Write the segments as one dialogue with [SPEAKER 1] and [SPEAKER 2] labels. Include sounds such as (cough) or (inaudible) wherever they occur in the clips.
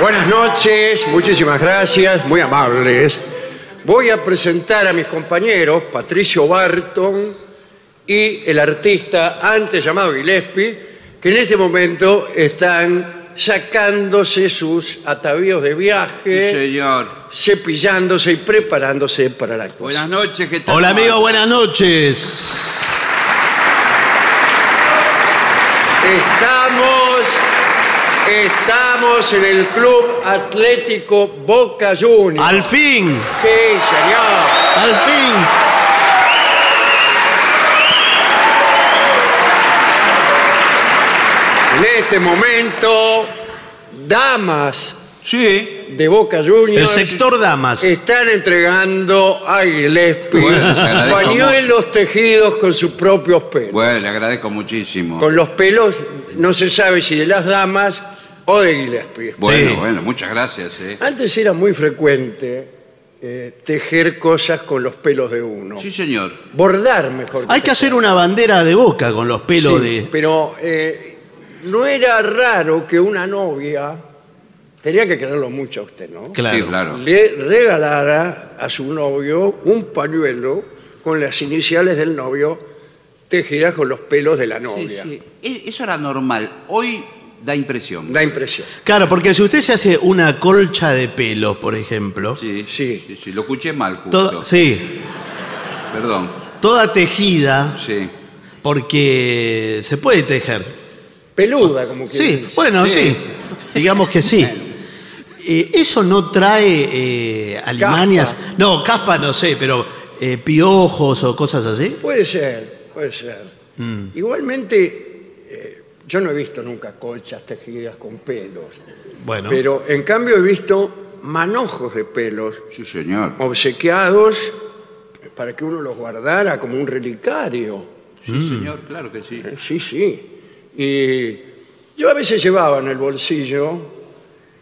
[SPEAKER 1] Buenas noches, muchísimas gracias, muy amables. Voy a presentar a mis compañeros Patricio Barton y el artista antes llamado Gillespie, que en este momento están sacándose sus atavíos de
[SPEAKER 2] Sí,
[SPEAKER 1] viaje,
[SPEAKER 2] señor.
[SPEAKER 1] cepillándose y preparándose para la actuación.
[SPEAKER 2] Buenas noches, ¿qué tal?
[SPEAKER 3] Hola amigo, buenas noches.
[SPEAKER 1] Estamos, estamos en el Club Atlético Boca Juniors.
[SPEAKER 3] Al fin,
[SPEAKER 1] Sí, señor.
[SPEAKER 3] al fin.
[SPEAKER 1] En este momento, damas
[SPEAKER 2] Sí.
[SPEAKER 1] de Boca Juniors
[SPEAKER 3] El sector damas.
[SPEAKER 1] están entregando a Gillespie
[SPEAKER 2] Bueno, les agradezco
[SPEAKER 1] pañuelos tejidos con sus propios pelos.
[SPEAKER 2] Bueno, le agradezco muchísimo.
[SPEAKER 1] Con los pelos no se sabe si de las damas o de Gillespie.
[SPEAKER 2] Bueno,
[SPEAKER 3] Sí.
[SPEAKER 2] bueno, muchas gracias. eh.
[SPEAKER 1] Antes era muy frecuente eh, tejer cosas con los pelos de uno.
[SPEAKER 2] Sí, señor.
[SPEAKER 1] Bordar, mejor.
[SPEAKER 3] Hay que hacer una bandera de boca con los pelos
[SPEAKER 1] Sí,
[SPEAKER 3] de...
[SPEAKER 1] Pero eh, no era raro que una novia, tenía que quererlo mucho a usted, ¿no?
[SPEAKER 2] Sí,
[SPEAKER 3] Claro.
[SPEAKER 2] claro.
[SPEAKER 1] Le regalara a su novio un pañuelo con las iniciales del novio tejidas con los pelos de la
[SPEAKER 2] Sí,
[SPEAKER 1] novia.
[SPEAKER 2] sí. E- Eso era normal. Hoy da impresión.
[SPEAKER 1] Da impresión.
[SPEAKER 3] Claro, porque si usted se hace una colcha de pelos, por ejemplo,
[SPEAKER 2] Sí,
[SPEAKER 1] Sí.
[SPEAKER 2] sí, sí, Lo escuché mal, justo.
[SPEAKER 3] toda, sí,
[SPEAKER 2] Perdón.
[SPEAKER 3] toda tejida,
[SPEAKER 2] Sí.
[SPEAKER 3] porque se puede tejer.
[SPEAKER 1] Peluda, como que
[SPEAKER 3] Ah, Sí, bueno, sí, digamos que sí. Eh, ¿Eso no trae eh, alimañas?
[SPEAKER 1] Caspa.
[SPEAKER 3] No, caspa no sé, pero eh, piojos o cosas así.
[SPEAKER 1] Puede ser, puede ser.
[SPEAKER 3] Mm.
[SPEAKER 1] Igualmente, eh, yo no he visto nunca colchas tejidas con pelos,
[SPEAKER 3] Bueno,
[SPEAKER 1] pero en cambio he visto manojos de pelos
[SPEAKER 2] Sí, señor.
[SPEAKER 1] obsequiados para que uno los guardara como un relicario.
[SPEAKER 2] Sí,
[SPEAKER 3] Mm.
[SPEAKER 2] señor, claro que sí.
[SPEAKER 1] Eh, Sí, sí. Y yo a veces llevaba en el bolsillo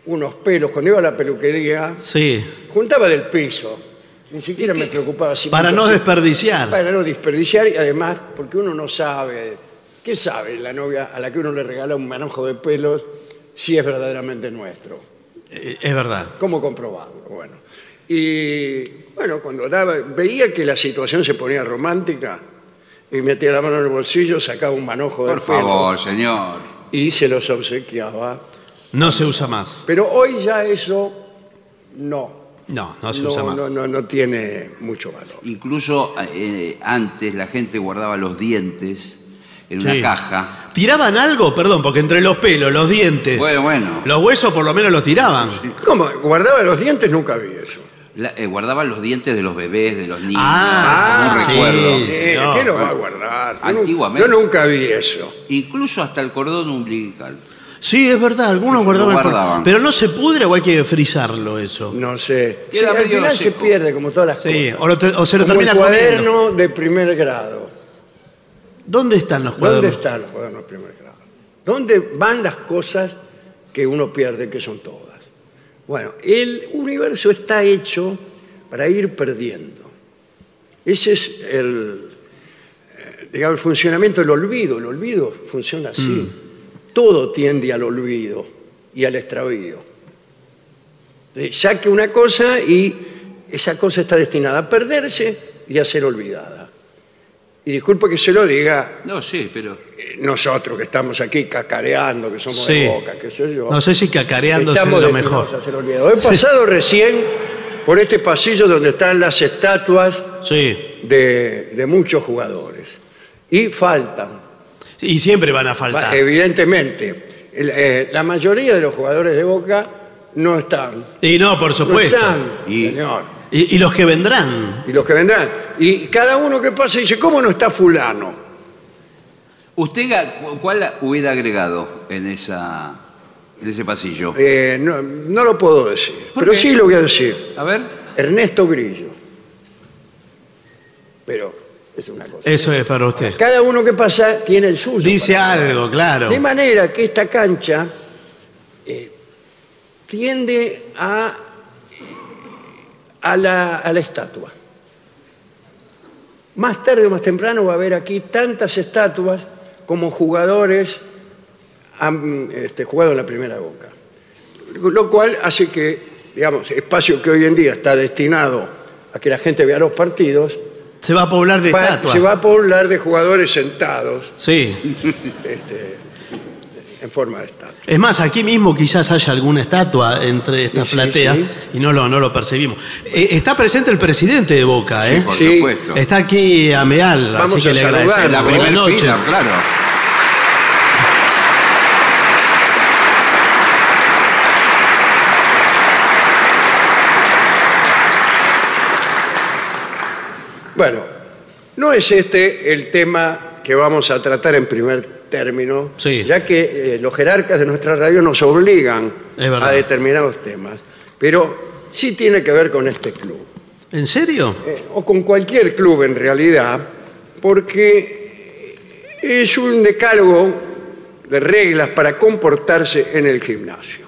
[SPEAKER 1] unos pelos, cuando iba a la peluquería,
[SPEAKER 3] sí,
[SPEAKER 1] juntaba del piso. Ni siquiera me preocupaba si
[SPEAKER 3] para no
[SPEAKER 1] desperdiciar.
[SPEAKER 3] desperdiciar.
[SPEAKER 1] Para no desperdiciar y además porque uno no sabe, ¿qué sabe la novia a la que uno le regala un manojo de pelos si es verdaderamente nuestro?
[SPEAKER 3] Eh, Es verdad.
[SPEAKER 1] ¿Cómo comprobarlo? Bueno, Y bueno, cuando daba, veía que la situación se ponía romántica y metía la mano en el bolsillo, sacaba un manojo de
[SPEAKER 2] Por favor, señor.
[SPEAKER 1] y se los obsequiaba.
[SPEAKER 3] No se usa más.
[SPEAKER 1] Pero hoy ya eso no.
[SPEAKER 3] No, no se
[SPEAKER 1] no,
[SPEAKER 3] usa más.
[SPEAKER 1] no, no, no tiene mucho valor.
[SPEAKER 2] Incluso eh, antes la gente guardaba los dientes en
[SPEAKER 3] Sí.
[SPEAKER 2] una caja.
[SPEAKER 3] ¿Tiraban algo? Perdón, porque entre los pelos, los dientes,
[SPEAKER 2] Bueno, bueno.
[SPEAKER 3] los huesos por lo menos los tiraban.
[SPEAKER 1] ¿Cómo? Guardaba los dientes, nunca vi eso.
[SPEAKER 2] La- eh, guardaban los dientes de los bebés, de los niños.
[SPEAKER 3] Ah,
[SPEAKER 2] como un
[SPEAKER 3] sí.
[SPEAKER 2] recuerdo.
[SPEAKER 1] Eh,
[SPEAKER 3] señor.
[SPEAKER 1] ¿Qué lo va a guardar? Yo nu-
[SPEAKER 2] Antiguamente.
[SPEAKER 1] Yo nunca vi eso.
[SPEAKER 2] Incluso hasta el cordón umbilical.
[SPEAKER 3] Sí, es verdad, algunos
[SPEAKER 2] Lo
[SPEAKER 3] guardaban. el-
[SPEAKER 2] guardaban.
[SPEAKER 3] Pero no se pudre o hay que frizarlo eso.
[SPEAKER 1] No sé.
[SPEAKER 2] Queda
[SPEAKER 1] Sí, al
[SPEAKER 2] medio
[SPEAKER 1] final se
[SPEAKER 2] seco.
[SPEAKER 1] pierde, como todas las
[SPEAKER 3] Sí,
[SPEAKER 1] cosas.
[SPEAKER 3] o, lo te- o se lo
[SPEAKER 1] Como el
[SPEAKER 3] termina
[SPEAKER 1] cuaderno
[SPEAKER 3] comiendo.
[SPEAKER 1] de primer grado.
[SPEAKER 3] ¿Dónde están los
[SPEAKER 1] ¿Dónde
[SPEAKER 3] cuadernos?
[SPEAKER 1] están los cuadernos de primer grado? ¿Dónde van las cosas que uno pierde, que son todas? Bueno, el universo está hecho para ir perdiendo. Ese es el, eh, digamos, el funcionamiento del olvido. El olvido funciona así.
[SPEAKER 3] Mm.
[SPEAKER 1] Todo tiende al olvido y al extravío. Eh, Saque una cosa y esa cosa está destinada a perderse y a ser olvidada. Y disculpe que se lo diga
[SPEAKER 2] No, sí, pero.
[SPEAKER 1] eh, nosotros que estamos aquí cacareando, que somos
[SPEAKER 3] Sí.
[SPEAKER 1] de boca, qué sé yo.
[SPEAKER 3] No sé si cacareando es
[SPEAKER 1] estamos
[SPEAKER 3] lo
[SPEAKER 1] destinados
[SPEAKER 3] mejor.
[SPEAKER 1] a hacer olvido. He pasado recién por este pasillo donde están las estatuas
[SPEAKER 3] Sí.
[SPEAKER 1] de, de muchos jugadores. Y faltan,
[SPEAKER 3] Y siempre van a
[SPEAKER 1] Va- eh,
[SPEAKER 3] faltar.
[SPEAKER 1] evidentemente. El- eh, la mayoría de los jugadores de Boca no están.
[SPEAKER 3] Y no, por
[SPEAKER 1] No
[SPEAKER 3] supuesto.
[SPEAKER 1] están,
[SPEAKER 2] Y-
[SPEAKER 1] señor.
[SPEAKER 3] Y, y los que vendrán.
[SPEAKER 1] Y los que vendrán. Y cada uno que pasa dice, ¿cómo no está fulano?
[SPEAKER 2] ¿Usted ga- cu- cuál hubiera agregado en, esa, en ese pasillo?
[SPEAKER 1] Eh, no, no lo puedo decir,
[SPEAKER 2] ¿Por
[SPEAKER 1] pero
[SPEAKER 2] qué?
[SPEAKER 1] sí lo voy a decir.
[SPEAKER 2] A ver.
[SPEAKER 1] Ernesto Grillo. Pero es una cosa.
[SPEAKER 3] Eso es para usted.
[SPEAKER 1] Cada uno que pasa tiene el suyo.
[SPEAKER 3] Dice
[SPEAKER 1] Para-
[SPEAKER 3] algo, claro.
[SPEAKER 1] De manera que esta cancha eh, tiende a, eh, a, la, a la estatua. Más tarde o más temprano va a haber aquí tantas estatuas como jugadores han este, jugado en la primera boca. Lo cual hace que, digamos, espacio que hoy en día está destinado a que la gente vea los partidos,
[SPEAKER 3] Se va a poblar de
[SPEAKER 1] va-
[SPEAKER 3] estatuas.
[SPEAKER 1] se va a poblar de jugadores sentados
[SPEAKER 3] Sí.
[SPEAKER 1] este, en forma de estatua.
[SPEAKER 3] Es más, aquí mismo quizás haya alguna estatua entre estas
[SPEAKER 1] Sí, sí,
[SPEAKER 3] plateas
[SPEAKER 1] sí.
[SPEAKER 3] y no lo, no lo percibimos. Eh, está presente el presidente de Boca, ¿eh?
[SPEAKER 2] Por
[SPEAKER 1] Sí.
[SPEAKER 2] supuesto.
[SPEAKER 3] Está aquí Ameal,
[SPEAKER 1] Vamos
[SPEAKER 3] así que
[SPEAKER 1] a
[SPEAKER 3] le
[SPEAKER 1] saludarlo.
[SPEAKER 3] agradecemos.
[SPEAKER 2] en la
[SPEAKER 1] Buenas
[SPEAKER 2] primera
[SPEAKER 3] noches.
[SPEAKER 2] fila, claro.
[SPEAKER 1] Bueno, no es este el tema que vamos a tratar en primer término,
[SPEAKER 3] Sí.
[SPEAKER 1] ya que eh, los jerarcas de nuestra radio nos obligan
[SPEAKER 3] Es verdad.
[SPEAKER 1] a determinados temas, pero sí tiene que ver con este club.
[SPEAKER 3] ¿En serio?
[SPEAKER 1] eh, o con cualquier club en realidad, porque es un decálogo de reglas para comportarse en el gimnasio,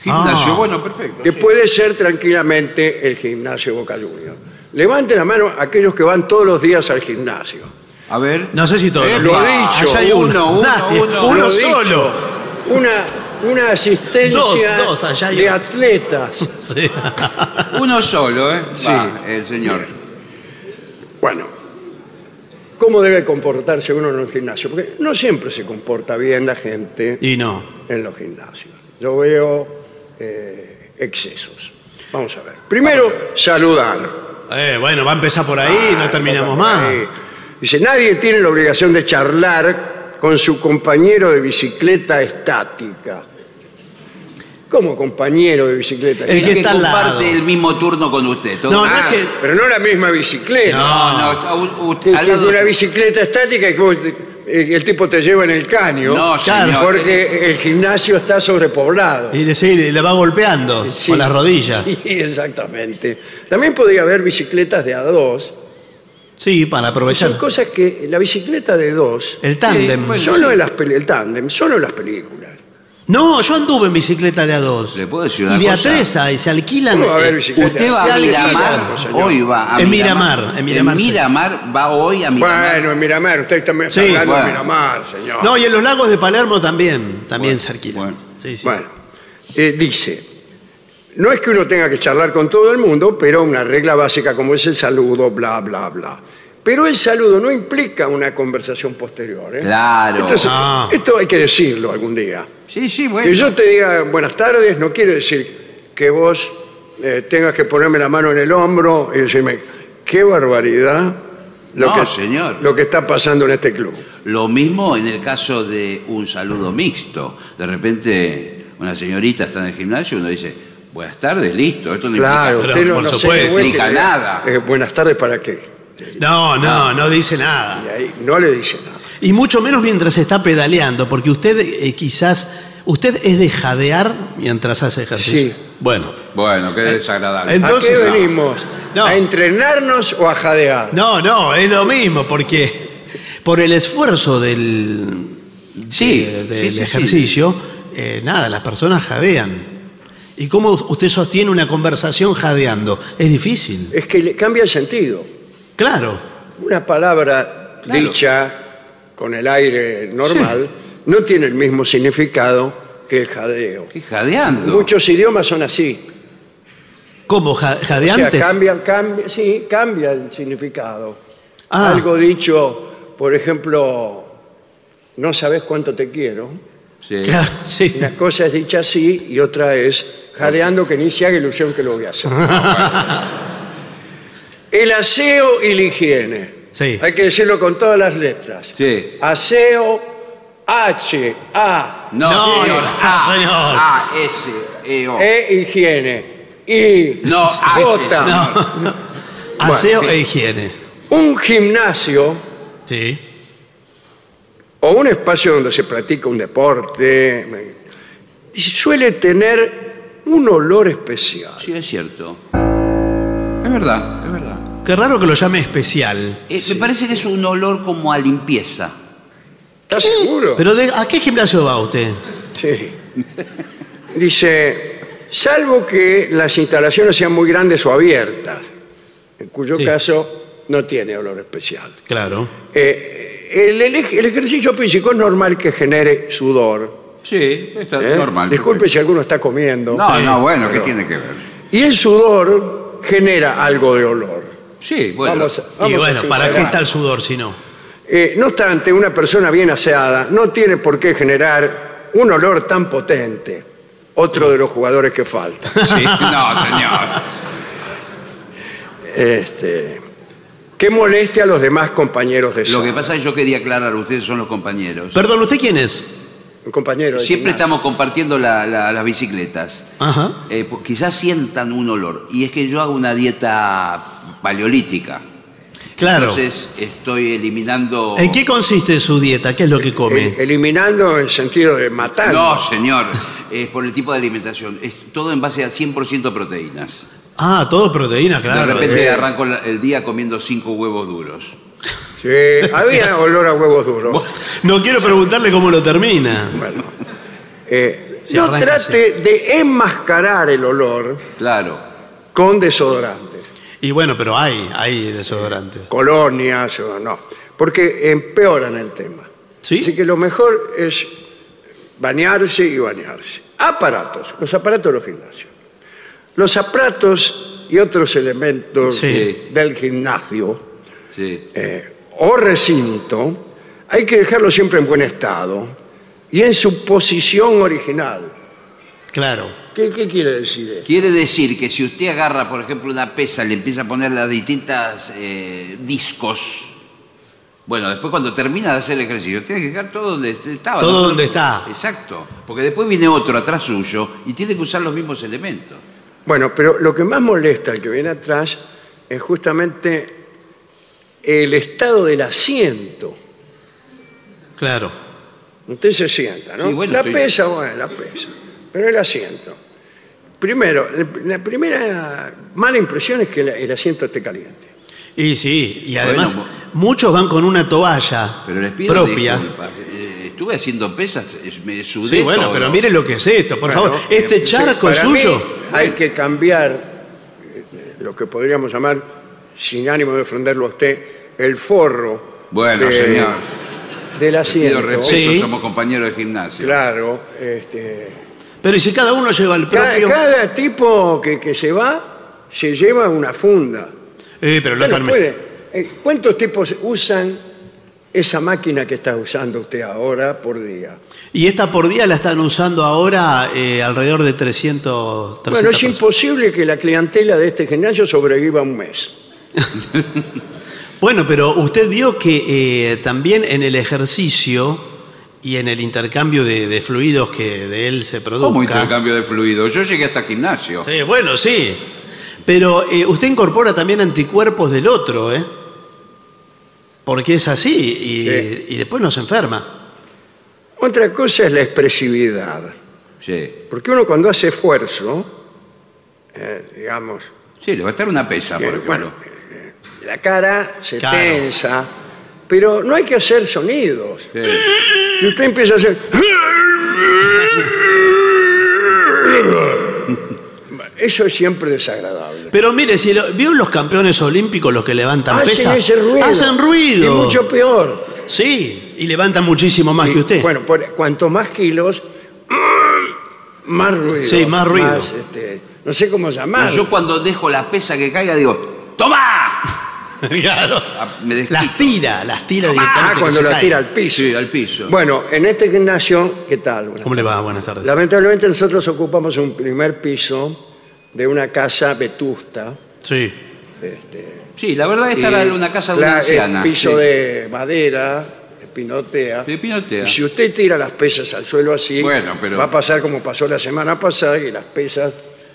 [SPEAKER 2] Gimnasio,
[SPEAKER 3] Ah.
[SPEAKER 2] bueno, perfecto.
[SPEAKER 1] que puede ser tranquilamente el gimnasio Boca Juniors. Levante la mano aquellos que van todos los días al gimnasio.
[SPEAKER 2] A ver.
[SPEAKER 3] No sé si todo.
[SPEAKER 2] Eh,
[SPEAKER 1] lo
[SPEAKER 2] ah,
[SPEAKER 1] dicho.
[SPEAKER 2] allá hay uno, uno,
[SPEAKER 3] Nadie.
[SPEAKER 2] uno.
[SPEAKER 3] Uno
[SPEAKER 1] Lo dicho,
[SPEAKER 3] solo.
[SPEAKER 1] Una, una asistencia
[SPEAKER 3] Dos, dos, allá hay
[SPEAKER 1] de
[SPEAKER 3] uno. (laughs)
[SPEAKER 1] atletas.
[SPEAKER 3] Sí.
[SPEAKER 2] Uno solo, ¿eh?
[SPEAKER 1] Sí.
[SPEAKER 2] Va, el señor.
[SPEAKER 1] Bueno, ¿cómo debe comportarse uno en un gimnasio? Porque no siempre se comporta bien la gente.
[SPEAKER 3] Y no.
[SPEAKER 1] en los gimnasios. Yo veo eh, excesos. Vamos a ver. Primero, saludar.
[SPEAKER 3] Eh, bueno, va a empezar por ahí,
[SPEAKER 1] Ah,
[SPEAKER 3] no terminamos más.
[SPEAKER 1] Eh, dice, nadie tiene la obligación de charlar con su compañero de bicicleta estática. ¿Cómo compañero de bicicleta
[SPEAKER 3] El
[SPEAKER 2] El
[SPEAKER 1] estática?
[SPEAKER 3] que
[SPEAKER 2] que,
[SPEAKER 3] está al lado.
[SPEAKER 2] comparte el mismo turno con usted. todo.
[SPEAKER 3] No, no.
[SPEAKER 1] Ah,
[SPEAKER 3] es que-
[SPEAKER 1] Pero no la misma bicicleta.
[SPEAKER 3] No.
[SPEAKER 2] No, está u-
[SPEAKER 1] Que-
[SPEAKER 2] usted
[SPEAKER 1] que
[SPEAKER 2] al
[SPEAKER 1] es
[SPEAKER 2] lado-
[SPEAKER 1] una bicicleta estática y que vos te- eh, el tipo te lleva en el caño.
[SPEAKER 2] No,
[SPEAKER 3] Claro.
[SPEAKER 2] señor.
[SPEAKER 1] porque el gimnasio está sobrepoblado.
[SPEAKER 3] Y le, sí, le- le va golpeando
[SPEAKER 1] Sí,
[SPEAKER 3] con las rodillas. Sí.
[SPEAKER 1] (laughs) Sí, exactamente. También podía haber bicicletas de a dos. Son
[SPEAKER 3] para aprovechar.
[SPEAKER 1] cosas que la bicicleta de dos,
[SPEAKER 3] El tándem.
[SPEAKER 2] Sí, bueno.
[SPEAKER 1] solo en las peli- el tándem, solo en las películas.
[SPEAKER 3] No, yo anduve en bicicleta de a dos.
[SPEAKER 2] ¿Le puedo decir una
[SPEAKER 3] Y de a
[SPEAKER 2] cosa?
[SPEAKER 3] tres hay, se alquilan.
[SPEAKER 1] ¿Cómo va a haber
[SPEAKER 3] eh,
[SPEAKER 1] bicicleta?
[SPEAKER 2] Usted va
[SPEAKER 3] Se
[SPEAKER 2] a
[SPEAKER 3] alquila,
[SPEAKER 2] Miramar,
[SPEAKER 1] señor.
[SPEAKER 2] hoy va a
[SPEAKER 3] En Miramar, en
[SPEAKER 2] En
[SPEAKER 3] Miramar,
[SPEAKER 2] Miramar,
[SPEAKER 3] sí.
[SPEAKER 2] va hoy a Miramar.
[SPEAKER 1] Bueno, en Miramar, usted también está
[SPEAKER 3] Sí,
[SPEAKER 1] hablando de
[SPEAKER 2] bueno.
[SPEAKER 1] Miramar, señor.
[SPEAKER 3] No, y en los lagos de Palermo también, también
[SPEAKER 2] Bueno,
[SPEAKER 3] se alquilan.
[SPEAKER 2] bueno.
[SPEAKER 3] Sí, sí.
[SPEAKER 1] Bueno, eh, dice, No es que uno tenga que charlar con todo el mundo, pero una regla básica como es el saludo, bla, bla, bla. Pero el saludo no implica una conversación posterior. ¿eh?
[SPEAKER 2] Claro.
[SPEAKER 1] Entonces,
[SPEAKER 3] Ah.
[SPEAKER 1] esto hay que decirlo algún día.
[SPEAKER 2] Sí, sí,
[SPEAKER 1] Que
[SPEAKER 2] bueno.
[SPEAKER 1] yo te diga buenas tardes no quiere decir que vos eh, tengas que ponerme la mano en el hombro y decirme, qué barbaridad lo,
[SPEAKER 2] No,
[SPEAKER 1] que,
[SPEAKER 2] señor.
[SPEAKER 1] lo que está pasando en este club.
[SPEAKER 2] Lo mismo en el caso de un saludo mixto. De repente, una señorita está en el gimnasio y uno dice, buenas tardes, listo. Esto no
[SPEAKER 1] Claro,
[SPEAKER 2] implica...
[SPEAKER 3] usted no- por
[SPEAKER 1] se
[SPEAKER 3] supuesto.
[SPEAKER 1] devuelve y le
[SPEAKER 2] Implica
[SPEAKER 1] diga,
[SPEAKER 2] nada.
[SPEAKER 1] eh, buenas tardes para qué.
[SPEAKER 3] No,
[SPEAKER 2] Ah.
[SPEAKER 3] no, no dice
[SPEAKER 1] Y
[SPEAKER 3] nada.
[SPEAKER 1] ahí no le dice nada.
[SPEAKER 3] Y mucho menos mientras está pedaleando, porque usted eh, quizás. ¿Usted es de jadear mientras hace ejercicio?
[SPEAKER 1] Sí.
[SPEAKER 3] Bueno.
[SPEAKER 2] Bueno, qué desagradable.
[SPEAKER 3] Ent- Entonces,
[SPEAKER 1] ¿A qué
[SPEAKER 3] no.
[SPEAKER 1] venimos?
[SPEAKER 3] No.
[SPEAKER 1] ¿A entrenarnos o a jadear?
[SPEAKER 3] No, no, es lo mismo, porque por el esfuerzo del,
[SPEAKER 2] Sí,
[SPEAKER 3] de-
[SPEAKER 2] sí,
[SPEAKER 3] del
[SPEAKER 2] sí, sí.
[SPEAKER 3] ejercicio, eh, nada, las personas jadean. ¿Y cómo usted sostiene una conversación jadeando? Es difícil.
[SPEAKER 1] Es que le cambia el sentido.
[SPEAKER 3] Claro.
[SPEAKER 1] Una palabra
[SPEAKER 2] Claro.
[SPEAKER 1] dicha con el aire normal no tiene el mismo significado que el jadeo.
[SPEAKER 2] Qué jadeando.
[SPEAKER 1] Muchos idiomas son así.
[SPEAKER 3] ¿Cómo? Ja-
[SPEAKER 1] O sea,
[SPEAKER 3] ¿Jadeantes?
[SPEAKER 1] cambian, cambian, sí, cambia el significado.
[SPEAKER 3] Ah.
[SPEAKER 1] Algo dicho, por ejemplo, no sabes cuánto te quiero.
[SPEAKER 2] Sí.
[SPEAKER 3] Claro, (laughs) sí.
[SPEAKER 1] Una cosa es dicha así y otra es jadeando que ni se haga ilusión que lo voy a
[SPEAKER 2] (laughs)
[SPEAKER 1] hacer.
[SPEAKER 2] Ah,
[SPEAKER 1] El aseo y la higiene.
[SPEAKER 3] Sí.
[SPEAKER 1] Hay que decirlo con todas las letras.
[SPEAKER 2] Sí.
[SPEAKER 1] Aseo, H, A,
[SPEAKER 2] No,
[SPEAKER 3] No,
[SPEAKER 2] señor. Ah,
[SPEAKER 3] no,
[SPEAKER 2] A,
[SPEAKER 3] señor.
[SPEAKER 2] A, S, E, O.
[SPEAKER 1] E, higiene. I,
[SPEAKER 2] No, H,
[SPEAKER 1] J.
[SPEAKER 2] señor.
[SPEAKER 3] Aseo
[SPEAKER 2] Bueno,
[SPEAKER 3] e higiene.
[SPEAKER 1] Un gimnasio
[SPEAKER 3] Sí.
[SPEAKER 1] o un espacio donde se practica un deporte me- y suele tener un olor especial.
[SPEAKER 2] Sí, es cierto. Es verdad, es verdad.
[SPEAKER 3] Qué raro que lo llame especial.
[SPEAKER 2] Eh, Me parece que es un olor como a limpieza.
[SPEAKER 1] ¿Estás seguro?
[SPEAKER 3] ¿Pero de- a qué gimnasio va usted?
[SPEAKER 1] Sí. Dice, salvo que las instalaciones sean muy grandes o abiertas, en cuyo
[SPEAKER 3] Sí.
[SPEAKER 1] caso no tiene olor especial.
[SPEAKER 3] Claro.
[SPEAKER 1] Eh, el, el ej- el ejercicio físico es normal que genere sudor.
[SPEAKER 2] Sí, está
[SPEAKER 1] ¿eh? Disculpe si alguno está comiendo.
[SPEAKER 2] No, no, bueno,
[SPEAKER 1] Pero-
[SPEAKER 2] ¿qué tiene que ver?
[SPEAKER 1] Y el sudor genera algo de olor.
[SPEAKER 2] Sí, bueno.
[SPEAKER 1] Vamos a-
[SPEAKER 3] y
[SPEAKER 1] vamos a
[SPEAKER 3] bueno, ¿para qué
[SPEAKER 1] sincerar.
[SPEAKER 3] está el sudor si no?
[SPEAKER 1] Eh, no obstante, una persona bien aseada no tiene por qué generar un olor tan potente. Otro de los jugadores que falta.
[SPEAKER 2] Sí, (laughs) no, señor.
[SPEAKER 1] Este, que moleste a los demás compañeros de
[SPEAKER 2] Lo que
[SPEAKER 1] sala.
[SPEAKER 2] pasa es que yo quería aclarar, ustedes son los compañeros.
[SPEAKER 3] Perdón, ¿usted quién es?
[SPEAKER 1] Compañeros de
[SPEAKER 2] Siempre
[SPEAKER 1] gimnasio.
[SPEAKER 2] estamos compartiendo la- la- las bicicletas.
[SPEAKER 3] Ajá.
[SPEAKER 2] Eh, pues, quizás sientan un olor. Y es que yo hago una dieta paleolítica.
[SPEAKER 3] Claro.
[SPEAKER 2] Entonces estoy eliminando...
[SPEAKER 3] ¿En qué consiste su dieta? ¿Qué es lo
[SPEAKER 1] Eh,
[SPEAKER 3] que come?
[SPEAKER 1] El- eliminando en sentido de matar.
[SPEAKER 2] No, señor. Es por el tipo de alimentación. Es todo en base a 100% proteínas.
[SPEAKER 3] Ah, todo proteína, claro.
[SPEAKER 2] de repente
[SPEAKER 3] Eh,
[SPEAKER 2] arranco la- el día comiendo cinco huevos duros.
[SPEAKER 1] Sí,
[SPEAKER 2] (laughs)
[SPEAKER 1] había olor a huevos duros.
[SPEAKER 3] (laughs) No quiero preguntarle cómo lo termina.
[SPEAKER 1] Bueno, eh,
[SPEAKER 3] Si
[SPEAKER 1] no
[SPEAKER 3] arranca,
[SPEAKER 1] trate de enmascarar el olor
[SPEAKER 2] Claro.
[SPEAKER 1] con desodorantes.
[SPEAKER 3] Y bueno, pero hay, hay desodorantes.
[SPEAKER 1] colonias o no, porque empeoran el tema.
[SPEAKER 3] ¿Sí?
[SPEAKER 1] Así que lo mejor es bañarse y bañarse. Aparatos, los aparatos de los gimnasios. Los aparatos y otros elementos
[SPEAKER 3] Sí.
[SPEAKER 1] del gimnasio
[SPEAKER 2] Sí.
[SPEAKER 1] eh, o recinto hay que dejarlo siempre en buen estado y en su posición original.
[SPEAKER 3] Claro.
[SPEAKER 1] ¿Qué, qué quiere decir esto?
[SPEAKER 2] Quiere decir que si usted agarra, por ejemplo, una pesa y le empieza a poner las distintas eh, discos, bueno, después cuando termina de hacer el ejercicio, tiene que dejar todo donde estaba.
[SPEAKER 3] Todo donde está.
[SPEAKER 2] Exacto. Porque después viene otro atrás suyo y tiene que usar los mismos elementos.
[SPEAKER 1] Bueno, pero lo que más molesta al que viene atrás es justamente el estado del asiento.
[SPEAKER 3] Claro.
[SPEAKER 1] Usted se sienta, ¿no?
[SPEAKER 2] Sí, bueno,
[SPEAKER 1] la
[SPEAKER 2] estoy-
[SPEAKER 1] pesa, bueno, la pesa. Pero el asiento. Primero, la primera mala impresión es que la- el asiento esté caliente.
[SPEAKER 3] Y sí, y además
[SPEAKER 2] Bueno,
[SPEAKER 3] muchos van con una toalla
[SPEAKER 2] Pero les pido
[SPEAKER 3] propia.
[SPEAKER 2] disculpas. Eh, estuve haciendo pesas, eh, me sudé
[SPEAKER 3] Sí, bueno,
[SPEAKER 2] todo.
[SPEAKER 3] pero mire lo que es esto, por
[SPEAKER 1] Bueno,
[SPEAKER 3] favor. Este charco
[SPEAKER 1] eh, Para
[SPEAKER 3] suyo.
[SPEAKER 1] mí, hay que cambiar eh, lo que podríamos llamar, sin ánimo de ofenderlo a usted, el forro.
[SPEAKER 2] Bueno,
[SPEAKER 1] de-
[SPEAKER 2] señor.
[SPEAKER 1] Del
[SPEAKER 2] Pido
[SPEAKER 1] asiento.
[SPEAKER 2] respeto,
[SPEAKER 3] Sí.
[SPEAKER 2] somos compañeros de gimnasio.
[SPEAKER 1] Claro, este,
[SPEAKER 3] Pero ¿y si cada uno lleva el
[SPEAKER 1] Ca-
[SPEAKER 3] propio.
[SPEAKER 1] cada tipo que, que se va se lleva una funda.
[SPEAKER 3] Eh, pero la
[SPEAKER 1] Usted no
[SPEAKER 3] Carmen-
[SPEAKER 1] puede. Eh, ¿Cuántos tipos usan esa máquina que está usando usted ahora por día?
[SPEAKER 3] Y esta por día la están usando ahora eh, alrededor de 300. 300
[SPEAKER 1] Bueno, es
[SPEAKER 3] personas.
[SPEAKER 1] imposible que la clientela de este gimnasio sobreviva un mes.
[SPEAKER 3] Bueno, pero usted vio que eh, también en el ejercicio y en el intercambio de, de fluidos que de él se produce.
[SPEAKER 2] ¿Cómo intercambio de fluido? Yo llegué hasta el gimnasio.
[SPEAKER 3] Sí, bueno, sí. Pero eh, usted incorpora también anticuerpos del otro, ¿eh? Porque es así y,
[SPEAKER 1] Sí.
[SPEAKER 3] y después nos enferma.
[SPEAKER 1] Otra cosa es la expresividad.
[SPEAKER 2] Sí.
[SPEAKER 1] Porque uno cuando hace esfuerzo, eh, digamos,
[SPEAKER 2] Sí, levantar una pesa, por
[SPEAKER 1] que,
[SPEAKER 2] ejemplo.
[SPEAKER 1] bueno, eh, la cara se
[SPEAKER 3] Claro.
[SPEAKER 1] tensa, pero no hay que hacer sonidos.
[SPEAKER 2] Sí.
[SPEAKER 1] Y usted empieza a hacer. ¡Ah! Eso es siempre desagradable.
[SPEAKER 3] Pero mire, si lo- vio los campeones olímpicos los que levantan
[SPEAKER 1] Hacen
[SPEAKER 3] pesas,
[SPEAKER 1] ese ruido.
[SPEAKER 3] hacen ruido.
[SPEAKER 1] Y mucho peor.
[SPEAKER 3] Sí, y levantan muchísimo más
[SPEAKER 1] Y,
[SPEAKER 3] que usted.
[SPEAKER 1] Bueno, por- cuanto más kilos, mm, más ruido.
[SPEAKER 3] Sí, más ruido.
[SPEAKER 1] este, no sé cómo
[SPEAKER 2] Pero
[SPEAKER 1] llamarlo.
[SPEAKER 2] yo cuando dejo la pesa que caiga digo, ¡toma!
[SPEAKER 3] (laughs) claro.
[SPEAKER 2] Me desquito.
[SPEAKER 3] Las tira, las tira
[SPEAKER 1] Ah,
[SPEAKER 3] directamente. que
[SPEAKER 1] cuando
[SPEAKER 3] se
[SPEAKER 1] la
[SPEAKER 3] cae.
[SPEAKER 1] tira al piso.
[SPEAKER 2] Sí, al piso.
[SPEAKER 1] Bueno, en este gimnasio, ¿qué tal? Bueno,
[SPEAKER 3] ¿Cómo le va? Buenas tardes.
[SPEAKER 1] lamentablemente nosotros ocupamos un primer piso de una casa vetusta.
[SPEAKER 3] Sí.
[SPEAKER 2] sí, la verdad esta
[SPEAKER 1] Y
[SPEAKER 2] era una casa de una
[SPEAKER 1] la-
[SPEAKER 2] anciana.
[SPEAKER 1] El piso
[SPEAKER 2] Sí.
[SPEAKER 1] de madera, de pinotea.
[SPEAKER 2] De pinotea.
[SPEAKER 1] Y si usted tira las pesas al suelo así,
[SPEAKER 2] Bueno, pero-
[SPEAKER 1] va a pasar como pasó la semana pasada, que las pesas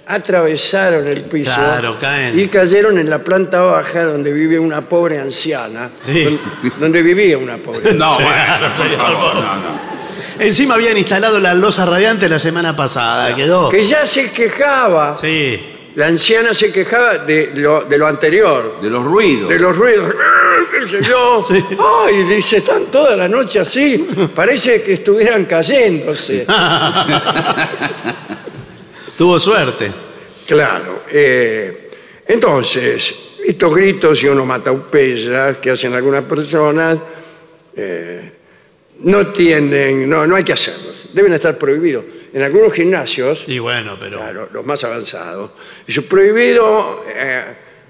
[SPEAKER 1] atravesaron el piso
[SPEAKER 3] Claro, caen.
[SPEAKER 1] y cayeron en la planta baja donde vive una pobre anciana,
[SPEAKER 3] Sí.
[SPEAKER 1] don- donde, vivía una
[SPEAKER 3] (laughs)
[SPEAKER 1] pobre.
[SPEAKER 2] No, bueno,
[SPEAKER 3] Sí,
[SPEAKER 2] por favor,
[SPEAKER 3] tampoco.
[SPEAKER 2] no, no.
[SPEAKER 3] Encima habían instalado la losa radiante la semana pasada. Quedó.
[SPEAKER 1] Que ya se quejaba,
[SPEAKER 3] Sí. (laughs)
[SPEAKER 1] la anciana se quejaba de lo, de lo anterior,
[SPEAKER 2] De los ruidos.
[SPEAKER 1] de los ruidos. (laughs) qué sé yo.
[SPEAKER 3] Sí.
[SPEAKER 1] Ay, dice, están toda la noche así. Parece que estuvieran cayéndose.
[SPEAKER 3] Tuvo suerte.
[SPEAKER 1] Claro. eh, entonces, estos gritos y onomatopeyas que hacen algunas personas eh, no tienen, no, no hay que hacerlos. Deben estar prohibidos. En algunos gimnasios,
[SPEAKER 3] Y bueno, pero.
[SPEAKER 1] claro, los más avanzados, es prohibido eh,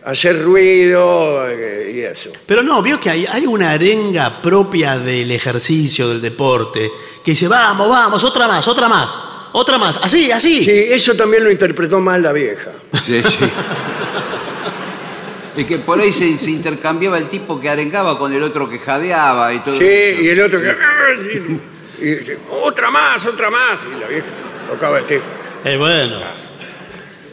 [SPEAKER 1] hacer ruido eh, y eso.
[SPEAKER 3] Pero no, vio que hay, hay una arenga propia del ejercicio, del deporte, que dice, vamos, vamos, otra más, otra más, otra más, así, así.
[SPEAKER 1] Sí, eso también lo interpretó mal la vieja.
[SPEAKER 2] Sí, sí. (laughs) Y que por ahí se, se intercambiaba el tipo que arengaba con el otro que jadeaba y todo.
[SPEAKER 1] Sí,
[SPEAKER 2] eso.
[SPEAKER 1] y el otro que... "Ah, y dice, otra más, otra más. Y la vieja tocaba el teclado.
[SPEAKER 3] Eh, bueno,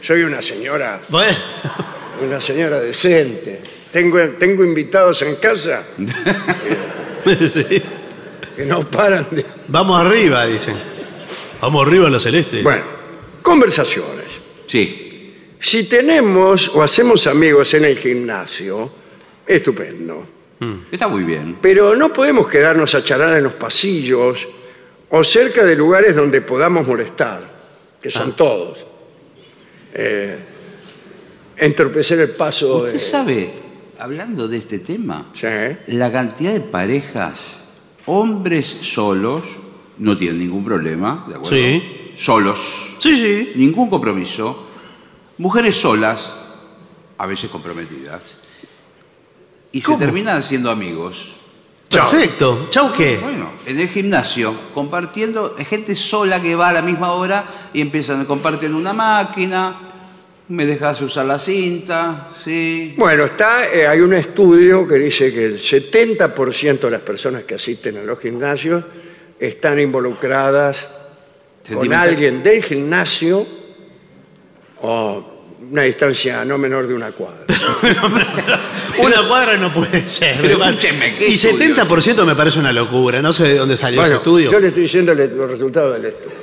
[SPEAKER 1] Soy una señora
[SPEAKER 3] bueno. (laughs)
[SPEAKER 1] Una señora decente. Tengo, tengo invitados en casa
[SPEAKER 3] Sí.
[SPEAKER 1] que no paran de...
[SPEAKER 3] Vamos arriba, dicen. Vamos arriba a lo celeste.
[SPEAKER 1] Bueno, conversaciones.
[SPEAKER 2] Sí.
[SPEAKER 1] Si tenemos o hacemos amigos en el gimnasio, estupendo.
[SPEAKER 2] Está muy bien.
[SPEAKER 1] Pero no podemos quedarnos a charlar en los pasillos o cerca de lugares donde podamos molestar, que son todos. Eh, entorpecer el paso
[SPEAKER 2] Usted
[SPEAKER 1] de...
[SPEAKER 2] sabe, hablando de este tema,
[SPEAKER 1] Sí. ¿eh?
[SPEAKER 2] la cantidad de parejas, hombres solos, no tienen ningún problema, ¿de acuerdo?
[SPEAKER 3] Sí.
[SPEAKER 2] Solos,
[SPEAKER 3] Sí, sí.
[SPEAKER 2] ningún compromiso. Mujeres solas, a veces comprometidas. Y
[SPEAKER 3] ¿Cómo?
[SPEAKER 2] se terminan siendo amigos.
[SPEAKER 1] Chao.
[SPEAKER 3] Perfecto. Chau, ¿qué?
[SPEAKER 2] Bueno, en el gimnasio, compartiendo, hay gente sola que va a la misma hora y empiezan, comparten una máquina, me dejas usar la cinta, sí.
[SPEAKER 1] Bueno, está, eh, hay un estudio que dice que el 70% de las personas que asisten a los gimnasios están involucradas con
[SPEAKER 2] Sentimental.
[SPEAKER 1] alguien del gimnasio o una distancia no menor de una cuadra.
[SPEAKER 3] Una cuadra no puede ser.
[SPEAKER 2] Pero
[SPEAKER 3] ¿verdad?
[SPEAKER 2] escúcheme, ¿qué
[SPEAKER 3] y
[SPEAKER 2] estudios?
[SPEAKER 3] 70% me parece una locura. No sé de dónde salió ese
[SPEAKER 1] Bueno,
[SPEAKER 3] estudio.
[SPEAKER 1] yo le estoy diciendo el- los resultados del estudio.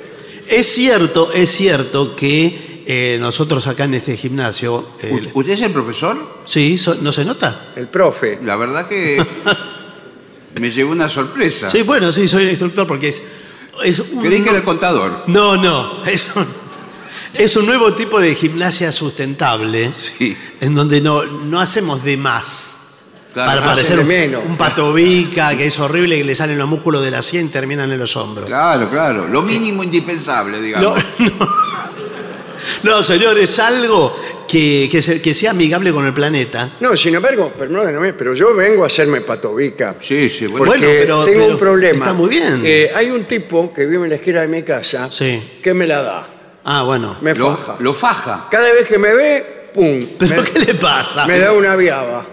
[SPEAKER 3] Es cierto, es cierto que eh, nosotros acá en este gimnasio. eh,
[SPEAKER 2] U- ¿Usted es el profesor?
[SPEAKER 3] sí, so- ¿no se nota?
[SPEAKER 1] El profe.
[SPEAKER 2] La verdad
[SPEAKER 3] (laughs)
[SPEAKER 2] que me llevó una sorpresa.
[SPEAKER 3] Sí, bueno, sí, soy el instructor porque es, es un...
[SPEAKER 2] Creí que era el contador.
[SPEAKER 3] No, no, es un, es un nuevo tipo de gimnasia sustentable
[SPEAKER 2] Sí.
[SPEAKER 3] en donde no, no hacemos de más.
[SPEAKER 2] Claro,
[SPEAKER 3] para
[SPEAKER 2] hacen
[SPEAKER 3] parecer
[SPEAKER 1] de
[SPEAKER 3] un,
[SPEAKER 1] menos.
[SPEAKER 3] un patobica, que es horrible, que le salen los músculos de la sien y terminan en los hombros.
[SPEAKER 2] Claro, claro. Lo mínimo indispensable,
[SPEAKER 3] No, (laughs)
[SPEAKER 2] digamos.
[SPEAKER 3] no. No, señores, algo que, que se- que sea amigable con el planeta.
[SPEAKER 1] No, sin embargo, perdónenme, pero yo vengo a hacerme patobica.
[SPEAKER 2] Sí, sí, bueno.
[SPEAKER 1] Porque
[SPEAKER 3] Bueno, pero-
[SPEAKER 1] tengo
[SPEAKER 3] pero
[SPEAKER 1] un problema.
[SPEAKER 3] está muy bien.
[SPEAKER 1] Eh, hay un tipo que vive en la esquina de mi casa
[SPEAKER 3] Sí.
[SPEAKER 1] que me la da,
[SPEAKER 3] Ah, bueno.
[SPEAKER 1] me
[SPEAKER 2] lo,
[SPEAKER 1] faja.
[SPEAKER 2] lo faja.
[SPEAKER 1] Cada vez que me ve, pum,
[SPEAKER 3] ¿Pero
[SPEAKER 1] me,
[SPEAKER 3] qué le pasa?
[SPEAKER 1] me da una viaba.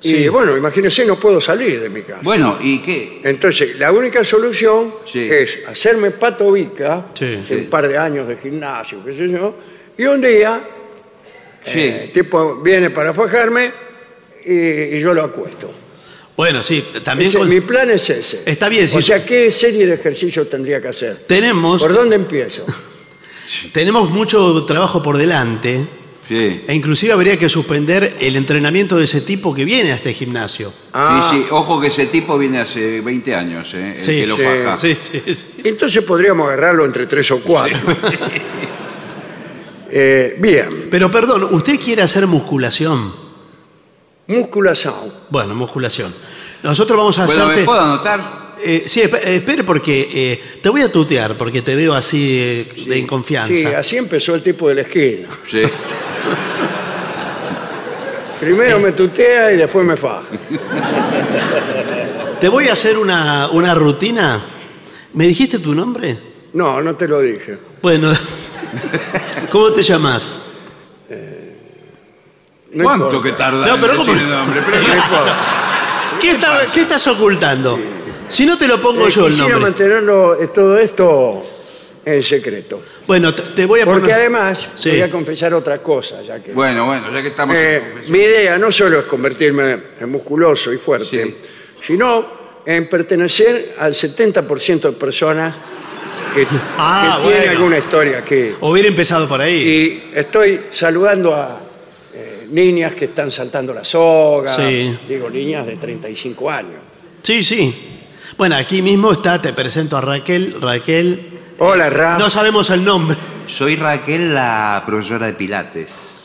[SPEAKER 3] Sí.
[SPEAKER 1] Y bueno, imagínense, no puedo salir de mi casa.
[SPEAKER 2] Bueno, ¿y qué?
[SPEAKER 1] Entonces, la única solución
[SPEAKER 2] Sí.
[SPEAKER 1] es hacerme patobica,
[SPEAKER 3] Sí.
[SPEAKER 1] hacer un par de años de gimnasio, qué sé yo, y un día
[SPEAKER 2] Sí.
[SPEAKER 1] el tipo viene para fajarme y, y yo lo acuesto.
[SPEAKER 3] Bueno, sí, también
[SPEAKER 1] Ese-
[SPEAKER 3] con-
[SPEAKER 1] Mi plan es ese.
[SPEAKER 3] Está bien, sí.
[SPEAKER 1] O sea, ¿qué serie de ejercicios tendría que hacer?
[SPEAKER 3] tenemos,
[SPEAKER 1] ¿Por dónde
[SPEAKER 3] (laughs)
[SPEAKER 1] empiezo?
[SPEAKER 3] tenemos mucho trabajo por delante.
[SPEAKER 2] Sí.
[SPEAKER 3] E inclusive habría que suspender el entrenamiento de ese tipo que viene a este gimnasio.
[SPEAKER 1] Ah,
[SPEAKER 2] Sí, sí. Ojo que ese tipo viene hace 20 años, ¿eh? El
[SPEAKER 3] Sí,
[SPEAKER 2] que lo
[SPEAKER 1] sí,
[SPEAKER 2] faja.
[SPEAKER 3] Sí, sí, sí.
[SPEAKER 1] Entonces podríamos agarrarlo entre tres o cuatro. (laughs) Eh, bien,
[SPEAKER 3] Pero perdón, ¿usted quiere hacer musculación?
[SPEAKER 1] musculación.
[SPEAKER 3] Bueno, musculación. Nosotros vamos a
[SPEAKER 2] Bueno, ¿me
[SPEAKER 3] hacerte...
[SPEAKER 2] puedo anotar?
[SPEAKER 3] Eh, sí, esp- eh, espere porque eh, te voy a tutear porque te veo así eh, de
[SPEAKER 1] Sí,
[SPEAKER 3] inconfianza.
[SPEAKER 1] así empezó el tipo de la esquina.
[SPEAKER 2] Sí.
[SPEAKER 3] Eh.
[SPEAKER 1] Primero me tutea y después me faja.
[SPEAKER 3] Te voy a hacer una, una rutina. ¿Me dijiste tu nombre?
[SPEAKER 1] No, no te lo dije.
[SPEAKER 3] Bueno, (laughs) ¿cómo te llamas?
[SPEAKER 1] No
[SPEAKER 2] ¿Cuánto
[SPEAKER 1] importa.
[SPEAKER 2] que tarda?
[SPEAKER 3] No,
[SPEAKER 2] en
[SPEAKER 3] pero ¿cómo?
[SPEAKER 2] decir el nombre?
[SPEAKER 3] (laughs)
[SPEAKER 2] Pero-
[SPEAKER 1] (laughs) No importa.
[SPEAKER 3] ¿Qué, está- qué estás ocultando? Si no te lo pongo
[SPEAKER 1] Eh,
[SPEAKER 3] yo el
[SPEAKER 1] quisiera
[SPEAKER 3] nombre.
[SPEAKER 1] mantenerlo eh, todo esto en secreto.
[SPEAKER 3] Bueno, te, te voy a
[SPEAKER 1] Porque
[SPEAKER 3] poner.
[SPEAKER 1] además
[SPEAKER 3] Sí.
[SPEAKER 1] voy a confesar otra cosa, ya que
[SPEAKER 2] Bueno, bueno, ya que estamos. en
[SPEAKER 1] eh,
[SPEAKER 2] confesión.
[SPEAKER 1] mi idea no solo es convertirme en musculoso y fuerte,
[SPEAKER 2] Sí.
[SPEAKER 1] sino en pertenecer al 70% de personas que,
[SPEAKER 3] Ah,
[SPEAKER 1] que tienen
[SPEAKER 3] bueno.
[SPEAKER 1] alguna historia aquí.
[SPEAKER 3] Hubiera empezado por ahí.
[SPEAKER 1] Y estoy saludando a eh, niñas que están saltando la soga,
[SPEAKER 3] Sí.
[SPEAKER 1] digo, niñas de 35 años.
[SPEAKER 3] Sí, sí. Bueno, aquí mismo está, te presento a Raquel. Raquel,
[SPEAKER 1] Hola, Ra.
[SPEAKER 3] no sabemos el nombre.
[SPEAKER 2] Soy Raquel, la profesora de Pilates.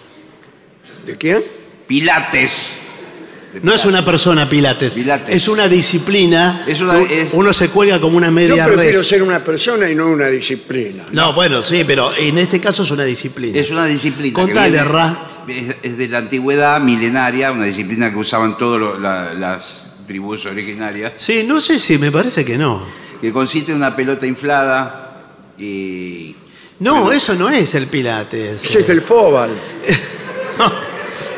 [SPEAKER 1] ¿De quién?
[SPEAKER 2] ¡Pilates! De
[SPEAKER 3] No es una persona Pilates.
[SPEAKER 2] Pilates.
[SPEAKER 3] Es una disciplina.
[SPEAKER 2] Es una-
[SPEAKER 3] que
[SPEAKER 2] es-
[SPEAKER 3] Uno se cuelga como una
[SPEAKER 1] Yo
[SPEAKER 3] media
[SPEAKER 1] prefiero
[SPEAKER 3] res.
[SPEAKER 1] ser una persona y no una disciplina.
[SPEAKER 3] No, bueno, sí, pero en este caso es una disciplina.
[SPEAKER 2] Es una disciplina. que
[SPEAKER 3] Contale,
[SPEAKER 2] viene-
[SPEAKER 3] Ra.
[SPEAKER 2] Es, es de la antigüedad milenaria, una disciplina que usaban todas las tribus originarias,
[SPEAKER 3] Sí, no sé si me parece que no.
[SPEAKER 2] que consiste en una pelota inflada y.
[SPEAKER 3] No, eso no es el Pilates.
[SPEAKER 1] Ese es el Fobal.
[SPEAKER 3] No,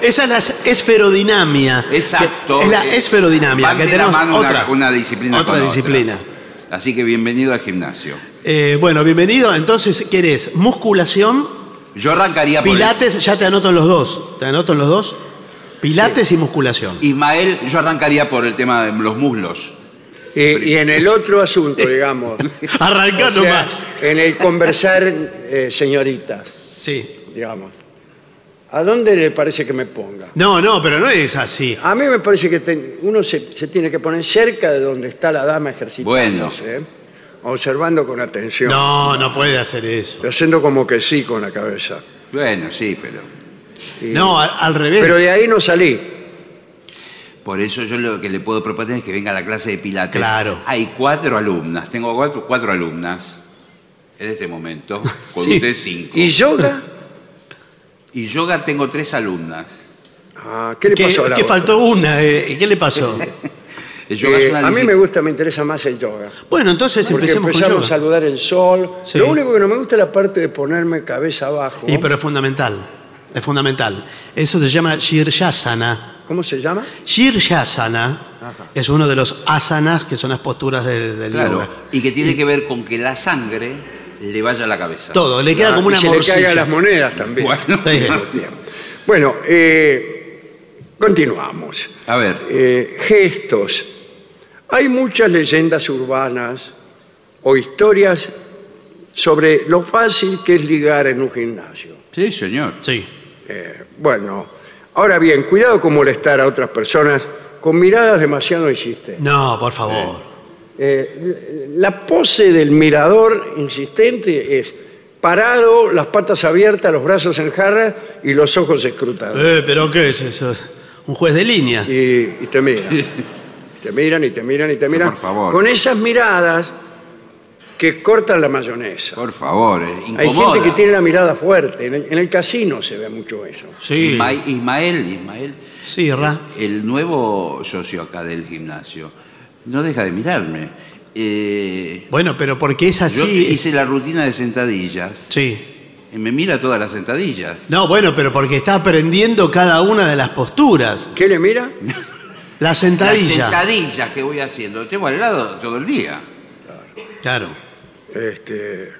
[SPEAKER 3] Esa es la es- esferodinamia.
[SPEAKER 2] Exacto. eh,
[SPEAKER 3] Que- es la
[SPEAKER 1] Eh,
[SPEAKER 3] esferodinamia.
[SPEAKER 2] Van
[SPEAKER 3] Que
[SPEAKER 2] de la
[SPEAKER 3] tenemos
[SPEAKER 2] mano una-
[SPEAKER 3] otra,
[SPEAKER 2] una disciplina con
[SPEAKER 3] Otra
[SPEAKER 2] otra.
[SPEAKER 3] disciplina.
[SPEAKER 2] Así que bienvenido al gimnasio.
[SPEAKER 3] Eh, bueno, bienvenido. Entonces, ¿querés musculación?
[SPEAKER 2] Yo arrancaría por. el-
[SPEAKER 3] Pilates, ya te anoto en los dos. ¿Te anoto en los dos? Pilates y
[SPEAKER 1] (laughs)
[SPEAKER 3] musculación.
[SPEAKER 2] Ismael, yo arrancaría por el tema de los muslos.
[SPEAKER 1] Y, y en el otro asunto,
[SPEAKER 3] (laughs)
[SPEAKER 1] digamos. o sea,
[SPEAKER 3] Arrancá nomás.
[SPEAKER 1] En el conversar, eh, señoritas,
[SPEAKER 3] Sí.
[SPEAKER 1] digamos. ¿A dónde le parece que me ponga?
[SPEAKER 3] No, no, pero no es así.
[SPEAKER 1] A mí me parece que ten- uno se, se tiene que poner cerca de donde está la dama ejercitándose, ¿eh? observando con atención,
[SPEAKER 3] No, no puede hacer eso.
[SPEAKER 1] haciendo como que sí con la cabeza.
[SPEAKER 2] Bueno, sí, pero.
[SPEAKER 3] No, al, al revés.
[SPEAKER 1] Pero de ahí no salí.
[SPEAKER 2] Por eso yo lo que le puedo proponer es que venga a la clase de Pilates.
[SPEAKER 3] Claro.
[SPEAKER 2] Hay cuatro alumnas, tengo cuatro, cuatro alumnas en este
[SPEAKER 3] (laughs)
[SPEAKER 2] momento, con
[SPEAKER 3] Sí.
[SPEAKER 2] usted cinco.
[SPEAKER 1] ¿Y yoga?
[SPEAKER 3] (laughs)
[SPEAKER 2] Y yoga tengo tres alumnas.
[SPEAKER 1] Ah, ¿Qué le
[SPEAKER 3] que,
[SPEAKER 1] pasó a la
[SPEAKER 3] que
[SPEAKER 1] otra?
[SPEAKER 3] faltó una. eh, ¿Qué le pasó?
[SPEAKER 1] (laughs)
[SPEAKER 2] El yoga es
[SPEAKER 1] Eh,
[SPEAKER 2] una
[SPEAKER 1] a mí
[SPEAKER 2] disciplina-
[SPEAKER 1] me gusta, me interesa más el yoga.
[SPEAKER 3] bueno, entonces
[SPEAKER 1] Porque
[SPEAKER 3] empecemos con
[SPEAKER 1] empezamos a
[SPEAKER 3] yoga.
[SPEAKER 1] saludar el sol.
[SPEAKER 3] Sí.
[SPEAKER 1] Lo único que no me gusta es la parte de ponerme cabeza abajo.
[SPEAKER 3] Y, pero es fundamental. Es fundamental. Eso se llama Shirshasana.
[SPEAKER 1] ¿Cómo se llama?
[SPEAKER 3] Shirshasana es uno de los asanas que son las posturas del, del
[SPEAKER 2] Claro.
[SPEAKER 3] yoga.
[SPEAKER 2] Y que tiene que ver con que la sangre le vaya a la cabeza.
[SPEAKER 3] Todo, le queda
[SPEAKER 1] Ah,
[SPEAKER 3] como una
[SPEAKER 1] y se le caiga
[SPEAKER 3] morcilla.
[SPEAKER 1] las monedas también.
[SPEAKER 2] Bueno,
[SPEAKER 3] Sí.
[SPEAKER 1] Bien. Bueno, eh, continuamos.
[SPEAKER 2] a ver.
[SPEAKER 1] Eh, gestos. Hay muchas leyendas urbanas o historias sobre lo fácil que es ligar en un gimnasio.
[SPEAKER 2] Sí, señor.
[SPEAKER 3] Sí.
[SPEAKER 1] Bueno, ahora bien, cuidado con molestar a otras personas con miradas demasiado insistentes.
[SPEAKER 3] No, por favor.
[SPEAKER 1] Eh, la pose del mirador insistente es parado, las patas abiertas, los brazos en jarra y los ojos escrutados.
[SPEAKER 3] Eh, pero ¿qué es eso? un juez de línea.
[SPEAKER 1] y, y te miran. te miran y te miran y te miran.
[SPEAKER 2] por favor.
[SPEAKER 1] Con esas miradas que cortan la mayonesa.
[SPEAKER 2] Por favor, eh,
[SPEAKER 1] Hay
[SPEAKER 2] incomoda.
[SPEAKER 1] gente que tiene la mirada fuerte. En el, en el casino se ve mucho eso.
[SPEAKER 3] Sí,
[SPEAKER 2] Isma- Ismael, Ismael,
[SPEAKER 3] sí, Ra.
[SPEAKER 2] el nuevo socio acá del gimnasio, no deja de mirarme. Eh,
[SPEAKER 3] Bueno, pero porque es
[SPEAKER 2] yo
[SPEAKER 3] así.
[SPEAKER 2] hice la rutina de sentadillas
[SPEAKER 3] Sí.
[SPEAKER 2] y me mira todas las sentadillas.
[SPEAKER 3] No, bueno, pero porque está aprendiendo cada una de las posturas.
[SPEAKER 1] ¿Qué le mira?
[SPEAKER 3] La
[SPEAKER 2] Las
[SPEAKER 3] sentadilla.
[SPEAKER 2] sentadillas que voy haciendo, tengo al lado todo el día.
[SPEAKER 3] Claro.
[SPEAKER 1] Este,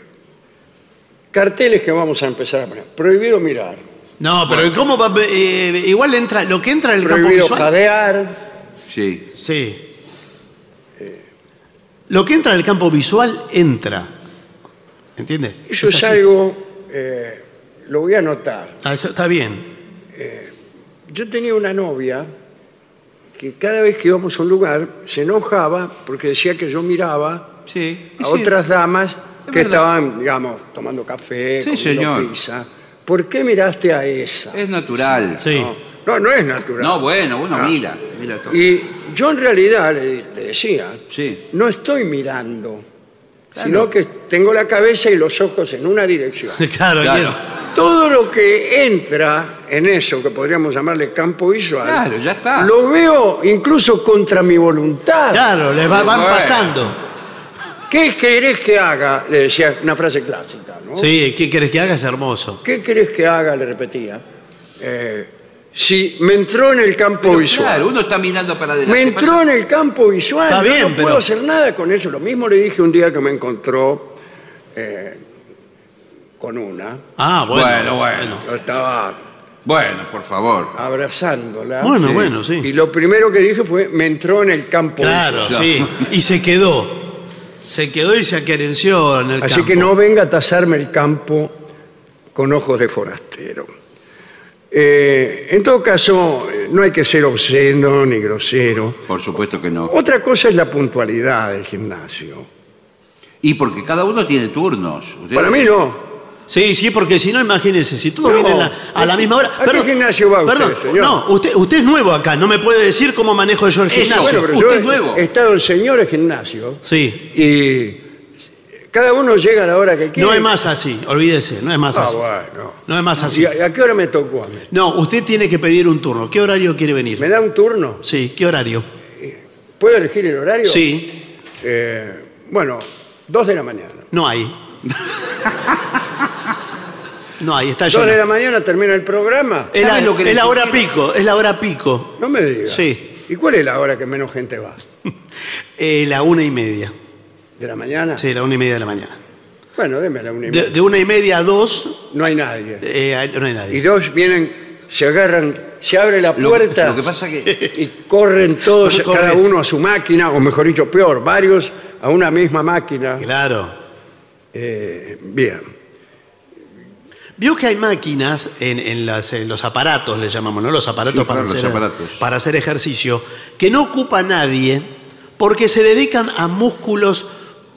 [SPEAKER 1] carteles que vamos a empezar a poner. Prohibido mirar.
[SPEAKER 3] No, pero ¿cómo va? eh, igual entra lo que entra en el campo
[SPEAKER 1] Prohibido
[SPEAKER 3] visual.
[SPEAKER 1] jadear.
[SPEAKER 2] Sí.
[SPEAKER 3] Sí. Lo que entra en el campo visual entra. ¿Entiende?
[SPEAKER 1] Eso
[SPEAKER 3] Es
[SPEAKER 1] es,
[SPEAKER 3] así.
[SPEAKER 1] algo. eh, lo voy a anotar.
[SPEAKER 3] Ah, eso está bien.
[SPEAKER 1] Yo tenía una novia que cada vez que íbamos a un lugar se enojaba porque decía que yo miraba
[SPEAKER 2] Sí.
[SPEAKER 1] a otras damas que
[SPEAKER 2] verdad.
[SPEAKER 1] estaban, digamos, tomando café,
[SPEAKER 2] Sí,
[SPEAKER 1] comiendo
[SPEAKER 2] señor.
[SPEAKER 1] pizza. ¿Por qué miraste a esa?
[SPEAKER 2] Es natural.
[SPEAKER 3] Sí.
[SPEAKER 1] No, no es natural.
[SPEAKER 2] No, bueno, uno mira. mira todo.
[SPEAKER 1] Y yo en realidad le, le decía,
[SPEAKER 2] Sí.
[SPEAKER 1] no estoy mirando, sino que tengo la cabeza y los ojos en una dirección.
[SPEAKER 3] (laughs) Claro,
[SPEAKER 2] Claro.
[SPEAKER 3] bien.
[SPEAKER 1] Todo lo que entra en eso que podríamos llamarle campo visual,
[SPEAKER 2] Claro, ya está.
[SPEAKER 1] lo veo incluso contra mi voluntad.
[SPEAKER 3] Claro, les va- van
[SPEAKER 2] Bueno.
[SPEAKER 3] pasando.
[SPEAKER 1] ¿Qué querés que haga? Le decía una frase clásica, ¿no?
[SPEAKER 3] Sí, ¿qué querés que haga? Es hermoso.
[SPEAKER 1] ¿Qué querés que haga? Le repetía. Eh, si me entró en el campo visual.
[SPEAKER 2] Claro, uno está mirando para adelante.
[SPEAKER 1] Me entró en el campo visual.
[SPEAKER 3] Está
[SPEAKER 1] yo
[SPEAKER 3] bien,
[SPEAKER 1] no
[SPEAKER 3] pero-
[SPEAKER 1] puedo hacer nada con eso. Lo mismo le dije un día que me encontró eh, con una.
[SPEAKER 3] Ah, bueno.
[SPEAKER 2] Bueno, bueno.
[SPEAKER 1] Yo estaba
[SPEAKER 2] Pasa- Bueno, por favor.
[SPEAKER 1] abrazándola.
[SPEAKER 3] Bueno,
[SPEAKER 1] Sí.
[SPEAKER 3] bueno, sí.
[SPEAKER 1] Y lo primero que dije fue, me entró en el campo
[SPEAKER 3] Claro,
[SPEAKER 1] visual.
[SPEAKER 3] sí. Y se quedó. Se quedó y se aquerenció en el
[SPEAKER 1] Así
[SPEAKER 3] campo.
[SPEAKER 1] que no venga a tasarme el campo con ojos de forastero. Eh, en todo caso, eh, no hay que ser obsceno ni grosero.
[SPEAKER 2] Por supuesto que no.
[SPEAKER 1] Otra cosa es la puntualidad del gimnasio.
[SPEAKER 2] Y porque cada uno tiene turnos. Usted-
[SPEAKER 1] Para mí no.
[SPEAKER 3] Sí, sí, porque si no, imagínense, si todos
[SPEAKER 1] No.
[SPEAKER 3] vienen a, a la misma hora.
[SPEAKER 1] ¿A qué gimnasio va usted,
[SPEAKER 3] perdón,
[SPEAKER 1] señor?
[SPEAKER 3] No, usted, usted es nuevo acá, no me puede decir cómo manejo yo el
[SPEAKER 2] Eso,
[SPEAKER 3] gimnasio.
[SPEAKER 1] Bueno, pero
[SPEAKER 2] Usted
[SPEAKER 1] yo
[SPEAKER 2] es nuevo.
[SPEAKER 1] he estado en señores gimnasios
[SPEAKER 3] Sí,
[SPEAKER 1] y cada uno llega a la hora que quiere.
[SPEAKER 3] no es más así, olvídese, no es más
[SPEAKER 1] Ah,
[SPEAKER 3] así.
[SPEAKER 1] bueno.
[SPEAKER 3] No es más
[SPEAKER 1] ¿Y
[SPEAKER 3] así.
[SPEAKER 1] a, a qué hora me tocó a mí?
[SPEAKER 3] No, usted tiene que pedir un turno. ¿Qué horario quiere venir?
[SPEAKER 1] ¿Me da un turno?
[SPEAKER 3] Sí, ¿qué horario?
[SPEAKER 1] ¿Puedo elegir el horario?
[SPEAKER 3] Sí,
[SPEAKER 1] Eh, bueno, dos de la mañana.
[SPEAKER 3] no hay. No Eh, hay, está
[SPEAKER 1] Dos de
[SPEAKER 3] lleno.
[SPEAKER 1] la mañana termina el programa.
[SPEAKER 3] Es la,
[SPEAKER 2] ¿Sabe lo que
[SPEAKER 3] es
[SPEAKER 2] le
[SPEAKER 3] la hora
[SPEAKER 2] sugiero?
[SPEAKER 3] pico, es la hora pico.
[SPEAKER 1] No me digas.
[SPEAKER 3] Sí.
[SPEAKER 1] ¿Y cuál es la hora que menos gente va?
[SPEAKER 3] Eh, la una y media.
[SPEAKER 1] ¿De la mañana?
[SPEAKER 3] Sí, la una y media de la mañana.
[SPEAKER 1] Bueno, déme la una y
[SPEAKER 3] De,
[SPEAKER 1] media.
[SPEAKER 3] de una y media a dos,
[SPEAKER 1] No hay nadie.
[SPEAKER 3] eh, hay- no hay
[SPEAKER 1] Y
[SPEAKER 3] nadie.
[SPEAKER 1] dos vienen, se agarran, se abre la
[SPEAKER 2] Lo-
[SPEAKER 1] puerta.
[SPEAKER 2] lo que pasa
[SPEAKER 1] (laughs)
[SPEAKER 2] que-
[SPEAKER 1] Y corren todos,
[SPEAKER 3] Corre.
[SPEAKER 1] cada uno a su máquina, o mejor dicho, peor, varios a una misma máquina.
[SPEAKER 3] Claro.
[SPEAKER 1] Eh, bien.
[SPEAKER 3] Vio que hay máquinas en, en las- en los aparatos, le llamamos, ¿no? Los aparatos,
[SPEAKER 2] Sí,
[SPEAKER 3] para,
[SPEAKER 2] claro, los
[SPEAKER 3] hacer,
[SPEAKER 2] aparatos.
[SPEAKER 3] para hacer ejercicio, que no ocupa nadie porque se dedican a músculos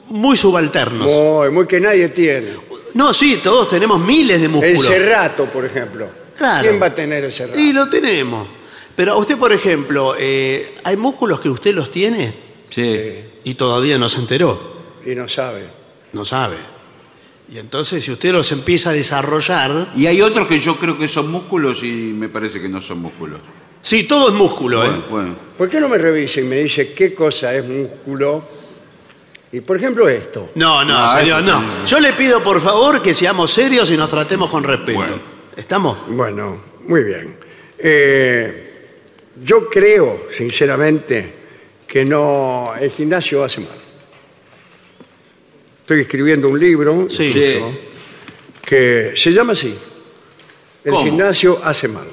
[SPEAKER 3] muy subalternos.
[SPEAKER 1] Muy, muy que nadie tiene.
[SPEAKER 3] No, sí, todos tenemos miles de
[SPEAKER 1] El
[SPEAKER 3] músculos.
[SPEAKER 1] cerrato, por ejemplo.
[SPEAKER 3] Claro.
[SPEAKER 1] ¿Quién va a tener el cerrato?
[SPEAKER 3] Y lo tenemos. Pero a usted, por ejemplo, eh, hay músculos que usted los tiene
[SPEAKER 2] Sí.
[SPEAKER 3] y todavía no se enteró,
[SPEAKER 1] Y no sabe.
[SPEAKER 3] no sabe. Y entonces, si usted los empieza a desarrollar,
[SPEAKER 2] Y hay otros que yo creo que son músculos y me parece que no son músculos.
[SPEAKER 3] sí, todo es músculo, ¿eh?
[SPEAKER 2] Bueno, bueno.
[SPEAKER 1] ¿Por qué no me revisa y me dice qué cosa es músculo? Y por ejemplo esto.
[SPEAKER 3] No, no,
[SPEAKER 2] No,
[SPEAKER 3] señor,
[SPEAKER 2] eso
[SPEAKER 3] no. Yo le pido por favor que seamos serios y nos tratemos con respeto.
[SPEAKER 2] Bueno.
[SPEAKER 3] ¿Estamos?
[SPEAKER 1] Bueno, muy bien. Eh, yo creo, sinceramente, que no. El gimnasio hace mal. Estoy escribiendo un libro
[SPEAKER 3] Sí.
[SPEAKER 1] incluso, que se llama así. El
[SPEAKER 2] ¿Cómo?
[SPEAKER 1] gimnasio hace mal.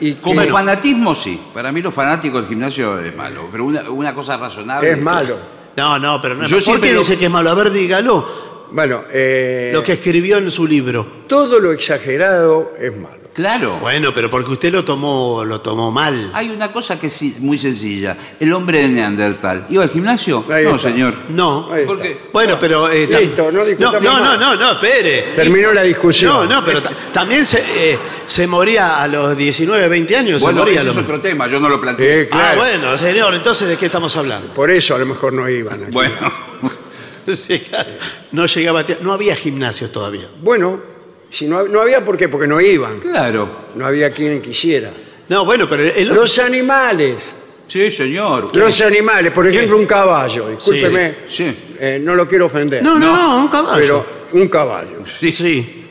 [SPEAKER 1] Y
[SPEAKER 2] Como
[SPEAKER 1] que
[SPEAKER 2] fanatismo, sí. Para mí los fanáticos del gimnasio es malo. Pero una, una cosa razonable.
[SPEAKER 1] es malo.
[SPEAKER 3] No, no, pero no.
[SPEAKER 2] Yo
[SPEAKER 3] ¿Por
[SPEAKER 2] siempre
[SPEAKER 3] qué
[SPEAKER 2] lo-
[SPEAKER 3] dice que es malo? A ver, dígalo.
[SPEAKER 1] Bueno, eh,
[SPEAKER 3] Lo que escribió en su libro.
[SPEAKER 1] todo lo exagerado es malo.
[SPEAKER 2] Claro.
[SPEAKER 3] Bueno, pero porque usted lo tomó, lo tomó mal.
[SPEAKER 2] Hay una cosa que es muy sencilla. El hombre de Neandertal. ¿Iba al gimnasio?
[SPEAKER 1] Ahí
[SPEAKER 2] no,
[SPEAKER 1] está.
[SPEAKER 2] señor.
[SPEAKER 3] No.
[SPEAKER 1] Ahí está.
[SPEAKER 2] ¿Por qué?
[SPEAKER 3] Bueno, pero. eh, tam-
[SPEAKER 1] Listo, no
[SPEAKER 3] no,
[SPEAKER 1] discutamos
[SPEAKER 3] no, no,
[SPEAKER 1] más.
[SPEAKER 3] no, no, espere.
[SPEAKER 1] Terminó la discusión.
[SPEAKER 3] No, no, pero ta- también se, eh, se moría a los 19, 20 años.
[SPEAKER 2] Bueno,
[SPEAKER 3] se moría
[SPEAKER 2] ese
[SPEAKER 3] lo
[SPEAKER 2] es otro tema, yo no lo planteé.
[SPEAKER 1] Eh, claro.
[SPEAKER 3] Ah, bueno, señor, entonces, ¿de qué estamos
[SPEAKER 2] (laughs)
[SPEAKER 3] hablando?
[SPEAKER 1] Por eso a lo mejor no iban. aquí.
[SPEAKER 2] Bueno, (laughs)
[SPEAKER 3] Sí, claro. No llegaba a tie- No había gimnasio todavía.
[SPEAKER 1] Bueno, si no, no había por qué, porque no iban.
[SPEAKER 2] claro.
[SPEAKER 1] No había quien quisiera.
[SPEAKER 3] No, bueno, pero el hombre.
[SPEAKER 1] Los animales.
[SPEAKER 2] Sí, señor.
[SPEAKER 1] Los animales, por ejemplo, un caballo. Discúlpeme,
[SPEAKER 2] sí.
[SPEAKER 1] eh, no lo quiero ofender.
[SPEAKER 3] No, no, no, un caballo.
[SPEAKER 1] Pero un caballo.
[SPEAKER 3] sí. sí.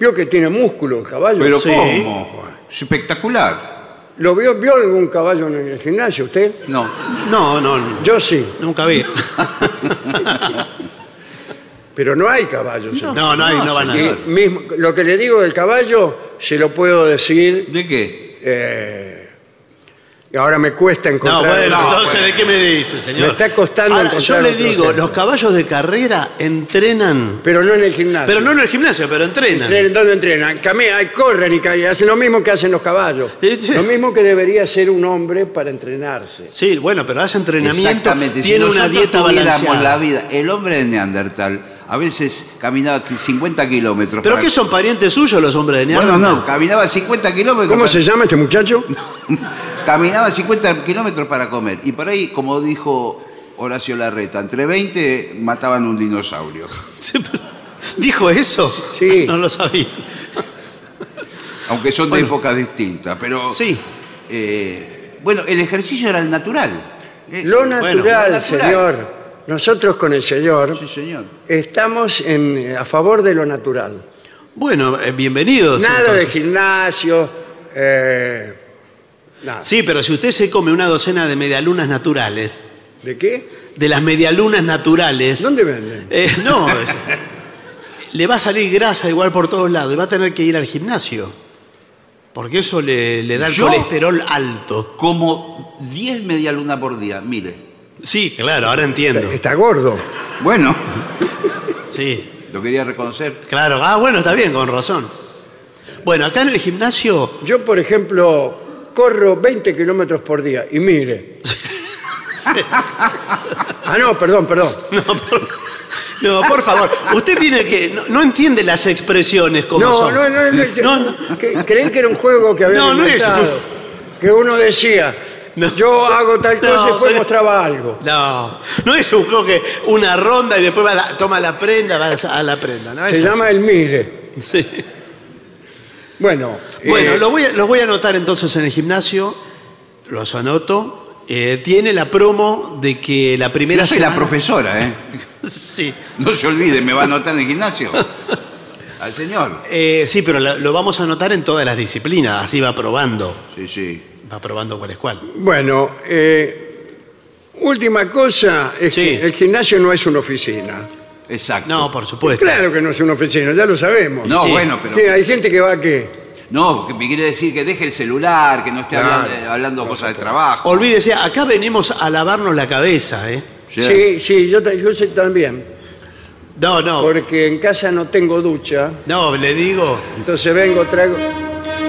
[SPEAKER 1] Vio que tiene músculo el caballo.
[SPEAKER 2] Pero
[SPEAKER 3] Sí.
[SPEAKER 2] ¿cómo? Es espectacular.
[SPEAKER 1] ¿Lo vio, vio algún caballo en el gimnasio usted?
[SPEAKER 2] No.
[SPEAKER 3] No, no, no,
[SPEAKER 1] Yo sí,
[SPEAKER 3] nunca
[SPEAKER 1] (laughs)
[SPEAKER 3] vi.
[SPEAKER 1] pero no hay caballos.
[SPEAKER 3] No, no, hay, no van a
[SPEAKER 1] Y
[SPEAKER 3] ver.
[SPEAKER 1] mismo- lo que le digo del caballo, se lo puedo decir.
[SPEAKER 2] ¿De qué?
[SPEAKER 1] eh, ahora me cuesta
[SPEAKER 3] No,
[SPEAKER 1] encontrar.
[SPEAKER 3] bueno,
[SPEAKER 1] No,
[SPEAKER 3] entonces,
[SPEAKER 1] bueno.
[SPEAKER 3] ¿de qué me dice, señor?
[SPEAKER 1] Me está costando
[SPEAKER 3] Ahora, yo
[SPEAKER 1] encontrar
[SPEAKER 3] le
[SPEAKER 1] otro
[SPEAKER 3] digo,
[SPEAKER 1] ejemplo.
[SPEAKER 3] los caballos de carrera entrenan.
[SPEAKER 1] Pero no en el gimnasio.
[SPEAKER 3] Pero no en el gimnasio, pero entrenan.
[SPEAKER 1] Entrenan, ¿Dónde entrenan? Caminan, corren y caen. Hacen lo mismo que hacen los caballos.
[SPEAKER 3] Sí, sí.
[SPEAKER 1] Lo mismo que debería hacer un hombre para entrenarse.
[SPEAKER 3] Sí, bueno, pero hace entrenamiento,
[SPEAKER 2] Exactamente. Si
[SPEAKER 3] tiene una
[SPEAKER 2] nosotros
[SPEAKER 3] dieta
[SPEAKER 2] tuviéramos
[SPEAKER 3] balanceada.
[SPEAKER 2] la vida, el hombre de Neandertal a veces caminaba 50 kilómetros.
[SPEAKER 3] ¿Pero
[SPEAKER 2] para-
[SPEAKER 3] qué son parientes suyos los hombres de
[SPEAKER 2] Bueno,
[SPEAKER 3] Neandertal?
[SPEAKER 2] no, caminaba 50 kilómetros.
[SPEAKER 1] ¿Cómo
[SPEAKER 2] para-
[SPEAKER 1] se llama este muchacho?
[SPEAKER 2] Caminaba 50 kilómetros para comer. Y por ahí, como dijo Horacio Larreta, entre 20 mataban un dinosaurio.
[SPEAKER 3] (laughs) Sí, pero- ¿Dijo eso?
[SPEAKER 1] Sí.
[SPEAKER 3] No lo sabía.
[SPEAKER 2] Aunque son de
[SPEAKER 3] Bueno.
[SPEAKER 2] épocas distintas. Pero.
[SPEAKER 3] Sí.
[SPEAKER 2] eh, bueno, el ejercicio era el natural. Eh,
[SPEAKER 1] Lo natural,
[SPEAKER 2] lo natural.
[SPEAKER 1] señor. Nosotros con el señor
[SPEAKER 2] Sí, señor.
[SPEAKER 1] estamos en- eh, a favor de lo natural.
[SPEAKER 3] Bueno, eh, bienvenidos.
[SPEAKER 1] Nada de
[SPEAKER 3] entonces.
[SPEAKER 1] gimnasio. eh, nada.
[SPEAKER 3] Sí, pero si usted se come una docena de medialunas naturales,
[SPEAKER 1] ¿De qué?
[SPEAKER 3] de las medialunas naturales...
[SPEAKER 1] ¿Dónde venden?
[SPEAKER 3] Eh, no, es- le va a salir grasa igual por todos lados y va a tener que ir al gimnasio. Porque eso le, le da el
[SPEAKER 2] ¿Yo?
[SPEAKER 3] colesterol alto.
[SPEAKER 2] Como 10 medialunas por día, mire.
[SPEAKER 3] Sí, claro, ahora entiendo.
[SPEAKER 1] Está gordo.
[SPEAKER 2] Bueno,
[SPEAKER 3] Sí.
[SPEAKER 2] lo quería reconocer.
[SPEAKER 3] Claro, ah, bueno, está bien, con razón. Bueno, acá en el gimnasio,
[SPEAKER 1] Yo, por ejemplo, corro 20 kilómetros por día y mire. ah, no, perdón, perdón.
[SPEAKER 3] no, por favor, usted tiene que, no, no entiende las expresiones como
[SPEAKER 1] No,
[SPEAKER 3] son.
[SPEAKER 1] no, no,
[SPEAKER 3] (laughs)
[SPEAKER 1] no,
[SPEAKER 3] No,
[SPEAKER 1] que- Creí que era un juego que había
[SPEAKER 3] No, no es.
[SPEAKER 1] Que uno decía,
[SPEAKER 3] No.
[SPEAKER 1] yo hago tal cosa y
[SPEAKER 3] No,
[SPEAKER 1] después
[SPEAKER 3] soy-
[SPEAKER 1] mostraba algo.
[SPEAKER 3] No, no es un juego que una ronda y después va la- toma la prenda, va a la prenda, ¿no? Es
[SPEAKER 1] Se
[SPEAKER 3] así.
[SPEAKER 1] llama el mire.
[SPEAKER 3] Sí.
[SPEAKER 1] Bueno,
[SPEAKER 3] Bueno,
[SPEAKER 1] eh,
[SPEAKER 3] los voy, a, los voy a anotar entonces en el gimnasio, los anoto. Eh, tiene la promo de que la primera
[SPEAKER 2] Yo soy la
[SPEAKER 3] semana-
[SPEAKER 2] profesora, ¿eh?
[SPEAKER 3] (laughs) Sí.
[SPEAKER 2] No se olvide, me va a anotar en el gimnasio. Al señor.
[SPEAKER 3] Eh, sí, pero la- lo vamos a anotar en todas las disciplinas, así va probando.
[SPEAKER 2] Sí, sí.
[SPEAKER 3] Va probando cuál es cuál.
[SPEAKER 1] bueno eh, última cosa es
[SPEAKER 3] Sí.
[SPEAKER 1] que el gimnasio no es una oficina.
[SPEAKER 2] Exacto.
[SPEAKER 3] No, por supuesto.
[SPEAKER 1] Claro que no es una oficina, ya lo sabemos.
[SPEAKER 2] No,
[SPEAKER 3] Sí.
[SPEAKER 2] bueno, pero.
[SPEAKER 1] ¿Qué, hay gente que va a qué?
[SPEAKER 2] No, que me quiere decir que deje el celular, que no esté
[SPEAKER 1] Claro.
[SPEAKER 2] hablando, hablando cosas de trabajo.
[SPEAKER 3] Olvídese, acá venimos a lavarnos la cabeza, ¿eh?
[SPEAKER 2] Sí.
[SPEAKER 1] Sí, sí, yo, ta- yo sé también.
[SPEAKER 3] No, no.
[SPEAKER 1] Porque en casa no tengo ducha,
[SPEAKER 3] No, le digo.
[SPEAKER 1] entonces vengo, traigo.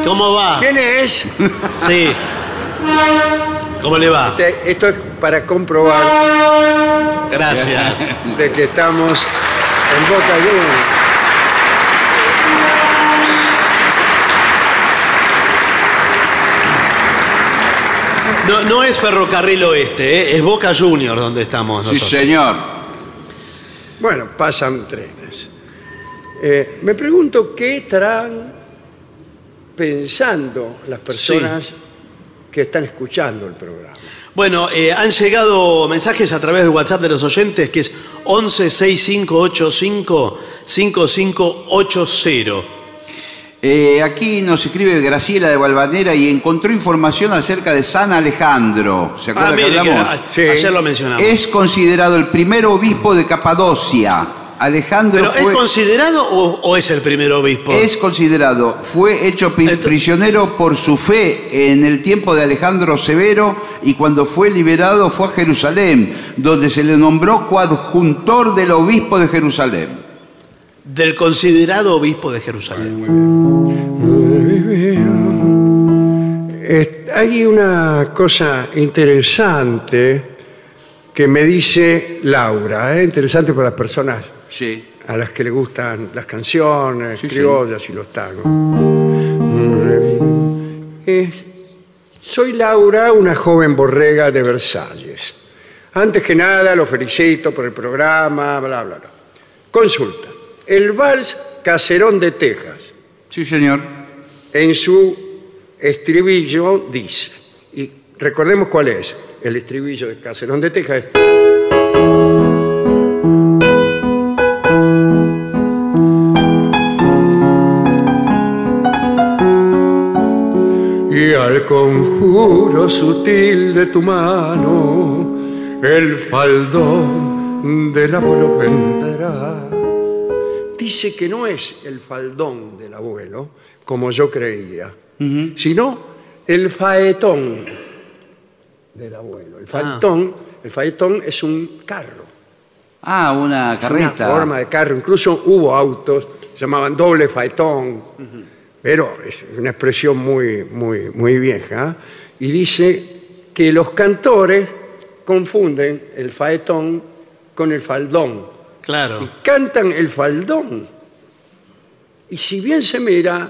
[SPEAKER 3] ¿Cómo va?
[SPEAKER 1] ¿Quién
[SPEAKER 3] (laughs)
[SPEAKER 1] es?
[SPEAKER 3] Sí. ¿Cómo le va?
[SPEAKER 1] Te- Esto es para comprobar
[SPEAKER 3] Gracias.
[SPEAKER 1] de que estamos en boca de uno.
[SPEAKER 3] No, no es Ferrocarril Oeste, ¿eh? es Boca Junior donde estamos
[SPEAKER 2] Sí,
[SPEAKER 3] nosotros.
[SPEAKER 2] señor.
[SPEAKER 1] Bueno, pasan trenes. Eh, me pregunto qué estarán pensando las personas que están escuchando el programa.
[SPEAKER 3] Bueno, eh, han llegado mensajes a través del WhatsApp de los oyentes que es 11 6585 5580.
[SPEAKER 2] Eh, aquí nos escribe Graciela de Valvanera y encontró información acerca de San Alejandro. ¿Se acuerda que
[SPEAKER 3] Ah, mire, que
[SPEAKER 2] hablamos?
[SPEAKER 3] a- ayer lo mencionamos.
[SPEAKER 2] Es considerado el primer obispo de Capadocia. Alejandro
[SPEAKER 3] ¿Pero es
[SPEAKER 2] fue-
[SPEAKER 3] considerado o, o es el primer obispo?
[SPEAKER 2] Es considerado, fue hecho pi-
[SPEAKER 3] Ento-
[SPEAKER 2] prisionero por su fe en el tiempo de Alejandro Severo y cuando fue liberado fue a Jerusalén, donde se le nombró coadjuntor del obispo de Jerusalén.
[SPEAKER 3] Del considerado obispo de Jerusalén.
[SPEAKER 1] Eh, hay una cosa interesante que me dice Laura, ¿eh? interesante para las personas
[SPEAKER 2] Sí.
[SPEAKER 1] a las que le gustan las canciones
[SPEAKER 2] Sí, sí.
[SPEAKER 1] criollas y los tangos. Eh, soy Laura, una joven borrega de Versalles. Antes que nada, lo felicito por el programa, bla, bla, bla. Consulta. El vals Caserón de Texas
[SPEAKER 2] Sí, señor.
[SPEAKER 1] en su estribillo dice, y recordemos cuál es el estribillo de Caserón de Texas. Y al conjuro sutil de tu mano, el faldón del abuelo vendrá. Dice que no es el faldón del abuelo, como yo creía, sino el faetón del abuelo. El faetón, el faetón es un carro,
[SPEAKER 2] Ah, una
[SPEAKER 1] es una
[SPEAKER 2] carreta.
[SPEAKER 1] forma de carro. Incluso hubo autos, se llamaban doble faetón, pero es una expresión muy, muy, muy vieja. Y dice que los cantores confunden el faetón con el faldón y
[SPEAKER 3] Claro.
[SPEAKER 1] cantan el faldón. Y si bien se mira,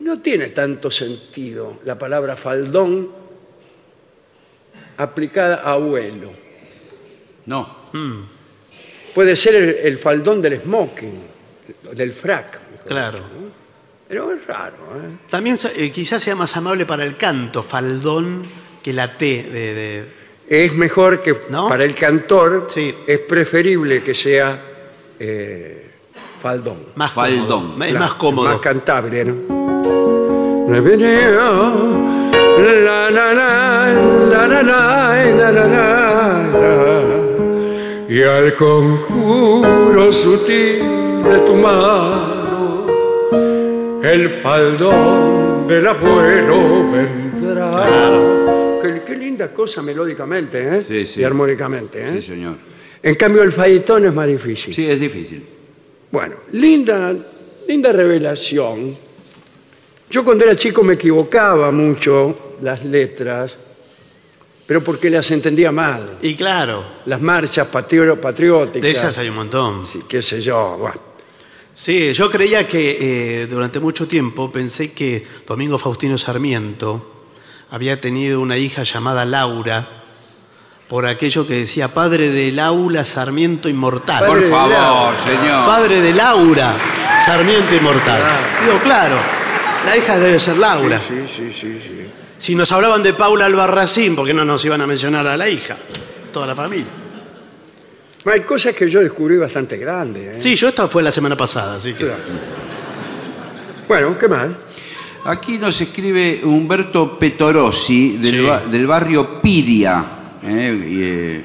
[SPEAKER 1] no tiene tanto sentido la palabra faldón aplicada a abuelo.
[SPEAKER 2] No.
[SPEAKER 1] Puede ser el, el faldón del smoking, del frac.
[SPEAKER 3] Claro.
[SPEAKER 1] Pero es raro, ¿eh?
[SPEAKER 3] También so- eh, quizás sea más amable para el canto, faldón, que la T de. de-
[SPEAKER 1] Es mejor que
[SPEAKER 3] ¿No?
[SPEAKER 1] para el cantor
[SPEAKER 3] Sí.
[SPEAKER 1] es preferible que sea eh, faldón.
[SPEAKER 3] más
[SPEAKER 2] Faldón,
[SPEAKER 3] cómodo. Es
[SPEAKER 1] Claro,
[SPEAKER 3] más cómodo.
[SPEAKER 1] Más cantable, ¿no? La, la, la, la, la, la, la, la, la, la. Y al conjuro sutil de tu mano, el faldón del abuelo vendrá. Qué, qué linda cosa melódicamente ¿eh?
[SPEAKER 2] Sí, sí.
[SPEAKER 1] y armónicamente. ¿eh?
[SPEAKER 2] Sí, señor.
[SPEAKER 1] En cambio, el faetón es más difícil.
[SPEAKER 2] Sí, es difícil.
[SPEAKER 1] Bueno, linda, linda revelación. Yo cuando era chico me equivocaba mucho las letras, pero porque las entendía mal.
[SPEAKER 3] Y claro,
[SPEAKER 1] Las marchas patrio- patrióticas.
[SPEAKER 3] de esas hay un montón.
[SPEAKER 1] Sí, qué sé yo. Bueno,
[SPEAKER 3] Sí, yo creía que eh, durante mucho tiempo pensé que Domingo Faustino Sarmiento había tenido una hija llamada Laura por aquello que decía padre de Laura Sarmiento Inmortal.
[SPEAKER 1] Padre
[SPEAKER 2] Por
[SPEAKER 1] de
[SPEAKER 2] favor,
[SPEAKER 1] Laura.
[SPEAKER 2] señor.
[SPEAKER 3] Padre de Laura Sarmiento Inmortal.
[SPEAKER 1] Claro.
[SPEAKER 3] Digo, claro, la hija debe ser Laura.
[SPEAKER 1] Ah. sí, sí, sí, sí.
[SPEAKER 3] Si nos hablaban de Paula Albarracín, ¿por qué no nos iban a mencionar a la hija? Toda la familia.
[SPEAKER 1] Hay cosas que yo descubrí bastante grandes. ¿eh?
[SPEAKER 3] Sí, yo esta fue la semana pasada, así que...
[SPEAKER 1] Claro. Bueno, ¿qué más?
[SPEAKER 2] Aquí nos escribe Humberto Petorossi del,
[SPEAKER 3] Sí.
[SPEAKER 2] ba- del barrio Piria. ¿eh? Y, eh,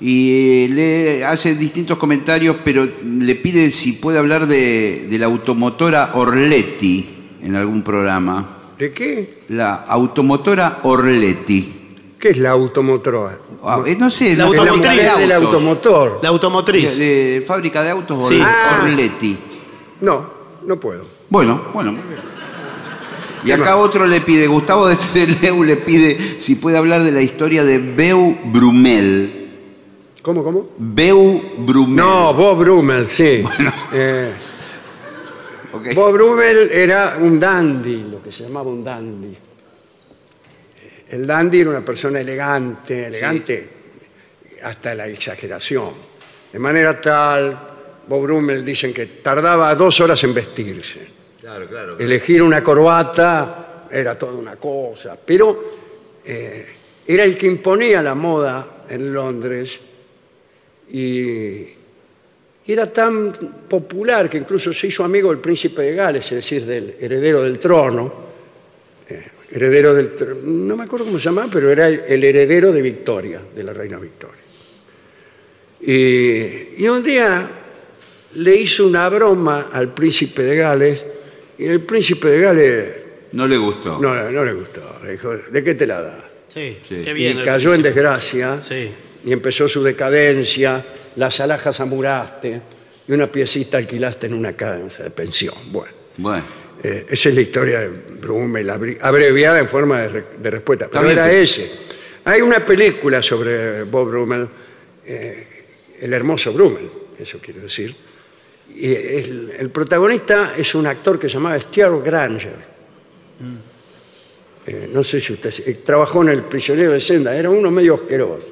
[SPEAKER 2] y, eh, le hace distintos comentarios, pero le pide si puede hablar de, de la automotora Orletti en algún programa.
[SPEAKER 1] ¿De qué?
[SPEAKER 2] La automotora Orletti.
[SPEAKER 1] ¿Qué es la automotora?
[SPEAKER 2] Ah, eh, no sé,
[SPEAKER 3] La
[SPEAKER 2] no-
[SPEAKER 1] Es la
[SPEAKER 3] automotriz.
[SPEAKER 1] mujer del
[SPEAKER 2] autos.
[SPEAKER 1] automotor.
[SPEAKER 3] La
[SPEAKER 2] De,
[SPEAKER 3] automotriz.
[SPEAKER 2] de fábrica de autos
[SPEAKER 3] Sí.
[SPEAKER 2] Or-
[SPEAKER 1] Ah.
[SPEAKER 2] Orletti.
[SPEAKER 1] No, no puedo.
[SPEAKER 2] Bueno, bueno. muy bien. Y acá otro le pide, Gustavo de Treleu le pide si puede hablar de la historia de Beu Brumel.
[SPEAKER 1] ¿Cómo, cómo?
[SPEAKER 2] Beu Brumel.
[SPEAKER 1] No, Bob Brummel, sí. Eh,
[SPEAKER 2] Ok.
[SPEAKER 1] Bob Brummel era un dandy, lo que se llamaba un dandy. Eh, El dandy era una persona elegante, elegante hasta la exageración. De manera tal, Bob Brummel dicen que tardaba dos horas en vestirse. Elegir una corbata era toda una cosa, pero eh, era el que imponía la moda en Londres y y era tan popular que incluso se hizo amigo del príncipe de Gales, es decir, del heredero del trono. eh, heredero del tr- no me acuerdo cómo se llamaba, pero era el, el heredero de Victoria, de la reina Victoria. Y, y un día le hizo una broma al príncipe de Gales y el príncipe de Gales
[SPEAKER 2] No le gustó.
[SPEAKER 1] no, no le gustó. Le dijo, ¿de qué te la da?
[SPEAKER 3] Sí,
[SPEAKER 2] Sí.
[SPEAKER 3] qué bien.
[SPEAKER 1] Y
[SPEAKER 3] el
[SPEAKER 1] cayó en
[SPEAKER 3] príncipe.
[SPEAKER 1] desgracia
[SPEAKER 3] Sí.
[SPEAKER 1] y empezó su decadencia, las alhajas amuraste y una piecita alquilaste en una casa de pensión. Bueno,
[SPEAKER 2] Bueno.
[SPEAKER 1] Eh, esa es la historia de Brummel, abri- abreviada en forma de, re- de respuesta. Pero
[SPEAKER 2] bien,
[SPEAKER 1] era
[SPEAKER 2] pero-
[SPEAKER 1] ese. Hay una película sobre Bob Brummel, eh, el hermoso Brummel, eso quiero decir. Y el, el protagonista es un actor que se llamaba Stuart Granger. Eh, no sé si usted eh, trabajó en El prisionero de Senda, era uno medio asqueroso.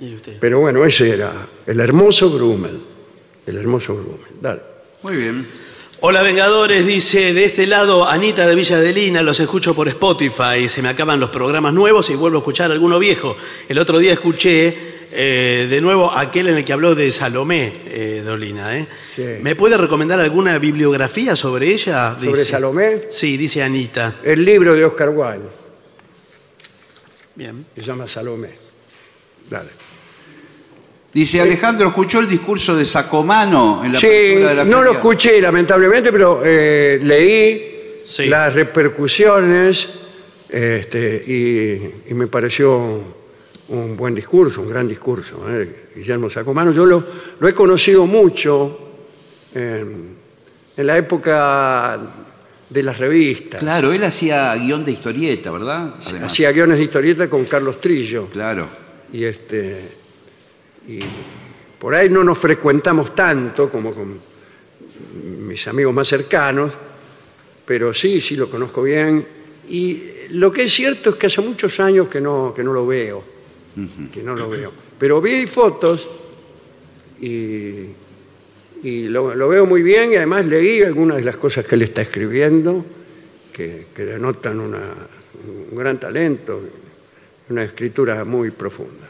[SPEAKER 3] ¿Y usted?
[SPEAKER 1] Pero bueno, ese era el hermoso Brummel. El hermoso Brummel. Dale.
[SPEAKER 2] Muy bien.
[SPEAKER 3] Hola Vengadores, dice de este lado Anita de Villa Adelina, los escucho por Spotify, se me acaban los programas nuevos y vuelvo a escuchar alguno viejo. El otro día escuché eh, de nuevo aquel en el que habló de Salomé eh, Dolina. ¿eh?
[SPEAKER 1] Sí.
[SPEAKER 3] ¿Me puede recomendar alguna bibliografía sobre ella?
[SPEAKER 1] ¿Sobre Salomé?
[SPEAKER 3] Sí, dice Anita.
[SPEAKER 1] El libro de Oscar Wilde,
[SPEAKER 3] Bien.
[SPEAKER 1] que se llama Salomé. Dale.
[SPEAKER 2] Dice Alejandro, ¿escuchó el discurso de Sacomano en la
[SPEAKER 1] Sí,
[SPEAKER 2] película de la
[SPEAKER 1] no lo
[SPEAKER 2] feria?
[SPEAKER 1] escuché lamentablemente, pero eh, leí
[SPEAKER 3] Sí.
[SPEAKER 1] las repercusiones este, y, y me pareció un buen discurso, un gran discurso. eh, Guillermo Sacomano, yo lo, lo he conocido mucho eh, en la época de las revistas.
[SPEAKER 2] Claro, él hacía guión de historieta, ¿verdad? Además.
[SPEAKER 1] Hacía guiones de historieta con Carlos Trillo.
[SPEAKER 2] Claro.
[SPEAKER 1] y este y por ahí no nos frecuentamos tanto como con mis amigos más cercanos, pero sí, sí lo conozco bien. Y lo que es cierto es que hace muchos años que no, que no lo veo, que no lo veo. Pero vi fotos y, y lo, lo veo muy bien y además leí algunas de las cosas que él está escribiendo, que, que denotan una- un gran talento, una escritura muy profunda.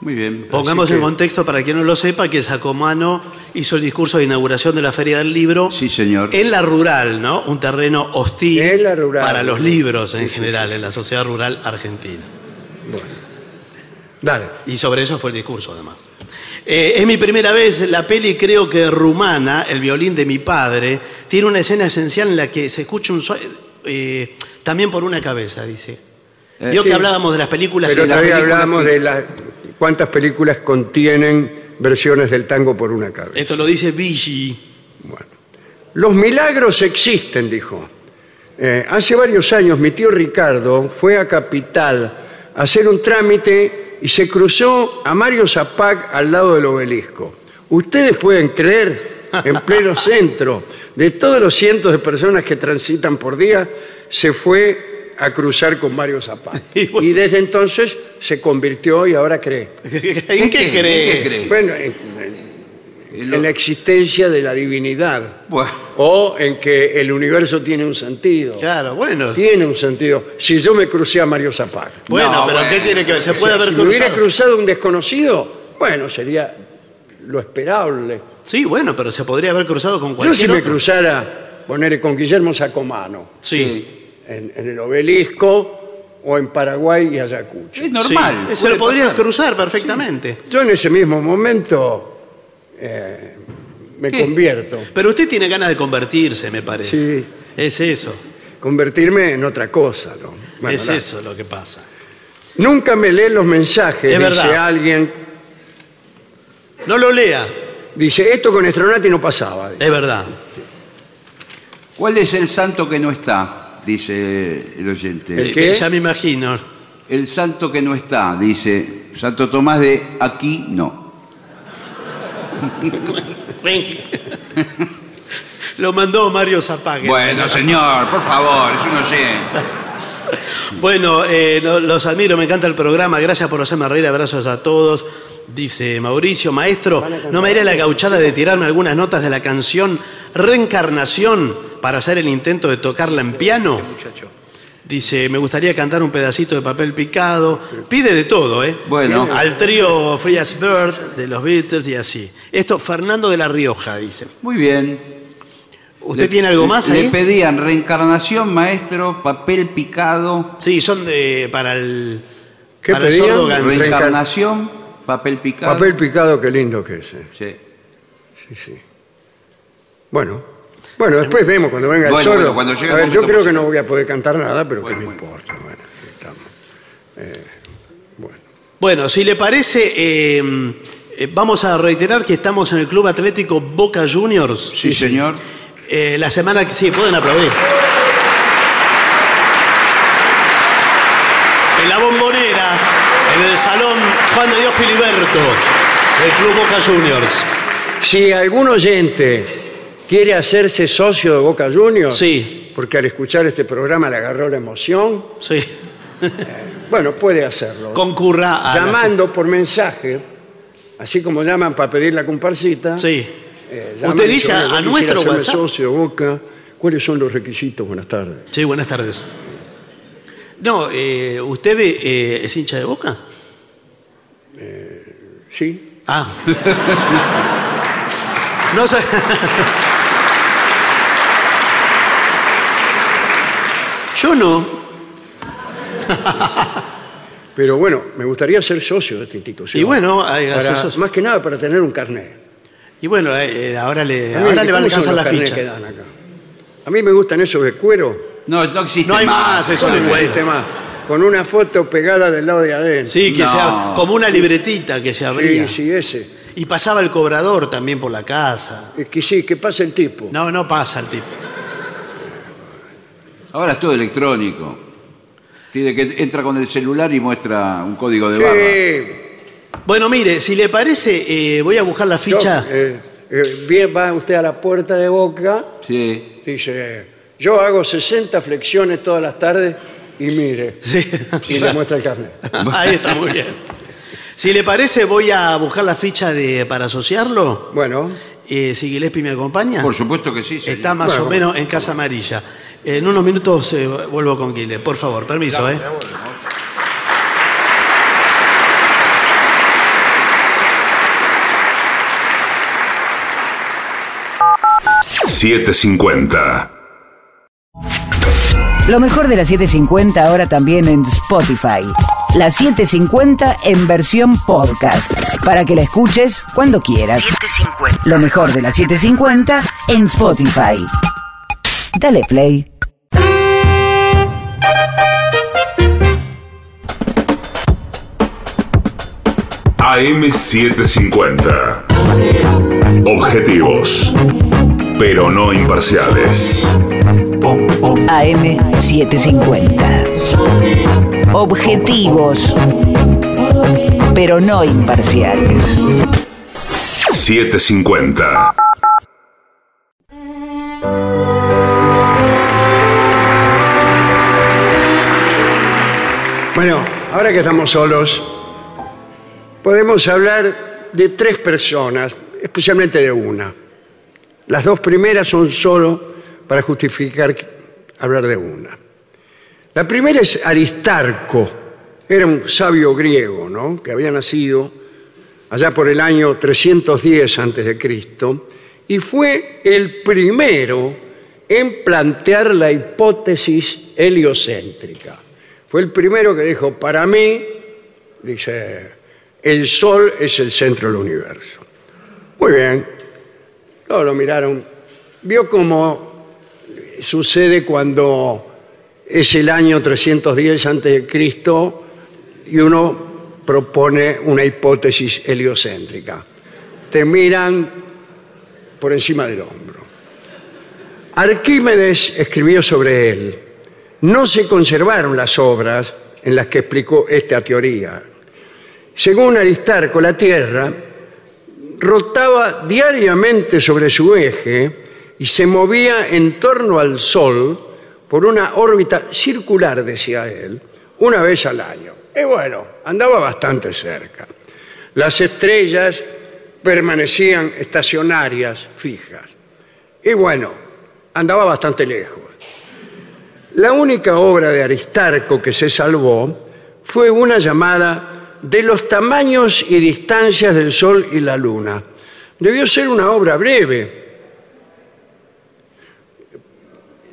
[SPEAKER 2] Muy bien.
[SPEAKER 3] Pongamos
[SPEAKER 1] que-
[SPEAKER 3] en contexto para quien no lo sepa que Sacomano hizo el discurso de inauguración de la Feria del Libro.
[SPEAKER 2] Sí, señor.
[SPEAKER 3] En la rural, ¿no? Un terreno hostil
[SPEAKER 1] En la rural.
[SPEAKER 3] para los libros en general, en la sociedad rural argentina.
[SPEAKER 1] Bueno. Dale.
[SPEAKER 3] Y sobre eso fue el discurso, además. Eh, es mi primera vez, la peli creo que rumana, el violín de mi padre, tiene una escena esencial en la que se escucha un... sue- eh, también por una cabeza, dice.
[SPEAKER 2] Eh,
[SPEAKER 3] Vio
[SPEAKER 2] sí.
[SPEAKER 3] que hablábamos de las películas...
[SPEAKER 1] Pero
[SPEAKER 3] y las
[SPEAKER 1] todavía
[SPEAKER 3] películas-
[SPEAKER 1] hablamos de las cuántas películas contienen versiones del tango por una cabeza.
[SPEAKER 3] Esto lo dice Vigi.
[SPEAKER 1] Bueno. Los milagros existen, dijo. Eh, hace varios años mi tío Ricardo fue a Capital a hacer un trámite y se cruzó a Mario Zapac al lado del obelisco. Ustedes pueden creer, en
[SPEAKER 3] (laughs)
[SPEAKER 1] pleno centro, de todos los cientos de personas que transitan por día, se fue a cruzar con Mario Zapac.
[SPEAKER 3] (laughs) Y bueno.
[SPEAKER 1] Y desde entonces se convirtió y ahora cree.
[SPEAKER 3] (laughs) ¿En qué
[SPEAKER 2] ¿En
[SPEAKER 3] cree?
[SPEAKER 2] qué cree?
[SPEAKER 1] Bueno, en, en- en la existencia de la divinidad.
[SPEAKER 2] Bueno,
[SPEAKER 1] O en que el universo tiene un sentido.
[SPEAKER 3] Claro, bueno.
[SPEAKER 1] Tiene un sentido. Si yo me crucé a Mario Zapag.
[SPEAKER 3] Bueno,
[SPEAKER 2] No,
[SPEAKER 3] pero
[SPEAKER 2] bueno.
[SPEAKER 3] ¿qué tiene que ver? Se puede
[SPEAKER 1] si
[SPEAKER 3] haber
[SPEAKER 1] me hubiera
[SPEAKER 3] cruzado.
[SPEAKER 1] cruzado un desconocido, bueno, sería lo esperable.
[SPEAKER 3] Sí, bueno, pero se podría haber cruzado con
[SPEAKER 1] Yo
[SPEAKER 3] cualquier
[SPEAKER 1] si me
[SPEAKER 3] otro.
[SPEAKER 1] cruzara, poner con Guillermo Sacomano,
[SPEAKER 3] Sí.
[SPEAKER 1] en, en el obelisco o en Paraguay y Ayacucho.
[SPEAKER 2] es normal.
[SPEAKER 3] Sí. Se
[SPEAKER 2] puede
[SPEAKER 3] lo podría
[SPEAKER 2] pasar.
[SPEAKER 3] cruzar perfectamente.
[SPEAKER 1] Yo en ese mismo momento eh, me convierto.
[SPEAKER 3] Pero usted tiene ganas de convertirse, me parece.
[SPEAKER 1] Sí.
[SPEAKER 3] Es eso.
[SPEAKER 1] Convertirme en otra cosa, ¿no? Bueno,
[SPEAKER 3] es
[SPEAKER 1] la-
[SPEAKER 3] eso lo que pasa.
[SPEAKER 1] Nunca me lee los mensajes,
[SPEAKER 3] Es
[SPEAKER 1] dice
[SPEAKER 3] verdad.
[SPEAKER 1] alguien.
[SPEAKER 3] No lo lea.
[SPEAKER 1] Dice, esto con Estronati no pasaba.
[SPEAKER 3] Es verdad.
[SPEAKER 2] ¿Cuál es el santo que no está? Dice el
[SPEAKER 1] ¿El
[SPEAKER 2] oyente.
[SPEAKER 1] qué?
[SPEAKER 3] Ya me imagino.
[SPEAKER 2] El santo que no está, dice Santo Tomás de aquí no.
[SPEAKER 3] lo mandó Mario Zapague.
[SPEAKER 2] Bueno, señor, por favor, es un oyente.
[SPEAKER 3] Bueno, eh, lo- los admiro, me encanta el programa. Gracias por hacerme reír. Abrazos a todos. Dice Mauricio, maestro, no me haré la gauchada de tirarme algunas notas de la canción Reencarnación para hacer el intento de tocarla en piano. Dice, me gustaría cantar un pedacito de papel picado. Pide de todo, ¿eh?
[SPEAKER 2] Bueno.
[SPEAKER 3] Al trío Free as Bird de los Beatles y así. Esto, Fernando de la Rioja, dice.
[SPEAKER 2] Muy bien.
[SPEAKER 3] ¿Usted
[SPEAKER 2] Le-
[SPEAKER 3] tiene algo más
[SPEAKER 2] le,
[SPEAKER 3] ahí?
[SPEAKER 2] Le pedían reencarnación, maestro, papel picado,
[SPEAKER 3] sí, son de, para el,
[SPEAKER 1] ¿Qué
[SPEAKER 3] para el
[SPEAKER 1] pedían?
[SPEAKER 3] sordo ganso.
[SPEAKER 1] Reencar-
[SPEAKER 2] reencarnación, papel picado.
[SPEAKER 1] Papel picado, qué lindo que es. eh.
[SPEAKER 2] Sí.
[SPEAKER 1] Sí, sí. Bueno. Bueno, después vemos cuando venga el
[SPEAKER 2] Bueno,
[SPEAKER 1] sordo.
[SPEAKER 2] bueno, cuando llegue
[SPEAKER 1] a
[SPEAKER 2] el
[SPEAKER 1] ver, yo
[SPEAKER 2] momento
[SPEAKER 1] creo que
[SPEAKER 2] musical.
[SPEAKER 1] no voy a poder cantar nada, pero
[SPEAKER 2] Bueno,
[SPEAKER 1] qué me
[SPEAKER 2] bueno.
[SPEAKER 1] importa. Bueno, ahí estamos. Eh, bueno.
[SPEAKER 3] Bueno, si le parece, eh, eh, vamos a reiterar que estamos en el Club Atlético Boca Juniors.
[SPEAKER 2] Sí, señor.
[SPEAKER 3] Eh, la semana que sí, pueden aplaudir. En la bombonera, en el salón Juan de Dios Filiberto, del Club Boca Juniors.
[SPEAKER 1] Si algún oyente quiere hacerse socio de Boca Juniors,
[SPEAKER 3] Sí.
[SPEAKER 1] porque al escuchar este programa le agarró la emoción,
[SPEAKER 3] Sí.
[SPEAKER 1] bueno, puede hacerlo.
[SPEAKER 2] Ah,
[SPEAKER 3] Concurra a. la-
[SPEAKER 1] Llamando por mensaje, así como llaman para pedir la comparsita.
[SPEAKER 3] Sí.
[SPEAKER 1] eh,
[SPEAKER 3] Usted
[SPEAKER 1] llaman y
[SPEAKER 3] dice
[SPEAKER 1] yo
[SPEAKER 3] a
[SPEAKER 1] quisiera
[SPEAKER 3] nuestro
[SPEAKER 1] hacerme
[SPEAKER 3] WhatsApp.
[SPEAKER 1] socio de Boca, ¿cuáles son los requisitos? Buenas tardes.
[SPEAKER 3] Sí, buenas tardes. No, eh, ¿usted eh, es hincha de boca?
[SPEAKER 1] Sí,
[SPEAKER 3] Ah. (laughs) no sé. Yo no.
[SPEAKER 1] pero bueno, me gustaría ser socio de esta institución.
[SPEAKER 3] Y bueno, hay que
[SPEAKER 1] Para-
[SPEAKER 3] hacer socio.
[SPEAKER 1] más que nada para tener un carnet.
[SPEAKER 3] Y bueno, eh, eh, ahora le,
[SPEAKER 1] A mí,
[SPEAKER 3] ahora le va a
[SPEAKER 1] ¿cómo son
[SPEAKER 3] alcanzar la
[SPEAKER 1] los carnés
[SPEAKER 3] ficha.
[SPEAKER 1] que dan acá? A mí me gustan esos de cuero.
[SPEAKER 2] No, no existe
[SPEAKER 3] No hay más, eso de
[SPEAKER 1] Bueno,
[SPEAKER 3] cuero.
[SPEAKER 1] este más, Con una foto pegada del lado de adentro.
[SPEAKER 3] Sí, que
[SPEAKER 2] No.
[SPEAKER 3] sea como una libretita que se abría.
[SPEAKER 1] sí, sí, ese.
[SPEAKER 3] Y pasaba el cobrador también por la casa.
[SPEAKER 1] Es que sí, que pasa el tipo.
[SPEAKER 3] No, no pasa el tipo.
[SPEAKER 2] Ahora es todo electrónico. Tiene que entra con el celular y muestra un código de
[SPEAKER 1] Sí,
[SPEAKER 2] barra.
[SPEAKER 3] Bueno, mire, si le parece, eh, voy a buscar la
[SPEAKER 1] yo,
[SPEAKER 3] ficha.
[SPEAKER 1] eh, eh, bien, va usted a la puerta de Boca,
[SPEAKER 2] Sí.
[SPEAKER 1] dice, yo hago 60 flexiones todas las tardes y mire,
[SPEAKER 3] (laughs) Sí.
[SPEAKER 1] y le muestra el carnet.
[SPEAKER 3] Ahí está, muy bien. Si le parece, voy a buscar la ficha de, para asociarlo.
[SPEAKER 1] Bueno,
[SPEAKER 3] Eh, si Gillespie me acompaña.
[SPEAKER 2] Por supuesto que sí. señor.
[SPEAKER 3] Está más
[SPEAKER 1] Bueno,
[SPEAKER 3] o menos en Casa Amarilla. En unos minutos eh, vuelvo con Gillespie. Por favor, permiso, ¿eh?
[SPEAKER 4] $7.50.
[SPEAKER 5] Lo mejor de la 750 ahora también en Spotify. La 750 en versión podcast. Para que la escuches cuando quieras. Lo mejor de la 750 en Spotify. Dale play.
[SPEAKER 4] AM750. Objetivos, pero no imparciales.
[SPEAKER 5] AM750. Objetivos, pero no imparciales.
[SPEAKER 4] 750.
[SPEAKER 1] bueno, ahora que estamos solos, podemos hablar de tres personas, especialmente de una. Las dos primeras son solo para justificar que- hablar de una. La primera es Aristarco. Era un sabio griego, ¿no? Que había nacido allá por el año 310 antes de Cristo y fue el primero en plantear la hipótesis heliocéntrica. Fue el primero que dijo, para mí, dice, el Sol es el centro del universo. Muy bien. Todos lo miraron. Vio cómo sucede cuando es el año 310 antes de Cristo y uno propone una hipótesis heliocéntrica. Te miran por encima del hombro. Arquímedes escribió sobre él. No se conservaron las obras en las que explicó esta teoría. Según Aristarco, la Tierra rotaba diariamente sobre su eje y se movía en torno al Sol por una órbita circular, decía él, una vez al año. Y bueno, andaba bastante cerca. Las estrellas permanecían estacionarias, fijas. Y bueno, andaba bastante lejos. La única obra de Aristarco que se salvó fue una llamada De los tamaños y distancias del Sol y la Luna. Debió ser una obra breve.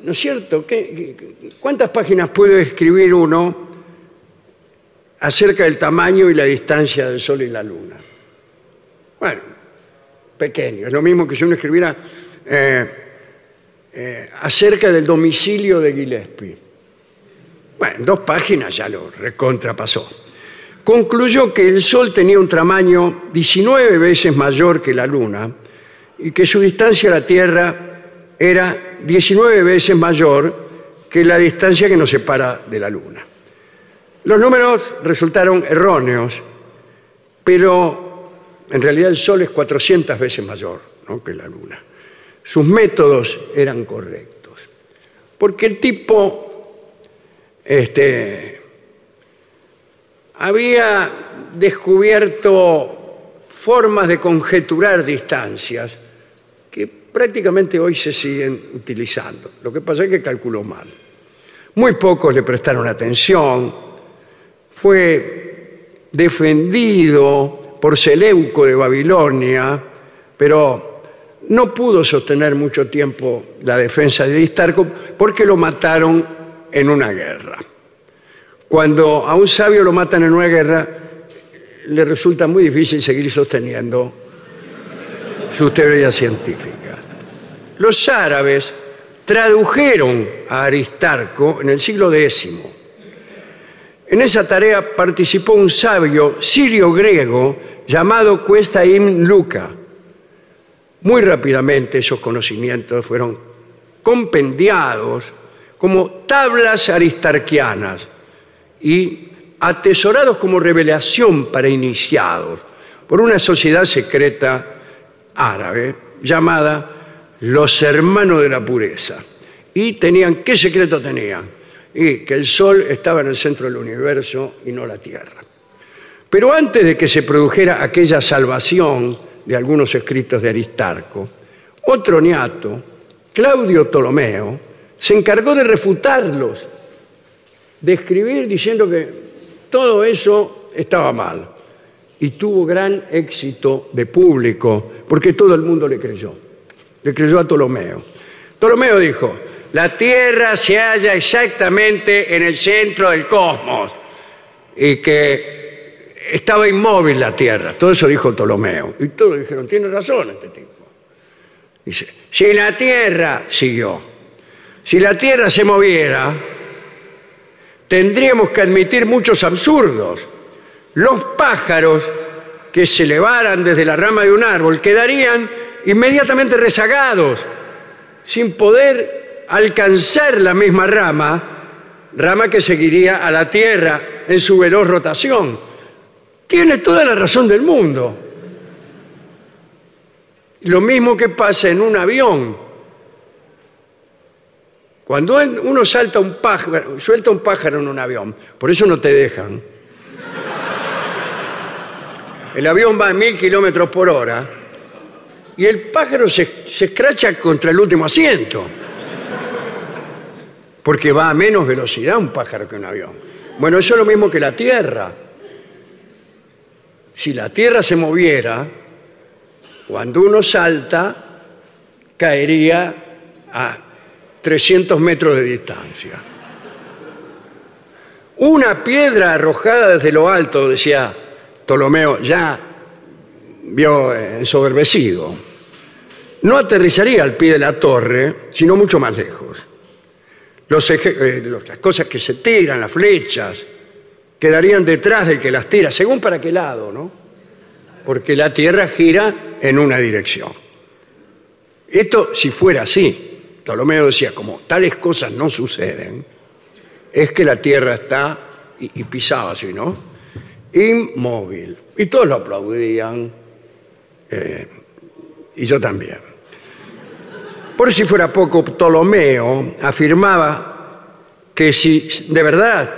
[SPEAKER 1] ¿No es cierto? ¿Qué- qué- ¿Cuántas páginas puede escribir uno acerca del tamaño y la distancia del Sol y la Luna? Bueno, pequeño. Es lo mismo que si uno escribiera eh, eh, acerca del domicilio de Gillespie. Bueno, dos páginas ya lo recontrapasó. Concluyó que el Sol tenía un tamaño 19 veces mayor que la Luna y que su distancia a la Tierra era 19 veces mayor que la distancia que nos separa de la Luna. Los números resultaron erróneos, pero en realidad el Sol es 400 veces mayor ¿no? que la Luna. Sus métodos eran correctos, porque el tipo este, había descubierto formas de conjeturar distancias que prácticamente hoy se siguen utilizando. Lo que pasa es que calculó mal. Muy pocos le prestaron atención. Fue defendido por Seleuco de Babilonia, pero no pudo sostener mucho tiempo la defensa de Aristarco porque lo mataron en una guerra. Cuando a un sabio lo matan en una guerra, le resulta muy difícil seguir sosteniendo sus teorías científicas. Los árabes tradujeron a Aristarco en el siglo X. En esa tarea participó un sabio sirio-griego llamado Cuesta Ibn Luca. Muy rápidamente esos conocimientos fueron compendiados como tablas aristarquianas y atesorados como revelación para iniciados por una sociedad secreta árabe llamada los hermanos de la pureza. Y tenían, ¿qué secreto tenían? Y que el sol estaba en el centro del universo y no la tierra. Pero antes de que se produjera aquella salvación de algunos escritos de Aristarco, otro niato, Claudio Ptolomeo, se encargó de refutarlos, de escribir diciendo que todo eso estaba mal y tuvo gran éxito de público, porque todo el mundo le creyó. Le creyó a Ptolomeo. Ptolomeo dijo, la Tierra se halla exactamente en el centro del cosmos y que estaba inmóvil la Tierra. Todo eso dijo Ptolomeo. Y todos dijeron, tiene razón este tipo. Dice, si la Tierra, siguió, si la Tierra se moviera, tendríamos que admitir muchos absurdos los pájaros que se elevaran desde la rama de un árbol quedarían inmediatamente rezagados, sin poder alcanzar la misma rama, rama que seguiría a la Tierra en su veloz rotación. Tiene toda la razón del mundo. Lo mismo que pasa en un avión. Cuando uno salta un pájaro, suelta un pájaro en un avión, por eso no te dejan. El avión va a mil kilómetros por hora y el pájaro se, se, escracha contra el último asiento. Porque va a menos velocidad un pájaro que un avión. Bueno, eso es lo mismo que la Tierra. Si la Tierra se moviera, cuando uno salta, caería a 300 metros de distancia. Una piedra arrojada desde lo alto, decía Ptolomeo ya vio ensoberbecido, no aterrizaría al pie de la torre, sino mucho más lejos. Los eje, eh, las cosas que se tiran, las flechas, quedarían detrás del que las tira, según para qué lado, ¿no? Porque la Tierra gira en una dirección. Esto si fuera así, Ptolomeo decía, como tales cosas no suceden, es que la Tierra está, y, y pisaba así, ¿no? inmóvil. Y todos lo aplaudían, eh, y yo también. Por si fuera poco, Ptolomeo afirmaba que si de verdad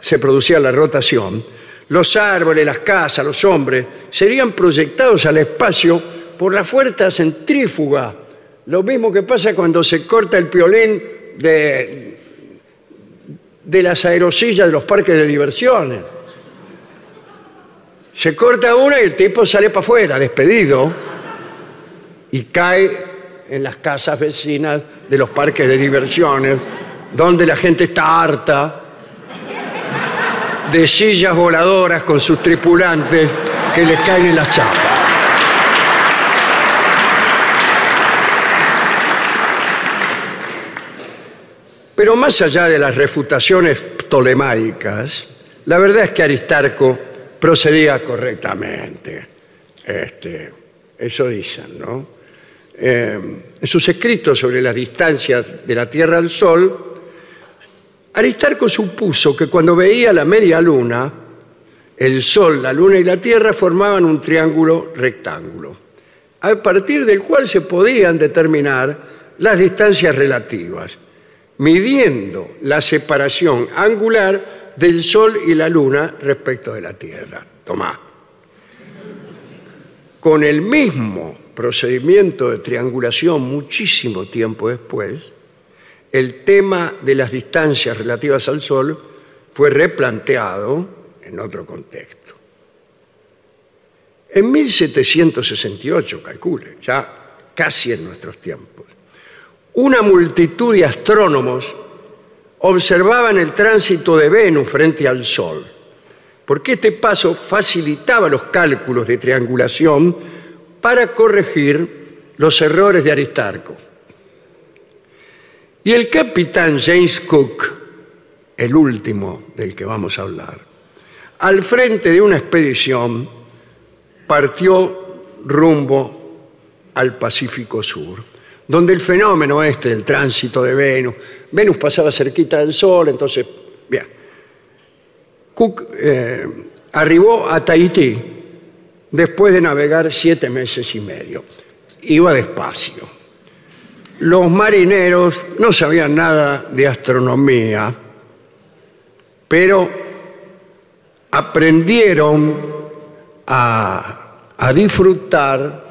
[SPEAKER 1] se producía la rotación, los árboles, las casas, los hombres serían proyectados al espacio por la fuerza centrífuga. Lo mismo que pasa cuando se corta el piolín de, de las aerosillas de los parques de diversiones. Se corta una y el tipo sale para afuera, despedido, y cae en las casas vecinas de los parques de diversiones, donde la gente está harta de sillas voladoras con sus tripulantes que les caen en las chapas. Pero más allá de las refutaciones ptolemaicas, la verdad es que Aristarco procedía correctamente. Este, eso dicen, ¿no? eh, en sus escritos sobre las distancias de la Tierra al Sol, Aristarco supuso que cuando veía la media luna, el Sol, la Luna y la Tierra formaban un triángulo rectángulo, a partir del cual se podían determinar las distancias relativas, midiendo la separación angular del Sol y la Luna respecto de la Tierra. Tomá. Con el mismo procedimiento de triangulación muchísimo tiempo después, el tema de las distancias relativas al Sol fue replanteado en otro contexto. En 1768, calcule, ya casi en nuestros tiempos, una multitud de astrónomos observaban el tránsito de Venus frente al Sol, porque este paso facilitaba los cálculos de triangulación para corregir los errores de Aristarco. Y el capitán James Cook, el último del que vamos a hablar, al frente de una expedición partió rumbo al Pacífico Sur, donde el fenómeno este del tránsito de Venus, Venus pasaba cerquita del Sol, entonces, bien, Cook eh, arribó a Tahití después de navegar siete meses y medio. Iba despacio los marineros no sabían nada de astronomía, pero aprendieron a, a, disfrutar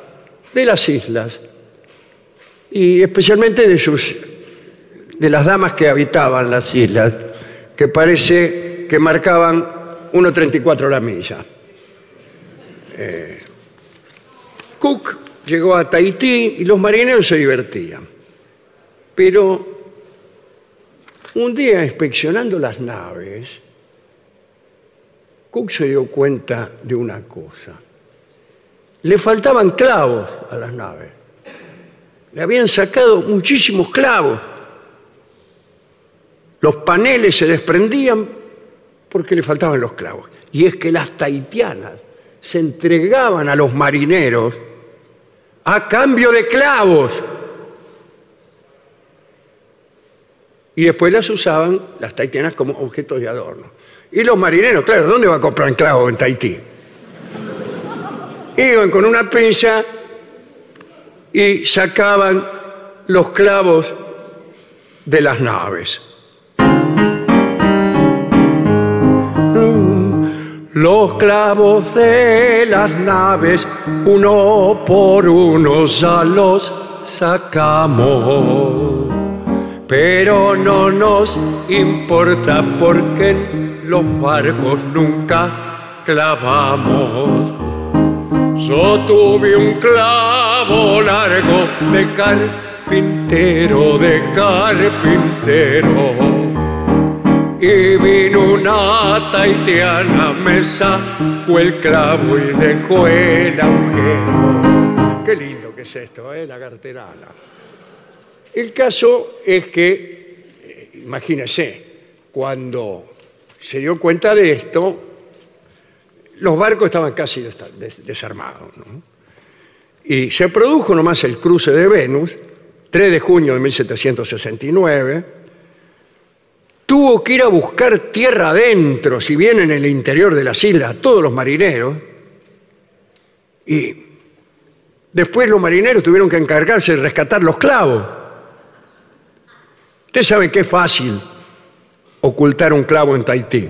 [SPEAKER 1] de las islas y especialmente de sus de las damas que habitaban las islas, que parece que marcaban 1.34 la milla. Eh, Cook llegó a Tahití y los marineros se divertían. Pero un día inspeccionando las naves, Cook se dio cuenta de una cosa. Le faltaban clavos a las naves. Le habían sacado muchísimos clavos. Los paneles se desprendían porque le faltaban los clavos. Y es que las tahitianas se entregaban a los marineros a cambio de clavos. y después las usaban las taitianas como objetos de adorno. Y los marineros, claro, ¿dónde va a comprar clavos en Tahití? Iban con una pinza y sacaban los clavos de las naves. Los clavos de las naves, uno por uno ya los sacamos pero no nos importa porque en los barcos nunca clavamos. Yo tuve un clavo largo de carpintero, de carpintero. Y vino una taitiana, me sacó el clavo y dejó el agujero. Qué lindo que es esto, ¿eh? La carterana. El caso es que, eh, imagínense, cuando se dio cuenta de esto, los barcos estaban casi des des desarmados. ¿no? Y se produjo nomás el cruce de Venus, 3 de junio de 1769. Tuvo que ir a buscar tierra adentro, si bien en el interior de las islas, a todos los marineros. Y después los marineros tuvieron que encargarse de rescatar los clavos. Ustedes saben que es fácil ocultar un clavo en Tahití.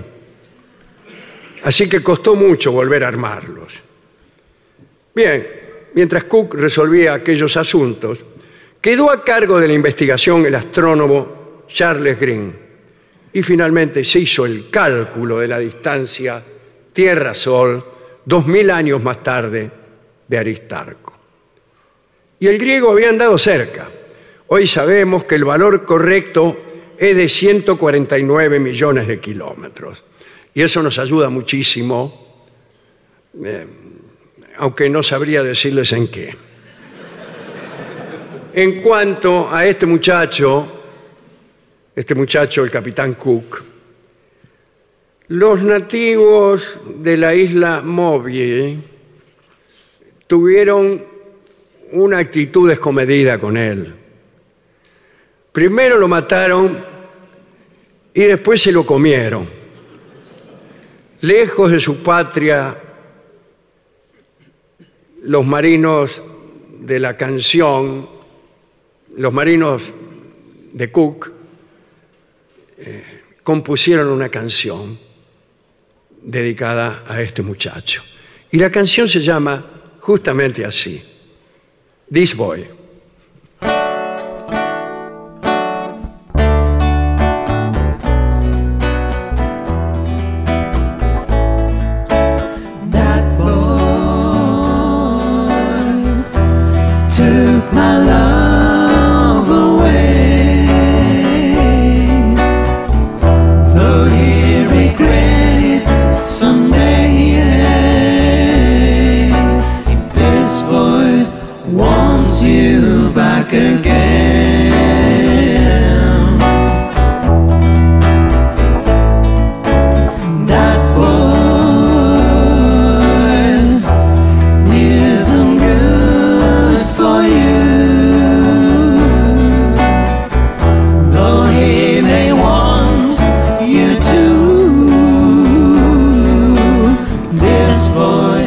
[SPEAKER 1] Así que costó mucho volver a armarlos. Bien, mientras Cook resolvía aquellos asuntos, quedó a cargo de la investigación el astrónomo Charles Green y finalmente se hizo el cálculo de la distancia Tierra-Sol dos mil años más tarde de Aristarco. Y el griego había andado cerca. Hoy sabemos que el valor correcto es de 149 millones de kilómetros. Y eso nos ayuda muchísimo, eh, aunque no sabría decirles en qué. En cuanto a este muchacho, este muchacho, el capitán Cook, los nativos de la isla Mobile tuvieron una actitud descomedida con él. Primero lo mataron y después se lo comieron. Lejos de su patria, los marinos de la canción, los marinos de Cook, eh, compusieron una canción dedicada a este muchacho. Y la canción se llama justamente así, This Boy.
[SPEAKER 6] That boy took my love away. Though he regretted someday. If this boy wants you back again, that boy isn't good for you. Though he may want you to, this boy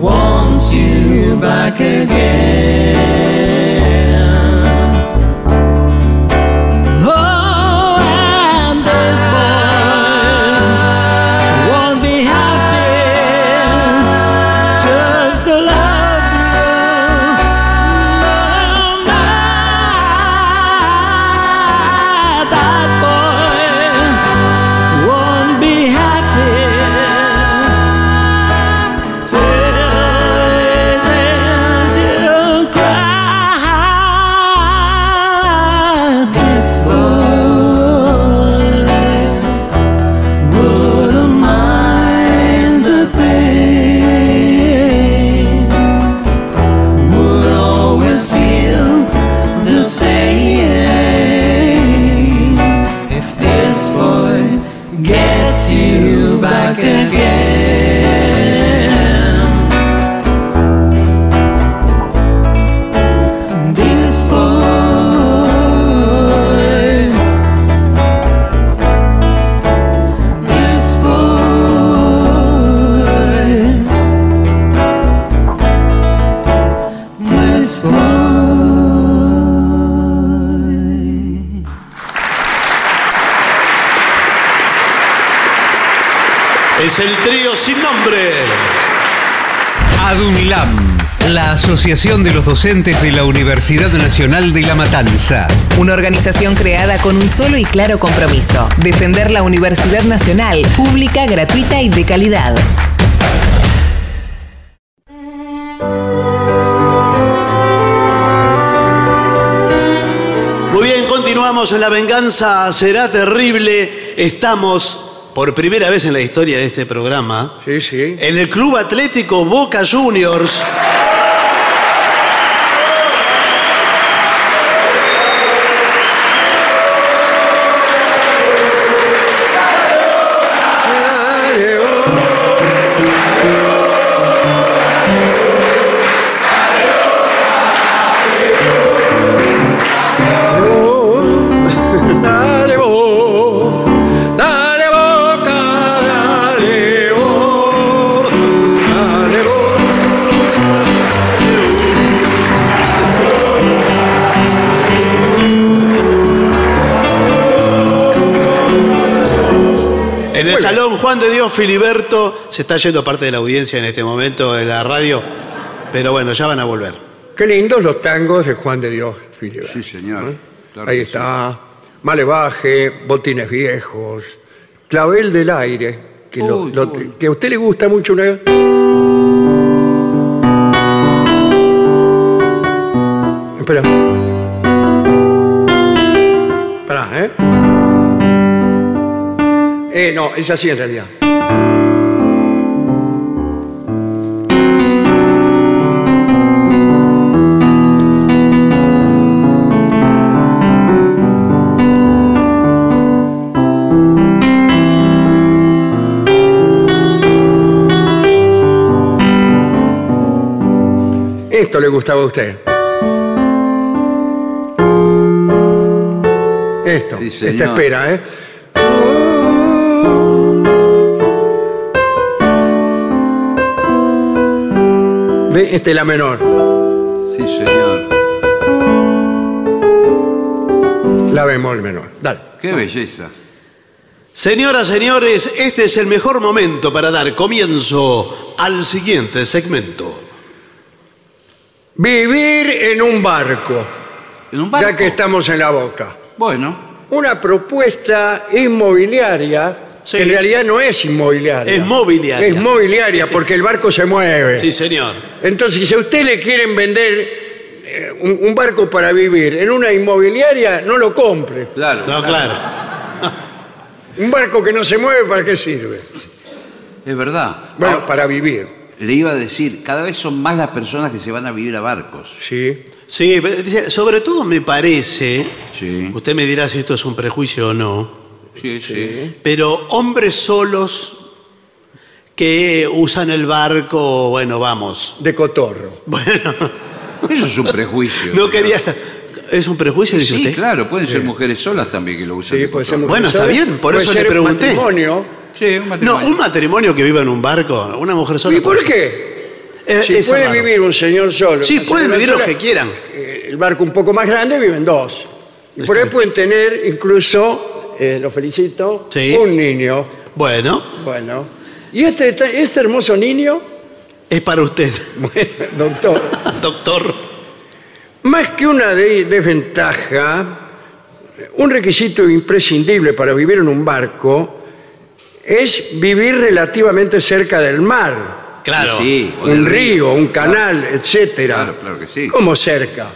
[SPEAKER 6] wants you back again. Oh, and this boy won't be happy just to love you. No, no, that boy won't be happy till you cry. This boy wouldn't mind the pain. Would always feel the same if this boy gets you back again. This boy this boy. This boy.
[SPEAKER 3] Es el trío sin nombre.
[SPEAKER 7] ADUNLAM, la Asociación de los Docentes de la Universidad Nacional de La Matanza.
[SPEAKER 8] Una organización creada con un solo y claro compromiso, defender la Universidad Nacional, pública, gratuita y de calidad.
[SPEAKER 3] Muy bien, continuamos en La Venganza Será Terrible. Estamos, por primera vez en la historia de este programa,
[SPEAKER 1] Sí, sí.
[SPEAKER 3] en el Club Atlético Boca Juniors.
[SPEAKER 1] Dale vos, dale boca, dale vos, dale vos.
[SPEAKER 3] En el Salón Juan de Dios Filiberto. Se está yendo parte de la audiencia en este momento de la radio. Pero bueno, ya van a volver.
[SPEAKER 1] Qué lindos los tangos de Juan de Dios, Filiberto.
[SPEAKER 2] Sí, señor. Claro
[SPEAKER 1] Ahí
[SPEAKER 2] que sí.
[SPEAKER 1] está. Malevaje, botines viejos, clavel del aire, que, lo-
[SPEAKER 2] Uy,
[SPEAKER 1] lo-
[SPEAKER 2] qué bueno.
[SPEAKER 1] que a usted le gusta mucho. ¿no? Espera. Espera, ¿eh? Eh, no, es así en realidad. Esto le gustaba a usted. Esto,
[SPEAKER 2] Sí,
[SPEAKER 1] esta
[SPEAKER 2] señor.
[SPEAKER 1] espera, ¿eh? Ve, Esta es la menor,
[SPEAKER 2] Sí, señor.
[SPEAKER 1] la bemol menor. Dale.
[SPEAKER 2] Qué belleza.
[SPEAKER 3] Señoras, señores, este es el mejor momento para dar comienzo al siguiente segmento.
[SPEAKER 1] Vivir en un barco,
[SPEAKER 2] En un barco.
[SPEAKER 1] ya que estamos en la boca.
[SPEAKER 2] Bueno,
[SPEAKER 1] Una propuesta inmobiliaria,
[SPEAKER 3] Sí.
[SPEAKER 1] que en realidad no es inmobiliaria.
[SPEAKER 3] Es mobiliaria.
[SPEAKER 1] Es mobiliaria, porque el barco se mueve.
[SPEAKER 3] Sí, señor.
[SPEAKER 1] Entonces, si a usted le quieren vender eh, un, un barco para vivir en una inmobiliaria, no lo compre.
[SPEAKER 2] claro.
[SPEAKER 3] No, claro.
[SPEAKER 1] Un barco que no se mueve, ¿para qué sirve?
[SPEAKER 2] Es verdad.
[SPEAKER 1] Bueno,
[SPEAKER 2] Ah,
[SPEAKER 1] para vivir,
[SPEAKER 2] le iba a decir, cada vez son más las personas que se van a vivir a barcos.
[SPEAKER 1] sí.
[SPEAKER 3] Sí, pero dice, sobre todo me parece,
[SPEAKER 2] Sí.
[SPEAKER 3] usted me dirá si esto es un prejuicio o no,
[SPEAKER 2] Sí, sí.
[SPEAKER 3] pero hombres solos que usan el barco, bueno, vamos. (laughs)
[SPEAKER 1] De cotorro.
[SPEAKER 3] Bueno,
[SPEAKER 2] Eso es un prejuicio.
[SPEAKER 3] no quería... ¿Es un prejuicio, dice
[SPEAKER 2] Sí,
[SPEAKER 3] usted?
[SPEAKER 2] claro, pueden ser mujeres solas también que lo usan.
[SPEAKER 1] Sí,
[SPEAKER 2] de
[SPEAKER 1] puede ser
[SPEAKER 2] control.
[SPEAKER 1] mujer
[SPEAKER 3] Bueno, está
[SPEAKER 1] sola,
[SPEAKER 3] bien, por
[SPEAKER 1] puede
[SPEAKER 3] eso le
[SPEAKER 1] ser
[SPEAKER 3] pregunté.
[SPEAKER 1] matrimonio.
[SPEAKER 2] Sí, un
[SPEAKER 3] No,
[SPEAKER 2] matrimonio.
[SPEAKER 3] un matrimonio que viva en un barco, una mujer sola.
[SPEAKER 1] ¿Y por
[SPEAKER 3] puede ser.
[SPEAKER 1] qué?
[SPEAKER 3] Eh,
[SPEAKER 1] Si
[SPEAKER 3] es
[SPEAKER 1] puede
[SPEAKER 3] raro.
[SPEAKER 1] vivir un señor solo.
[SPEAKER 3] Sí,
[SPEAKER 1] una
[SPEAKER 3] pueden
[SPEAKER 1] señora
[SPEAKER 3] vivir lo
[SPEAKER 1] sola,
[SPEAKER 3] que quieran.
[SPEAKER 1] eh, El barco un poco más grande viven dos. Y por ahí pueden tener incluso, eh, lo felicito,
[SPEAKER 3] Sí.
[SPEAKER 1] un niño.
[SPEAKER 3] Bueno,
[SPEAKER 1] Bueno. ¿Y este, este hermoso niño?
[SPEAKER 3] es para usted, (laughs)
[SPEAKER 1] (laughs) Doctor.
[SPEAKER 3] doctor.
[SPEAKER 1] Más que una de- desventaja, un requisito imprescindible para vivir en un barco es vivir relativamente cerca del mar.
[SPEAKER 3] Claro.
[SPEAKER 2] Sí, o del
[SPEAKER 1] Un río, un canal, etcétera.
[SPEAKER 2] Claro, claro que sí.
[SPEAKER 1] ¿Cómo cerca?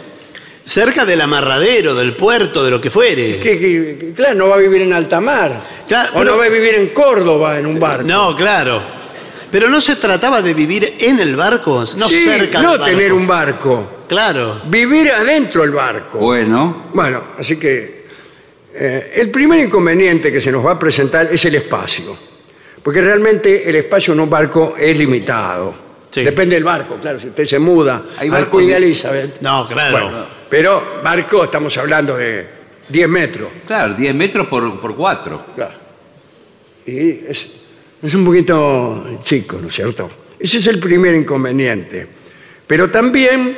[SPEAKER 3] Cerca del amarradero, del puerto, de lo que fuere.
[SPEAKER 1] Que- que- que, claro, no va a vivir en alta mar.
[SPEAKER 3] Claro,
[SPEAKER 1] o
[SPEAKER 3] pero-
[SPEAKER 1] no va a vivir en Córdoba, en un barco.
[SPEAKER 3] No, claro. Pero no se trataba de vivir en el barco, no
[SPEAKER 1] Sí,
[SPEAKER 3] cerca
[SPEAKER 1] no
[SPEAKER 3] del barco.
[SPEAKER 1] tener un barco.
[SPEAKER 3] Claro.
[SPEAKER 1] Vivir adentro del barco.
[SPEAKER 2] Bueno,
[SPEAKER 1] Bueno, así que eh, el primer inconveniente que se nos va a presentar es el espacio. Porque realmente el espacio en un barco es limitado.
[SPEAKER 3] Sí.
[SPEAKER 1] Depende del barco, claro, si usted se muda
[SPEAKER 2] Hay
[SPEAKER 1] al
[SPEAKER 2] barcos
[SPEAKER 1] Queen
[SPEAKER 2] de-
[SPEAKER 1] Elizabeth.
[SPEAKER 3] No, claro.
[SPEAKER 1] Bueno, pero barco estamos hablando de 10 metros.
[SPEAKER 2] claro, 10 metros por, por 4.
[SPEAKER 1] Claro. Y es, es un poquito chico, ¿no es cierto? Ese es el primer inconveniente. Pero también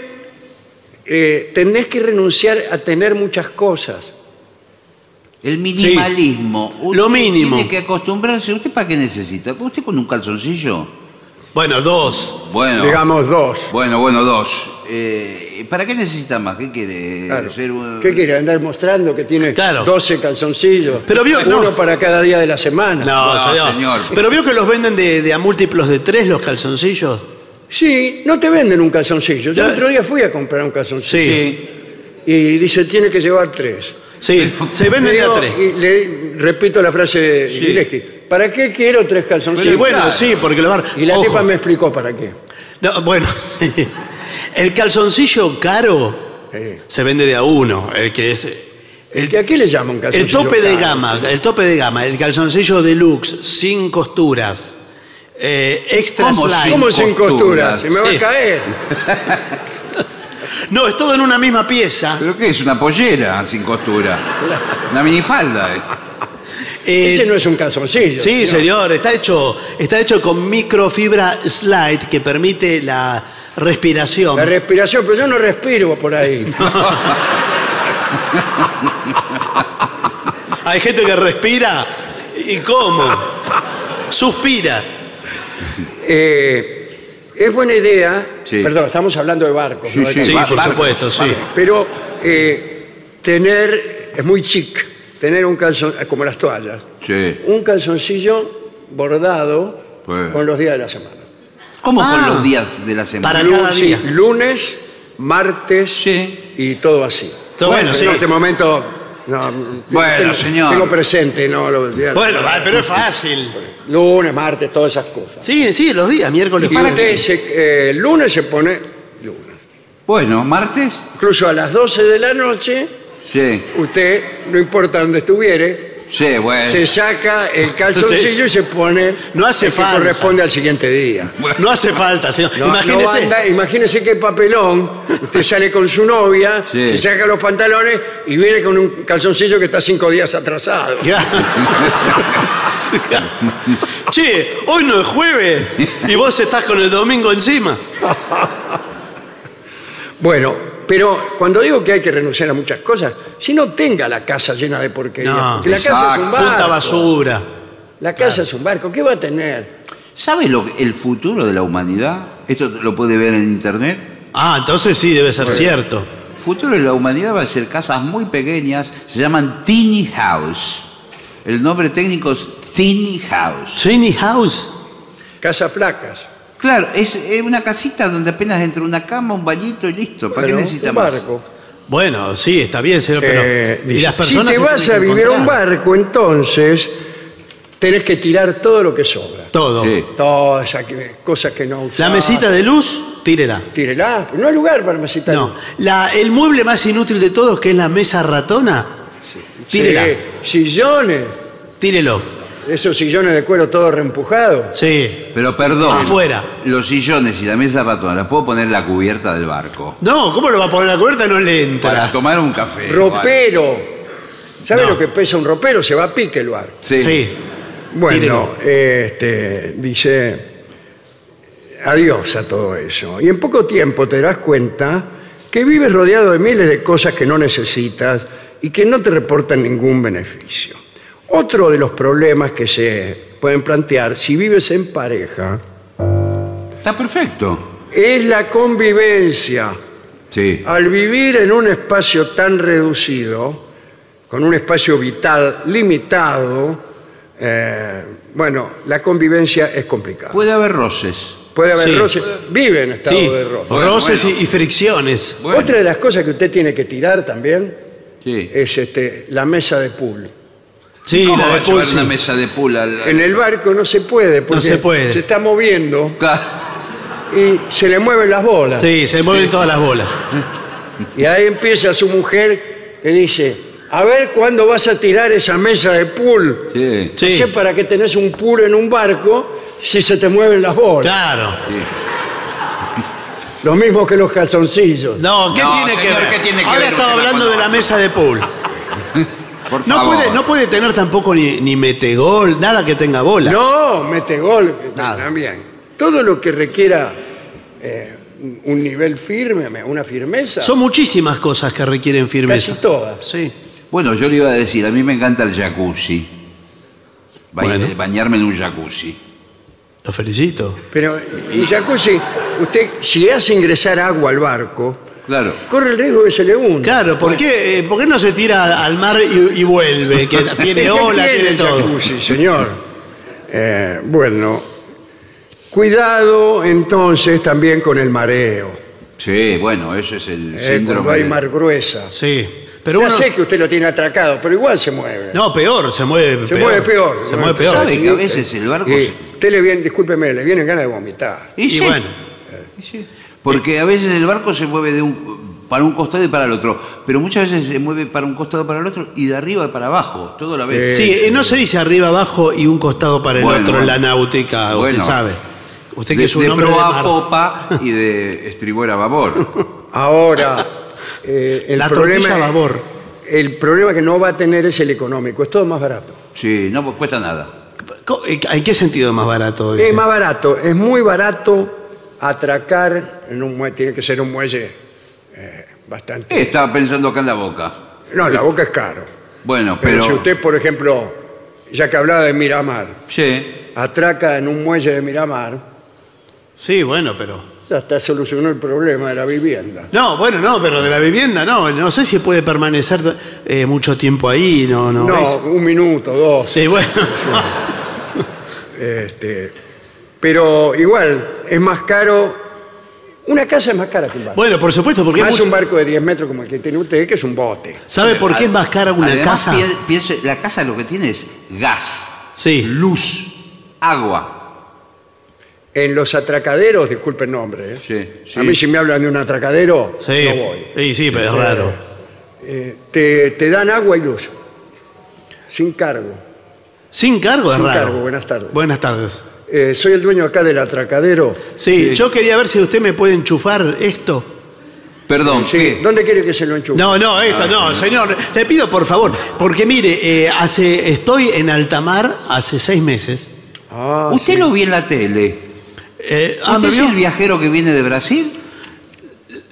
[SPEAKER 1] eh, tenés que renunciar a tener muchas cosas.
[SPEAKER 2] El minimalismo. Usted
[SPEAKER 3] Lo mínimo.
[SPEAKER 2] Tiene que acostumbrarse. ¿Usted para qué necesita? ¿Usted con un calzoncillo?
[SPEAKER 3] Bueno, dos.
[SPEAKER 2] Bueno.
[SPEAKER 1] Digamos dos.
[SPEAKER 2] Bueno, bueno, dos. Eh, ¿Para qué necesita más? ¿Qué quiere?
[SPEAKER 1] Claro.
[SPEAKER 2] ¿Ser un-
[SPEAKER 1] ¿Qué quiere? Andar mostrando que tiene
[SPEAKER 3] Claro.
[SPEAKER 1] 12 calzoncillos.
[SPEAKER 3] Pero vio-
[SPEAKER 1] uno
[SPEAKER 3] no.
[SPEAKER 1] para cada día de la semana.
[SPEAKER 3] No,
[SPEAKER 2] No,
[SPEAKER 3] señor.
[SPEAKER 2] señor.
[SPEAKER 3] Pero vio que los venden de, de a múltiplos de tres los calzoncillos.
[SPEAKER 1] Sí, no te venden un calzoncillo. Yo
[SPEAKER 3] Ya-
[SPEAKER 1] el otro día fui a comprar un calzoncillo
[SPEAKER 3] Sí.
[SPEAKER 1] y dice, tiene que llevar tres.
[SPEAKER 3] Sí, se venden de a
[SPEAKER 1] Digo,
[SPEAKER 3] tres.
[SPEAKER 1] Y le repito la frase de Gillespie. ¿Para qué quiero tres calzoncillos?
[SPEAKER 3] Y bueno, sí, porque los barcos.
[SPEAKER 1] Y la tipa me explicó para qué.
[SPEAKER 3] No, bueno, (laughs) sí. El calzoncillo caro
[SPEAKER 1] Eh,
[SPEAKER 3] se vende de a uno, el que es.
[SPEAKER 1] ¿Que ¿A qué le llaman calzoncillo?
[SPEAKER 3] El tope de
[SPEAKER 1] caro?
[SPEAKER 3] gama,
[SPEAKER 2] ¿eh?
[SPEAKER 3] el tope de gama, el calzoncillo deluxe, sin costuras, eh, extra
[SPEAKER 2] ¿Cómo
[SPEAKER 3] slide.
[SPEAKER 1] Ah, ¿Cómo sin costura?
[SPEAKER 2] Costura,
[SPEAKER 1] Se me va
[SPEAKER 3] sí.
[SPEAKER 1] a caer.
[SPEAKER 3] No, es todo en una misma pieza.
[SPEAKER 2] ¿Pero qué es? ¿Una pollera sin costura? ¿Una minifalda? eh.
[SPEAKER 3] Eh,
[SPEAKER 1] Ese no es un calzoncillo.
[SPEAKER 3] sí,
[SPEAKER 1] señor.
[SPEAKER 3] señor, está hecho, está hecho con microfibra slide que permite la respiración.
[SPEAKER 1] La respiración, pero yo no respiro por ahí.
[SPEAKER 3] Hay gente que respira y cómo. Suspira.
[SPEAKER 1] Eh, es buena idea.
[SPEAKER 2] Sí.
[SPEAKER 1] Perdón, estamos hablando de barcos. ¿no?
[SPEAKER 2] Sí,
[SPEAKER 3] Sí,
[SPEAKER 2] va-
[SPEAKER 3] por
[SPEAKER 2] barco,
[SPEAKER 3] supuesto, sí.
[SPEAKER 1] Pero eh, tener, es muy chic, tener un calzon, como las toallas,
[SPEAKER 2] Sí.
[SPEAKER 1] un calzoncillo bordado
[SPEAKER 2] Pues.
[SPEAKER 1] con los días de la semana.
[SPEAKER 2] ¿Cómo
[SPEAKER 3] Ah.
[SPEAKER 2] con los días de la semana?
[SPEAKER 3] Para cada
[SPEAKER 1] Sí,
[SPEAKER 3] día.
[SPEAKER 1] lunes, martes
[SPEAKER 2] Sí.
[SPEAKER 1] y todo así.
[SPEAKER 3] Está bueno, sí.
[SPEAKER 1] En este momento. no,
[SPEAKER 2] Bueno,
[SPEAKER 1] tengo,
[SPEAKER 2] señor.
[SPEAKER 1] Tengo presente, ¿no? Los días,
[SPEAKER 3] Bueno, va, pero es fácil.
[SPEAKER 1] Lunes, martes, todas esas cosas.
[SPEAKER 3] Sí, sí, los días, miércoles.
[SPEAKER 1] Y usted se- eh, el lunes se pone. lunes.
[SPEAKER 2] Bueno, ¿martes?
[SPEAKER 1] Incluso a las 12 de la noche,
[SPEAKER 2] Sí.
[SPEAKER 1] usted, no importa dónde estuviere,
[SPEAKER 2] Sí, bueno.
[SPEAKER 1] se saca el calzoncillo
[SPEAKER 3] Sí.
[SPEAKER 1] y se pone
[SPEAKER 3] No hace
[SPEAKER 1] el que
[SPEAKER 3] falta.
[SPEAKER 1] corresponde al siguiente día.
[SPEAKER 3] No hace falta, señor.
[SPEAKER 1] No, no
[SPEAKER 3] Imagínese.
[SPEAKER 1] anda- imagínese qué papelón. Usted sale con su novia,
[SPEAKER 2] Sí.
[SPEAKER 1] se saca los pantalones y viene con un calzoncillo que está cinco días atrasado.
[SPEAKER 3] (laughs) che, hoy no es jueves y vos estás con el domingo encima.
[SPEAKER 1] Bueno, pero cuando digo que hay que renunciar a muchas cosas, si no tenga la casa llena de porquería.
[SPEAKER 3] No,
[SPEAKER 1] porque la casa es
[SPEAKER 2] exacto.
[SPEAKER 1] un barco.
[SPEAKER 3] Junta basura.
[SPEAKER 1] La casa es un barco. ¿Qué va a tener?
[SPEAKER 2] ¿Sabe lo, que- el futuro de la humanidad? Esto lo puede ver en internet.
[SPEAKER 3] Ah, entonces sí, debe ser cierto.
[SPEAKER 2] El futuro de la humanidad va a ser casas muy pequeñas, se llaman tiny house. El nombre técnico es tiny house.
[SPEAKER 3] Tiny House.
[SPEAKER 1] Casas flacas.
[SPEAKER 2] Claro, es eh, una casita donde apenas entra una cama, un bañito y listo. ¿Para
[SPEAKER 1] Bueno,
[SPEAKER 2] qué necesita
[SPEAKER 1] un
[SPEAKER 2] más?
[SPEAKER 1] barco.
[SPEAKER 3] Bueno, sí, está bien, señor, pero.
[SPEAKER 1] Eh,
[SPEAKER 3] y
[SPEAKER 1] dice,
[SPEAKER 3] las
[SPEAKER 1] si
[SPEAKER 3] personas.
[SPEAKER 1] te
[SPEAKER 3] se
[SPEAKER 1] vas
[SPEAKER 3] tienen
[SPEAKER 1] a
[SPEAKER 3] que
[SPEAKER 1] vivir a un
[SPEAKER 3] encontrar.
[SPEAKER 1] barco, entonces tenés que tirar todo lo que sobra.
[SPEAKER 3] Todo.
[SPEAKER 2] Sí.
[SPEAKER 1] Todas esas que- cosas que no usás.
[SPEAKER 3] La mesita de luz, tírela.
[SPEAKER 1] Tírela. No hay lugar para mesita de
[SPEAKER 3] No.
[SPEAKER 1] luz.
[SPEAKER 3] La- el mueble más inútil de todos, que es la mesa ratona, tírela.
[SPEAKER 1] Sí, sillones.
[SPEAKER 3] Tírelo.
[SPEAKER 1] Esos sillones de cuero todos reempujados.
[SPEAKER 3] Sí.
[SPEAKER 2] Pero perdón,
[SPEAKER 3] Afuera.
[SPEAKER 2] los sillones y la mesa ratona, ¿la puedo poner en la cubierta del barco?
[SPEAKER 3] No, ¿cómo lo va a poner la cubierta? No le
[SPEAKER 2] Para
[SPEAKER 3] entra.
[SPEAKER 2] tomar un café. vale.
[SPEAKER 1] ropero. ¿Sabe
[SPEAKER 3] No.
[SPEAKER 1] lo que pesa un ropero? Se va a pique el barco.
[SPEAKER 2] Sí.
[SPEAKER 1] Bueno,
[SPEAKER 3] Tírelo.
[SPEAKER 1] este, dice, adiós a todo eso. Y en poco tiempo te darás cuenta que vives rodeado de miles de cosas que no necesitas y que no te reportan ningún beneficio. Otro de los problemas que se pueden plantear si vives en pareja
[SPEAKER 2] Está perfecto.
[SPEAKER 1] es la convivencia.
[SPEAKER 2] Sí.
[SPEAKER 3] Ah.
[SPEAKER 1] Al vivir en un espacio tan reducido, con un espacio vital limitado, eh, bueno, la convivencia es complicada.
[SPEAKER 2] Puede haber roces.
[SPEAKER 1] Puede haber
[SPEAKER 3] Sí.
[SPEAKER 1] roces. Vive en estado
[SPEAKER 3] Sí.
[SPEAKER 1] de roce.
[SPEAKER 2] Bueno,
[SPEAKER 3] Roces
[SPEAKER 2] bueno.
[SPEAKER 3] y- y fricciones.
[SPEAKER 2] Bueno.
[SPEAKER 1] Otra de las cosas que usted tiene que tirar también
[SPEAKER 2] Sí.
[SPEAKER 1] es este, la mesa de pool.
[SPEAKER 3] Sí,
[SPEAKER 2] ¿Cómo
[SPEAKER 3] Eh, la
[SPEAKER 2] va
[SPEAKER 3] de
[SPEAKER 2] a llevar
[SPEAKER 3] Pulsi.
[SPEAKER 2] una mesa de pula?
[SPEAKER 1] En el barco no se puede porque
[SPEAKER 3] se puede.
[SPEAKER 1] está moviendo y se le mueven las bolas.
[SPEAKER 3] Sí, se mueven todas las bolas.
[SPEAKER 1] Y ahí empieza su mujer que dice, a ver cuándo vas a tirar esa mesa de pool.
[SPEAKER 2] Sí.
[SPEAKER 3] Sí.
[SPEAKER 1] No sé para qué tenés un pool en un barco si se te mueven las bolas.
[SPEAKER 3] Claro.
[SPEAKER 1] Lo mismo que los calzoncillos.
[SPEAKER 3] No, ¿qué
[SPEAKER 2] No,
[SPEAKER 3] tiene
[SPEAKER 2] señor,
[SPEAKER 3] que ver?
[SPEAKER 2] ¿qué tiene que
[SPEAKER 3] Ahora
[SPEAKER 2] ver
[SPEAKER 3] estaba
[SPEAKER 2] un tema
[SPEAKER 3] hablando
[SPEAKER 2] con
[SPEAKER 3] de la
[SPEAKER 2] otro?
[SPEAKER 3] mesa de pool.
[SPEAKER 2] Por
[SPEAKER 3] No
[SPEAKER 2] favor.
[SPEAKER 3] puede, no puede tener tampoco ni, ni metegol, nada que tenga bola.
[SPEAKER 1] No, mete gol
[SPEAKER 3] Nada.
[SPEAKER 1] también. Todo lo que requiera eh, un- un nivel firme, una firmeza,
[SPEAKER 3] Son muchísimas cosas que requieren
[SPEAKER 1] casi
[SPEAKER 3] firmeza.
[SPEAKER 1] todas.
[SPEAKER 3] Sí.
[SPEAKER 2] Bueno, yo le iba a decir, a mí me encanta el jacuzzi. Ba-
[SPEAKER 3] Bueno.
[SPEAKER 2] Bañarme en un jacuzzi.
[SPEAKER 3] Lo felicito.
[SPEAKER 1] Pero el jacuzzi, usted si le hace ingresar agua al barco,
[SPEAKER 2] Claro.
[SPEAKER 1] corre el riesgo de que se le hunda.
[SPEAKER 3] Claro, ¿por qué, eh, por qué no se tira al mar y, y vuelve?
[SPEAKER 2] (laughs)
[SPEAKER 3] Que tiene
[SPEAKER 1] ¿Qué
[SPEAKER 3] ola,
[SPEAKER 1] tiene
[SPEAKER 3] tiene
[SPEAKER 1] el
[SPEAKER 3] todo.
[SPEAKER 1] jacuzzi, señor. Eh, bueno, cuidado entonces también con el mareo.
[SPEAKER 2] Sí, bueno, eso es el
[SPEAKER 1] eh, cuando
[SPEAKER 2] síndrome.
[SPEAKER 1] hay
[SPEAKER 2] de-
[SPEAKER 1] mar gruesa.
[SPEAKER 3] Sí. Pero
[SPEAKER 1] ya
[SPEAKER 3] uno,
[SPEAKER 1] sé que usted lo tiene atracado, pero igual se mueve.
[SPEAKER 3] No, peor, se mueve
[SPEAKER 1] se
[SPEAKER 3] peor.
[SPEAKER 1] mueve peor.
[SPEAKER 3] Se mueve peor.
[SPEAKER 2] ¿Sabe que a veces el barco
[SPEAKER 1] Y
[SPEAKER 2] se-
[SPEAKER 1] usted le viene, discúlpeme, le vienen ganas de vomitar.
[SPEAKER 2] Y sí,
[SPEAKER 3] bueno.
[SPEAKER 2] Porque a veces el barco se mueve de un, para un costado y para el otro, pero muchas veces se mueve para un costado para el otro y de arriba para abajo, todo a la vez.
[SPEAKER 3] Sí, eh, no se dice arriba, abajo y un costado para el
[SPEAKER 2] Bueno,
[SPEAKER 3] otro en la náutica,
[SPEAKER 2] bueno.
[SPEAKER 3] usted sabe. Usted que
[SPEAKER 2] de,
[SPEAKER 3] es un
[SPEAKER 2] de
[SPEAKER 3] hombre de
[SPEAKER 2] proa
[SPEAKER 3] mar.
[SPEAKER 2] a popa y de estribor
[SPEAKER 1] (laughs)
[SPEAKER 2] a babor.
[SPEAKER 3] (laughs)
[SPEAKER 1] Ahora, eh, el
[SPEAKER 3] La
[SPEAKER 1] problema.
[SPEAKER 3] tortilla a babor.
[SPEAKER 1] El problema que no va a tener es el económico, es todo más barato.
[SPEAKER 2] Sí, no pues, cuesta nada.
[SPEAKER 3] Co- eh, ¿En qué sentido más barato?
[SPEAKER 1] Es
[SPEAKER 3] dice?
[SPEAKER 1] más barato, es muy barato atracar en un muelle, tiene que ser un muelle eh, bastante.
[SPEAKER 2] Eh, estaba pensando acá en la boca.
[SPEAKER 1] No, la boca es caro.
[SPEAKER 2] Bueno,
[SPEAKER 1] Pero,
[SPEAKER 2] pero.
[SPEAKER 1] si usted, por ejemplo, ya que hablaba de Miramar,
[SPEAKER 2] Sí.
[SPEAKER 1] atraca en un muelle de Miramar,
[SPEAKER 3] Sí, bueno, pero.
[SPEAKER 1] ya está solucionó el problema de la vivienda.
[SPEAKER 3] No, bueno, no, pero de la vivienda no. No sé si puede permanecer eh, mucho tiempo ahí, no, no.
[SPEAKER 1] No,
[SPEAKER 3] ¿ves?
[SPEAKER 1] un minuto, dos.
[SPEAKER 3] Sí, bueno. (laughs)
[SPEAKER 1] Este, pero igual, es más caro. Una casa es más cara que un barco.
[SPEAKER 3] bueno, por supuesto, porque.
[SPEAKER 1] más
[SPEAKER 3] mucho-
[SPEAKER 1] un barco de 10 metros como el que tiene usted, que es un bote.
[SPEAKER 3] ¿Sabe por qué es más cara una
[SPEAKER 2] Además,
[SPEAKER 3] casa?
[SPEAKER 2] pie- piense, la casa lo que tiene es gas,
[SPEAKER 3] Sí.
[SPEAKER 2] luz, agua.
[SPEAKER 1] En los atracaderos, disculpe el nombre. ¿eh?
[SPEAKER 2] Sí, sí.
[SPEAKER 1] A mí si me hablan de un atracadero,
[SPEAKER 3] Sí.
[SPEAKER 1] no voy.
[SPEAKER 3] Sí, sí, pero es raro.
[SPEAKER 1] Eh, te, te dan agua y luz. Sin cargo.
[SPEAKER 3] Sin cargo, es
[SPEAKER 1] Sin
[SPEAKER 3] raro.
[SPEAKER 1] cargo, buenas tardes.
[SPEAKER 3] Buenas tardes.
[SPEAKER 1] Eh, soy el dueño acá del atracadero.
[SPEAKER 3] Sí, yo quería ver si usted me puede enchufar esto.
[SPEAKER 2] Perdón,
[SPEAKER 1] Sí.
[SPEAKER 2] ¿qué?
[SPEAKER 1] ¿Dónde quiere que se lo enchufe?
[SPEAKER 3] No, no, esto
[SPEAKER 1] Ah.
[SPEAKER 3] no, señor. Le pido por favor, porque mire, eh, hace, estoy en Altamar hace seis meses.
[SPEAKER 1] Ah,
[SPEAKER 2] Usted lo vi en la tele.
[SPEAKER 3] Eh, ah,
[SPEAKER 2] ¿Usted
[SPEAKER 3] ¿me
[SPEAKER 2] es
[SPEAKER 3] vio?
[SPEAKER 2] el viajero que viene de Brasil?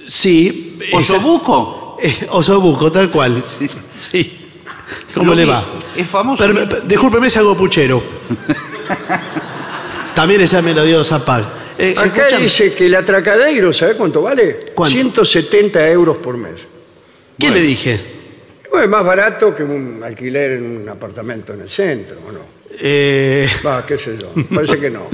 [SPEAKER 3] Sí.
[SPEAKER 2] ¿O
[SPEAKER 3] esa-
[SPEAKER 2] Sobuco?
[SPEAKER 3] Eh, Osobuco, tal cual. Sí. ¿Cómo
[SPEAKER 2] Lo
[SPEAKER 3] le
[SPEAKER 2] vi.
[SPEAKER 3] va?
[SPEAKER 2] Es famoso.
[SPEAKER 3] Per- per- discúlpeme si
[SPEAKER 2] (laughs)
[SPEAKER 3] hago puchero. También esa me la dio Zapag. Eh,
[SPEAKER 1] Acá
[SPEAKER 3] escúchame.
[SPEAKER 1] dice que el atracadero, ¿sabe cuánto vale?
[SPEAKER 3] ¿Cuánto?
[SPEAKER 1] 170 euros por mes.
[SPEAKER 3] ¿Qué le dije?
[SPEAKER 1] Bueno, es más barato que un alquiler en un apartamento en el centro, ¿o no?
[SPEAKER 3] Eh,
[SPEAKER 1] Va, qué sé yo. Parece que
[SPEAKER 3] (laughs)
[SPEAKER 1] no.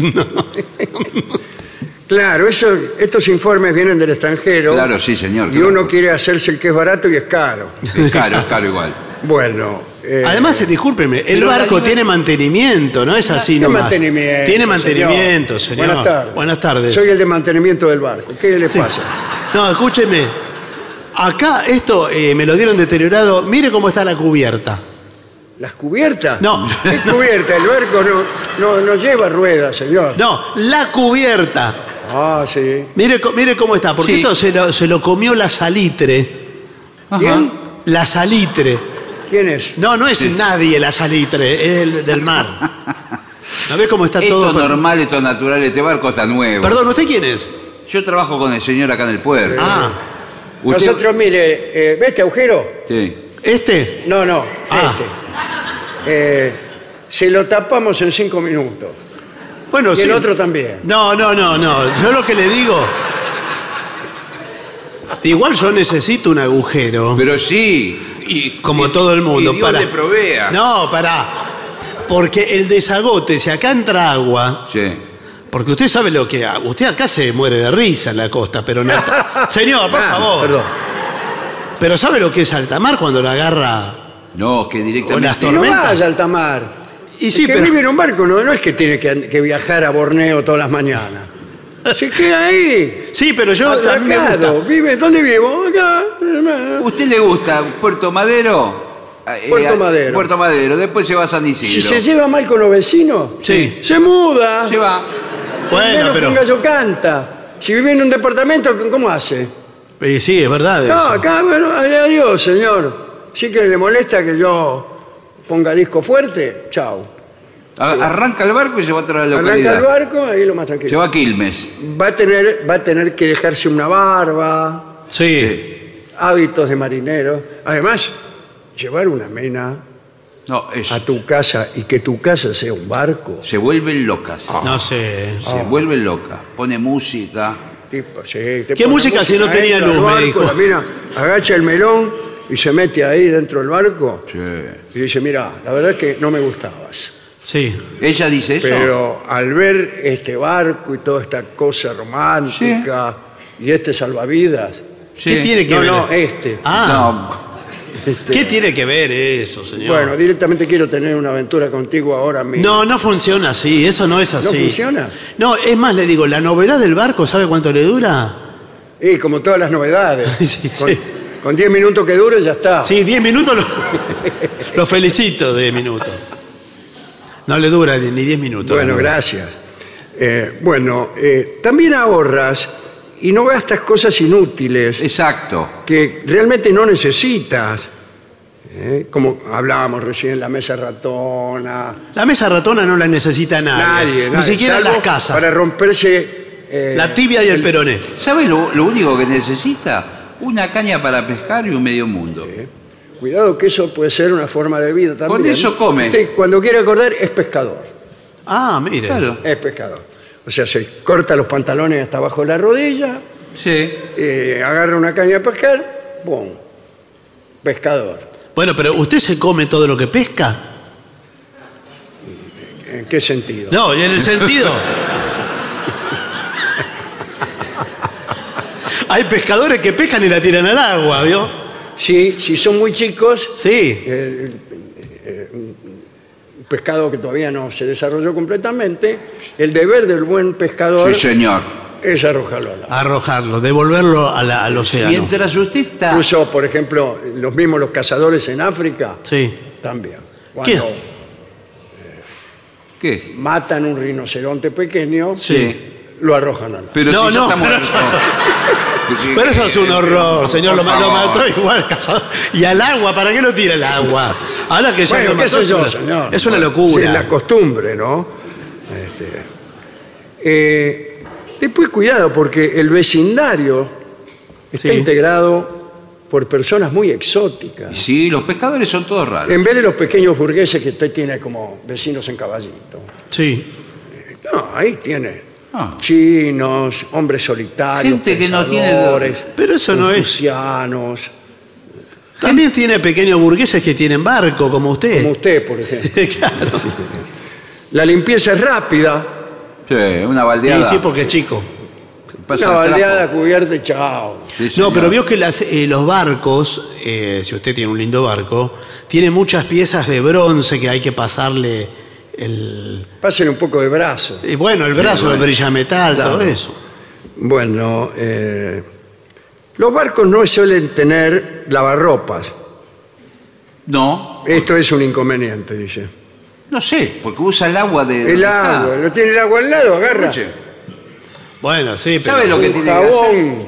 [SPEAKER 1] claro, eso, estos informes vienen del extranjero.
[SPEAKER 2] Claro, sí, señor,
[SPEAKER 1] Y
[SPEAKER 2] claro.
[SPEAKER 1] uno quiere hacerse el que es barato y es caro.
[SPEAKER 2] Es caro, es caro igual.
[SPEAKER 1] Bueno. eh,
[SPEAKER 3] además, eh, discúlpeme, el barco tiene mantenimiento, ¿no es así
[SPEAKER 1] tiene
[SPEAKER 3] nomás?
[SPEAKER 1] mantenimiento.
[SPEAKER 3] Tiene mantenimiento, señor.
[SPEAKER 1] Buenas tardes.
[SPEAKER 3] Buenas tardes.
[SPEAKER 1] Soy el de mantenimiento del barco. ¿Qué le
[SPEAKER 3] Sí.
[SPEAKER 1] pasa?
[SPEAKER 3] No, escúcheme. Acá esto eh, me lo dieron deteriorado. Mire cómo está la cubierta.
[SPEAKER 1] ¿Las cubiertas?
[SPEAKER 3] No.
[SPEAKER 1] ¿Qué cubierta? El barco no, no, no lleva ruedas, señor.
[SPEAKER 3] No, la cubierta.
[SPEAKER 1] Ah, sí.
[SPEAKER 3] Mire, co- mire cómo está, porque
[SPEAKER 2] Sí.
[SPEAKER 3] esto se lo, se lo comió la salitre.
[SPEAKER 1] ¿Quién?
[SPEAKER 3] La salitre.
[SPEAKER 1] ¿Quién es?
[SPEAKER 3] No, no es nadie la salitre, es el
[SPEAKER 2] (laughs)
[SPEAKER 3] del mar. ¿No ves cómo está
[SPEAKER 2] Esto
[SPEAKER 3] todo?
[SPEAKER 2] es normal, esto es natural, este barco está nuevo.
[SPEAKER 3] Perdón, ¿usted quién es?
[SPEAKER 2] Yo trabajo con el señor acá en el puerto.
[SPEAKER 3] Ah,
[SPEAKER 2] Usted-
[SPEAKER 1] Nosotros, mire, eh, ¿ve este agujero?
[SPEAKER 2] Sí.
[SPEAKER 3] ¿este?
[SPEAKER 1] No, no,
[SPEAKER 3] Ah.
[SPEAKER 1] este. Eh, se lo tapamos en cinco minutos.
[SPEAKER 3] Bueno,
[SPEAKER 1] Y el
[SPEAKER 3] Oh, sí.
[SPEAKER 1] otro también.
[SPEAKER 3] No, no, no, no. Yo lo que le digo. Igual yo necesito un agujero.
[SPEAKER 2] Pero sí. Y,
[SPEAKER 3] como
[SPEAKER 2] y-
[SPEAKER 3] todo el mundo.
[SPEAKER 2] Y Dios
[SPEAKER 3] para.
[SPEAKER 2] le provea.
[SPEAKER 3] No, pará. Porque el desagote, si acá entra agua,
[SPEAKER 2] Sí.
[SPEAKER 3] porque usted sabe lo que. Usted acá se muere de risa en la costa, pero no.
[SPEAKER 1] (laughs)
[SPEAKER 3] Señor, por
[SPEAKER 1] Ah,
[SPEAKER 3] favor.
[SPEAKER 1] Perdón.
[SPEAKER 3] Pero ¿sabe lo que es altamar cuando la agarra?
[SPEAKER 2] No, que
[SPEAKER 3] O las
[SPEAKER 2] directamente.
[SPEAKER 3] tormentas.
[SPEAKER 1] No
[SPEAKER 3] Tormenta.
[SPEAKER 1] vaya al tamar.
[SPEAKER 3] Y
[SPEAKER 1] Es
[SPEAKER 3] sí,
[SPEAKER 1] que
[SPEAKER 3] pero-
[SPEAKER 1] vive en un barco, no, no es que tiene que, an- que viajar a Borneo todas las mañanas. Se queda ahí.
[SPEAKER 3] Sí, pero yo. a mí me gusta.
[SPEAKER 1] atracado. Vive, ¿Dónde vivo? Acá.
[SPEAKER 2] ¿Usted le gusta Puerto Madero? Eh,
[SPEAKER 1] Puerto
[SPEAKER 2] eh,
[SPEAKER 1] Madero.
[SPEAKER 2] Puerto Madero, después se va a San
[SPEAKER 1] Si
[SPEAKER 2] Isidro.
[SPEAKER 1] se lleva mal con los vecinos,
[SPEAKER 3] Sí.
[SPEAKER 1] se muda.
[SPEAKER 2] Se va.
[SPEAKER 3] Bueno,
[SPEAKER 1] Primero que Un
[SPEAKER 3] pero.
[SPEAKER 1] gallo canta. Si vive en un departamento, ¿cómo hace?
[SPEAKER 3] Eh, sí, es verdad.
[SPEAKER 1] No,
[SPEAKER 3] eso.
[SPEAKER 1] acá, bueno, adiós, señor. Sí que le molesta que yo ponga disco fuerte, chao.
[SPEAKER 2] A- arranca el barco y se va a otra
[SPEAKER 1] Arranca
[SPEAKER 2] localidad.
[SPEAKER 1] el barco, ahí lo más
[SPEAKER 2] Se
[SPEAKER 1] tranquilo.
[SPEAKER 2] va a Quilmes.
[SPEAKER 1] Va a, tener, va a tener que dejarse una barba,
[SPEAKER 3] Sí.
[SPEAKER 1] hábitos de marinero. Además, llevar una mena
[SPEAKER 2] No, es-
[SPEAKER 1] a tu casa y que tu casa sea un barco.
[SPEAKER 2] se vuelven locas.
[SPEAKER 1] Ah.
[SPEAKER 3] No sé.
[SPEAKER 2] Se vuelven locas. Pone música.
[SPEAKER 1] Tipo, sí, te
[SPEAKER 3] ¿Qué
[SPEAKER 1] pone
[SPEAKER 3] música si no tenía
[SPEAKER 1] entra al
[SPEAKER 3] luz, me
[SPEAKER 1] barco,
[SPEAKER 3] dijo?
[SPEAKER 1] la mina agacha el melón y se mete ahí dentro del barco
[SPEAKER 2] Sí.
[SPEAKER 1] y dice, mira, la verdad es que no me gustabas.
[SPEAKER 3] Sí.
[SPEAKER 2] ¿Ella dice eso?
[SPEAKER 1] Pero al ver este barco y toda esta cosa romántica y este salvavidas,
[SPEAKER 3] ¿Qué tiene que
[SPEAKER 1] no,
[SPEAKER 3] ver?
[SPEAKER 1] no, este.
[SPEAKER 3] Ah,
[SPEAKER 2] No,
[SPEAKER 1] este,
[SPEAKER 3] ¿qué tiene que ver eso, señor?
[SPEAKER 1] Bueno, directamente quiero tener una aventura contigo ahora mismo.
[SPEAKER 3] No, no funciona así, eso no es así.
[SPEAKER 1] funciona?
[SPEAKER 3] No, es más, le digo, la novedad del barco, ¿sabe cuánto le dura?
[SPEAKER 1] Y como todas las novedades.
[SPEAKER 3] (laughs) Sí,
[SPEAKER 1] con,
[SPEAKER 3] sí.
[SPEAKER 1] con 10 minutos que dure ya está.
[SPEAKER 3] Sí, 10 minutos lo,
[SPEAKER 1] (laughs)
[SPEAKER 3] lo felicito de minutos. No le dura ni 10 minutos.
[SPEAKER 1] Bueno,
[SPEAKER 3] la novedad.
[SPEAKER 1] gracias. Eh, bueno, eh, también ahorras y no gastas cosas inútiles
[SPEAKER 2] exacto.
[SPEAKER 1] que realmente no necesitas. ¿eh? Como hablábamos recién, la mesa ratona.
[SPEAKER 3] La mesa ratona no la necesita nadie.
[SPEAKER 1] Nadie,
[SPEAKER 3] Ni
[SPEAKER 1] nadie,
[SPEAKER 3] siquiera
[SPEAKER 1] salvo
[SPEAKER 3] las casas.
[SPEAKER 1] Para romperse. eh,
[SPEAKER 3] La tibia y el peroné.
[SPEAKER 2] ¿Sabe lo, lo único que necesita? Una caña para pescar y un medio mundo.
[SPEAKER 1] Cuidado que eso puede ser una forma de vida también.
[SPEAKER 2] Con eso come.
[SPEAKER 1] Usted, cuando quiere acordar, es pescador.
[SPEAKER 3] Ah, mire.
[SPEAKER 2] Claro.
[SPEAKER 1] Es pescador. O sea, se corta los pantalones hasta abajo de la rodilla,
[SPEAKER 2] Sí.
[SPEAKER 1] eh, agarra una caña de pescar, ¡pum! Pescador.
[SPEAKER 3] Bueno, pero ¿usted se come todo lo que pesca?
[SPEAKER 1] ¿En qué sentido?
[SPEAKER 3] No, en el sentido. Hay pescadores que pescan y la tiran al agua, ¿vio?
[SPEAKER 1] Si, si son muy chicos,
[SPEAKER 3] Sí.
[SPEAKER 1] eh, eh, un pescado que todavía no se desarrolló completamente, el deber del buen pescador
[SPEAKER 2] Sí, señor.
[SPEAKER 1] es arrojarlo al agua.
[SPEAKER 3] arrojarlo, devolverlo a la- al océano.
[SPEAKER 2] Mientras usted está.
[SPEAKER 1] Incluso, por ejemplo, los mismos los cazadores en África
[SPEAKER 3] Sí.
[SPEAKER 1] también. Cuando
[SPEAKER 3] ¿Qué?
[SPEAKER 2] ¿Qué?
[SPEAKER 1] matan un rinoceronte pequeño,
[SPEAKER 3] Sí.
[SPEAKER 1] lo arrojan al mar.
[SPEAKER 2] Pero
[SPEAKER 3] No,
[SPEAKER 2] si ya
[SPEAKER 3] no,
[SPEAKER 2] está
[SPEAKER 3] pero- (laughs)
[SPEAKER 2] muerto. Sí,
[SPEAKER 3] Pero eso es un
[SPEAKER 2] eh,
[SPEAKER 3] horror,
[SPEAKER 2] por
[SPEAKER 3] señor. Lo, ma- lo
[SPEAKER 2] favor.
[SPEAKER 3] mató igual, cazador. Y al agua, ¿para qué lo tira al agua? Ahora que ya
[SPEAKER 1] Bueno,
[SPEAKER 3] lo
[SPEAKER 1] qué
[SPEAKER 3] mató,
[SPEAKER 1] sé
[SPEAKER 3] es
[SPEAKER 1] yo,
[SPEAKER 3] una-
[SPEAKER 1] señor.
[SPEAKER 3] Es una
[SPEAKER 1] Sí,
[SPEAKER 3] locura.
[SPEAKER 1] la costumbre, ¿no? Este, eh, después, cuidado, porque el vecindario está
[SPEAKER 3] Sí.
[SPEAKER 1] integrado por personas muy exóticas.
[SPEAKER 2] Sí, los pescadores son todos raros.
[SPEAKER 1] En vez de los pequeños burgueses que usted tiene como vecinos en caballito.
[SPEAKER 3] Sí.
[SPEAKER 1] No, ahí tiene
[SPEAKER 2] Ah.
[SPEAKER 1] chinos, hombres solitarios,
[SPEAKER 2] Gente que no tiene-
[SPEAKER 1] pensadores,
[SPEAKER 3] Pero eso no es-
[SPEAKER 1] confucianos,
[SPEAKER 3] También tiene pequeños burgueses que tienen barco, como
[SPEAKER 1] como
[SPEAKER 3] (laughs) usted.
[SPEAKER 1] usted, por ejemplo.
[SPEAKER 3] claro.
[SPEAKER 1] La limpieza es rápida,
[SPEAKER 2] Sí, una
[SPEAKER 3] Y
[SPEAKER 2] baldeada.
[SPEAKER 3] sí, porque es chico.
[SPEAKER 2] Pasa
[SPEAKER 1] Una
[SPEAKER 2] el trapo.
[SPEAKER 1] baldeada cubierta y chao.
[SPEAKER 2] Sí,
[SPEAKER 3] No,
[SPEAKER 2] señor.
[SPEAKER 3] pero vio que las, eh, los barcos, eh, si usted tiene un lindo barco, tiene muchas piezas de bronce que hay que pasarle el...
[SPEAKER 1] Pasen un poco de brazo.
[SPEAKER 3] Y bueno, el brazo de brilla metal, todo eso.
[SPEAKER 1] Bueno, eh, los barcos no suelen tener lavarropas.
[SPEAKER 2] No,
[SPEAKER 1] Esto es un inconveniente, dice.
[SPEAKER 2] no sé, porque usa el agua de.
[SPEAKER 1] El
[SPEAKER 2] donde está.
[SPEAKER 1] agua, lo tiene el agua al lado, agarra.
[SPEAKER 2] Escuche,
[SPEAKER 3] Bueno, sí, pero...
[SPEAKER 2] ¿Sabe lo que
[SPEAKER 1] un
[SPEAKER 2] tiene que hacer?
[SPEAKER 1] jabón.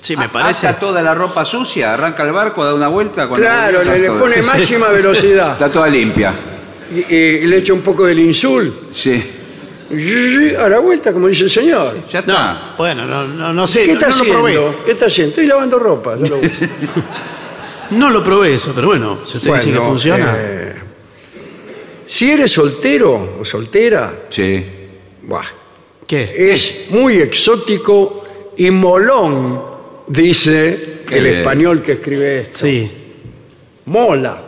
[SPEAKER 3] Sí, me
[SPEAKER 2] A-
[SPEAKER 3] parece...
[SPEAKER 2] Ah, Ata toda la ropa sucia, arranca el barco, da una vuelta con la
[SPEAKER 1] Claro,
[SPEAKER 2] bolita,
[SPEAKER 1] le, le
[SPEAKER 2] todo.
[SPEAKER 3] (laughs)
[SPEAKER 1] pone máxima velocidad.
[SPEAKER 2] (laughs) Está toda limpia.
[SPEAKER 1] Y, y le echa un poco del insul.
[SPEAKER 2] Sí,
[SPEAKER 1] Y- A la vuelta, como dice el señor.
[SPEAKER 2] ya está.
[SPEAKER 3] No, bueno, no, no, no sé,
[SPEAKER 1] ¿Qué está
[SPEAKER 3] no, lo probé.
[SPEAKER 1] haciendo? ¿Qué está haciendo? Estoy lavando ropa. yo lo
[SPEAKER 3] (laughs)
[SPEAKER 1] uso.
[SPEAKER 3] No lo probé eso, pero bueno, si usted dice que
[SPEAKER 1] Bueno,
[SPEAKER 3] funciona...
[SPEAKER 1] eh, si eres soltero o soltera,
[SPEAKER 2] Sí.
[SPEAKER 1] buah,
[SPEAKER 3] ¿Qué?
[SPEAKER 1] es muy exótico y molón, dice el
[SPEAKER 2] bien.
[SPEAKER 1] español que escribe esto.
[SPEAKER 3] Sí.
[SPEAKER 1] Mola.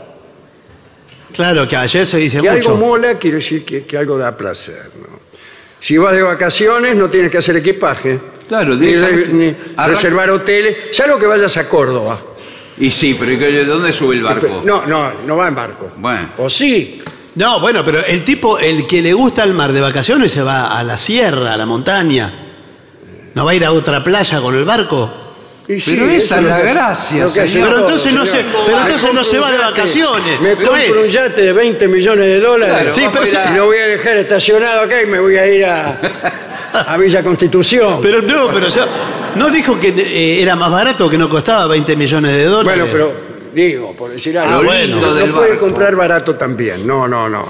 [SPEAKER 3] Claro, que ayer se dice
[SPEAKER 1] Que algo
[SPEAKER 3] mucho.
[SPEAKER 1] mola quiere decir que, que algo da placer. ¿no? Si vas de vacaciones no tienes que hacer equipaje.
[SPEAKER 2] Claro,
[SPEAKER 1] ni, re-
[SPEAKER 2] directamente.
[SPEAKER 1] ni
[SPEAKER 2] Arran-
[SPEAKER 1] reservar hoteles, salvo que vayas a Córdoba.
[SPEAKER 2] Y sí, pero ¿y qué- ¿de dónde sube el barco?
[SPEAKER 1] No, no, no va en barco.
[SPEAKER 2] Bueno.
[SPEAKER 1] O sí,
[SPEAKER 3] No, bueno, pero el tipo, el que le gusta el mar de vacaciones se va a la sierra, a la montaña. ¿No va a ir a otra playa con el barco?
[SPEAKER 1] Y sí,
[SPEAKER 2] Pero esa
[SPEAKER 1] eso
[SPEAKER 2] es
[SPEAKER 1] lo
[SPEAKER 2] la
[SPEAKER 1] que-
[SPEAKER 2] gracia,
[SPEAKER 1] lo que hace
[SPEAKER 2] señor.
[SPEAKER 3] Pero
[SPEAKER 1] todo,
[SPEAKER 3] entonces no
[SPEAKER 1] señor.
[SPEAKER 3] se- pero
[SPEAKER 1] Me
[SPEAKER 3] entonces
[SPEAKER 1] compro
[SPEAKER 3] no se
[SPEAKER 1] un
[SPEAKER 3] va de
[SPEAKER 1] yate-
[SPEAKER 3] vacaciones,
[SPEAKER 1] Me
[SPEAKER 3] ¿no es?
[SPEAKER 1] compro un yate de 20 millones de dólares.
[SPEAKER 2] Claro,
[SPEAKER 3] sí,
[SPEAKER 2] va
[SPEAKER 3] pero
[SPEAKER 2] por
[SPEAKER 3] sí.
[SPEAKER 2] la-
[SPEAKER 1] Y lo voy a dejar estacionado acá y me voy a ir a, a Villa Constitución.
[SPEAKER 3] Pero no, pero yo, no dijo que eh, era más barato, que no costaba 20 millones de dólares.
[SPEAKER 1] bueno, pero digo, por decir algo.
[SPEAKER 2] Lo
[SPEAKER 3] Ah, bueno.
[SPEAKER 2] lindo del
[SPEAKER 1] no puede
[SPEAKER 2] barco.
[SPEAKER 1] comprar barato también. No, no, no.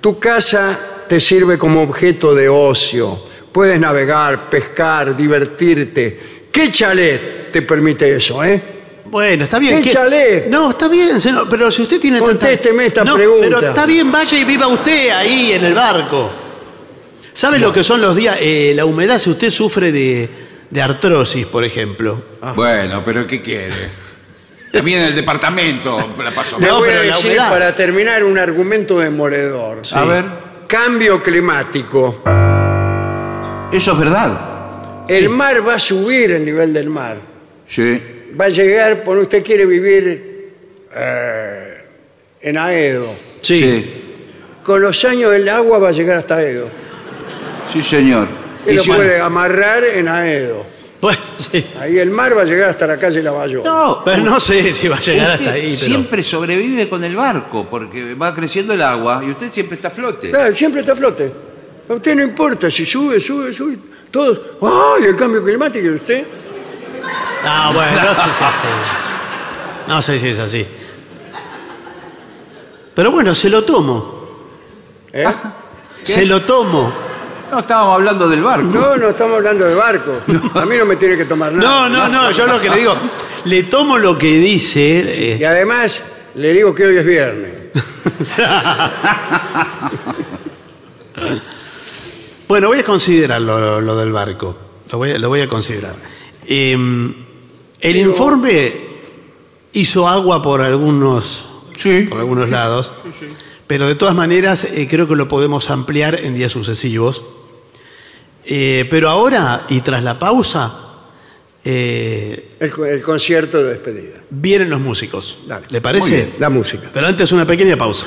[SPEAKER 1] Tu casa te sirve como objeto de ocio. Puedes navegar, pescar, divertirte. ¿Qué chalet te permite eso, eh?
[SPEAKER 3] Bueno, está bien.
[SPEAKER 1] Échale.
[SPEAKER 3] No, está bien, señor, pero si usted tiene tanta-
[SPEAKER 1] Contésteme esta
[SPEAKER 3] No,
[SPEAKER 1] pregunta.
[SPEAKER 3] Pero está bien, vaya y viva usted ahí en el barco. ¿Sabe lo que son los días? eh, la humedad, si usted sufre de, de artrosis, por ejemplo.
[SPEAKER 2] Bueno, pero ¿qué quiere? También en el departamento la pasó
[SPEAKER 1] Le
[SPEAKER 3] No,
[SPEAKER 1] voy a
[SPEAKER 3] pero la
[SPEAKER 1] decir
[SPEAKER 3] humedad.
[SPEAKER 1] para terminar un argumento demoledor.
[SPEAKER 2] A ver,
[SPEAKER 1] Cambio climático.
[SPEAKER 2] eso es verdad.
[SPEAKER 1] El mar va a subir el nivel del mar.
[SPEAKER 2] Sí.
[SPEAKER 1] Va a llegar, por usted quiere vivir eh, en Aedo.
[SPEAKER 3] Sí.
[SPEAKER 1] Con los años el agua va a llegar hasta Aedo.
[SPEAKER 2] Sí, señor.
[SPEAKER 1] Y
[SPEAKER 2] Y
[SPEAKER 1] lo
[SPEAKER 2] si-
[SPEAKER 1] puede amarrar en Aedo.
[SPEAKER 3] Bueno, sí.
[SPEAKER 1] Ahí el mar va a llegar hasta la calle Lavallón.
[SPEAKER 2] No,
[SPEAKER 3] Pero no sé si va a llegar
[SPEAKER 2] usted
[SPEAKER 3] hasta ahí. Pero...
[SPEAKER 2] siempre sobrevive con el barco porque va creciendo el agua y usted siempre está a flote.
[SPEAKER 1] Claro, siempre está a flote. A usted no importa si sube, sube, sube. Todos, ¡ay, el cambio climático! ¿Y usted?
[SPEAKER 3] No, Ah, bueno, no sé si es así. No sé si es así. Pero bueno, se lo tomo.
[SPEAKER 1] ¿eh?
[SPEAKER 3] Se lo tomo.
[SPEAKER 2] No, estábamos hablando del barco.
[SPEAKER 1] No, no estamos hablando de barco. A mí no me tiene que tomar nada.
[SPEAKER 3] No, no, no, yo lo que le digo, le tomo lo que dice. eh,
[SPEAKER 1] Y además, le digo que hoy es viernes.
[SPEAKER 3] Bueno, voy a considerar lo, lo- lo del barco. Lo voy, a- lo voy a considerar. Eh, el informe hizo agua por algunos, por algunos lados, pero de todas maneras eh, creo que lo podemos ampliar en días sucesivos. Eh, pero ahora, y tras la pausa, eh,
[SPEAKER 1] El, co- el concierto de despedida.
[SPEAKER 3] vienen los músicos.
[SPEAKER 1] Dale.
[SPEAKER 3] ¿Le parece?
[SPEAKER 1] Muy bien, La música.
[SPEAKER 3] Pero antes una pequeña pausa.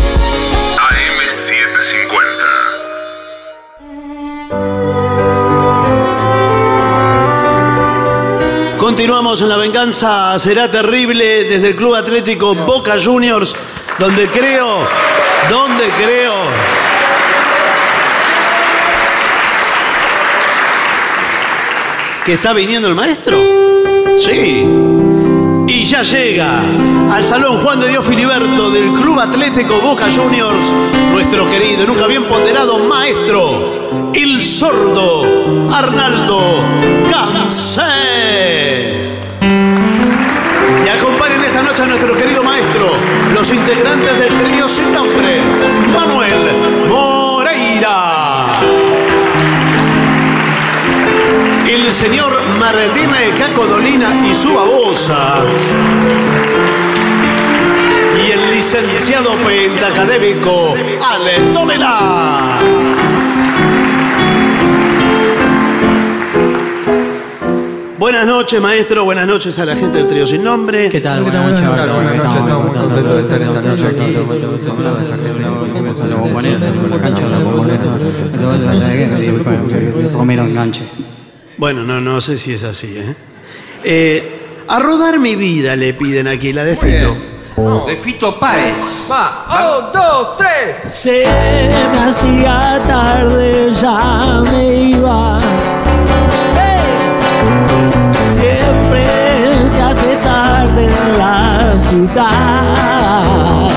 [SPEAKER 4] AM750.
[SPEAKER 3] Continuamos en la venganza, será terrible desde el Club Atlético Boca Juniors, donde creo, donde creo. ¿Que está viniendo el maestro? Sí. Y ya llega al Salón Juan de Dios Filiberto del Club Atlético Boca Juniors, nuestro querido, y nunca bien ponderado maestro, el sordo Arnaldo Cancé. Y acompañen esta noche a nuestro querido maestro, los integrantes del trío sin nombre, Manuel Moreira. El señor Marretime Cacodolina y su babosa. Y el licenciado pentacadémico Ale Tomela. Buenas noches, maestro. Buenas noches a la gente del trío sin nombre.
[SPEAKER 9] ¿Qué tal? Buenas noches.
[SPEAKER 10] Buenas noches,
[SPEAKER 9] Buenas noches.
[SPEAKER 10] estamos muy contentos de estar esta noche aquí.
[SPEAKER 9] Con toda esta gente que venimos a la bombonera, salimos a la cancha, a la bombonera. Entonces, Romero enganche.
[SPEAKER 3] Bueno, no, no sé si es así, ¿eh? Eh, A rodar mi vida le piden aquí, la de Fito.
[SPEAKER 2] De Fito Páez.
[SPEAKER 10] Va, un, dos, tres.
[SPEAKER 6] Se me hacía tarde, ya me iba. ¡Hey! Siempre se hace tarde en la ciudad.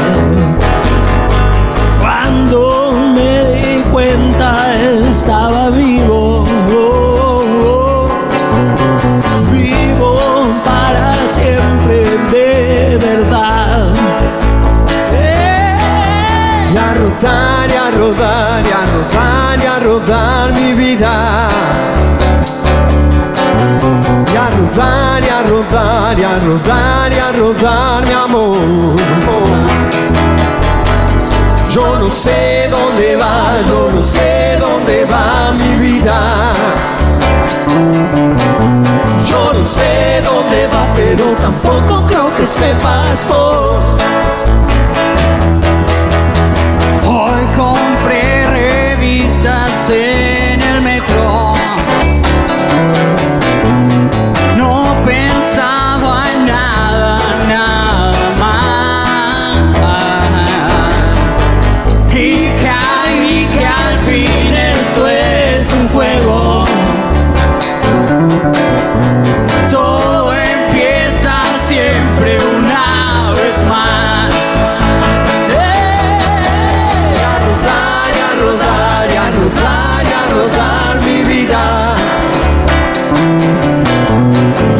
[SPEAKER 6] Cuando me di cuenta estaba vivo. Oh, oh, oh. Vivo para siempre de verdad. ¡Hey!
[SPEAKER 10] Y a rodar, y a rodar, y a rodar, y a rodar mi vida. Y a rodar, y a rodar, y a rodar, y a rodar mi amor. Yo no sé dónde va, yo no sé dónde va mi vida. Yo no sé dónde va, pero tampoco creo que sepas vos.
[SPEAKER 6] Hoy compré revistas en el metro. No pensaba en nada, nada más. Y caí que al fin esto es un juego. Todo empieza siempre una vez más.
[SPEAKER 10] Y a rodar, y a rodar, y a rodar, y a rodar mi vida.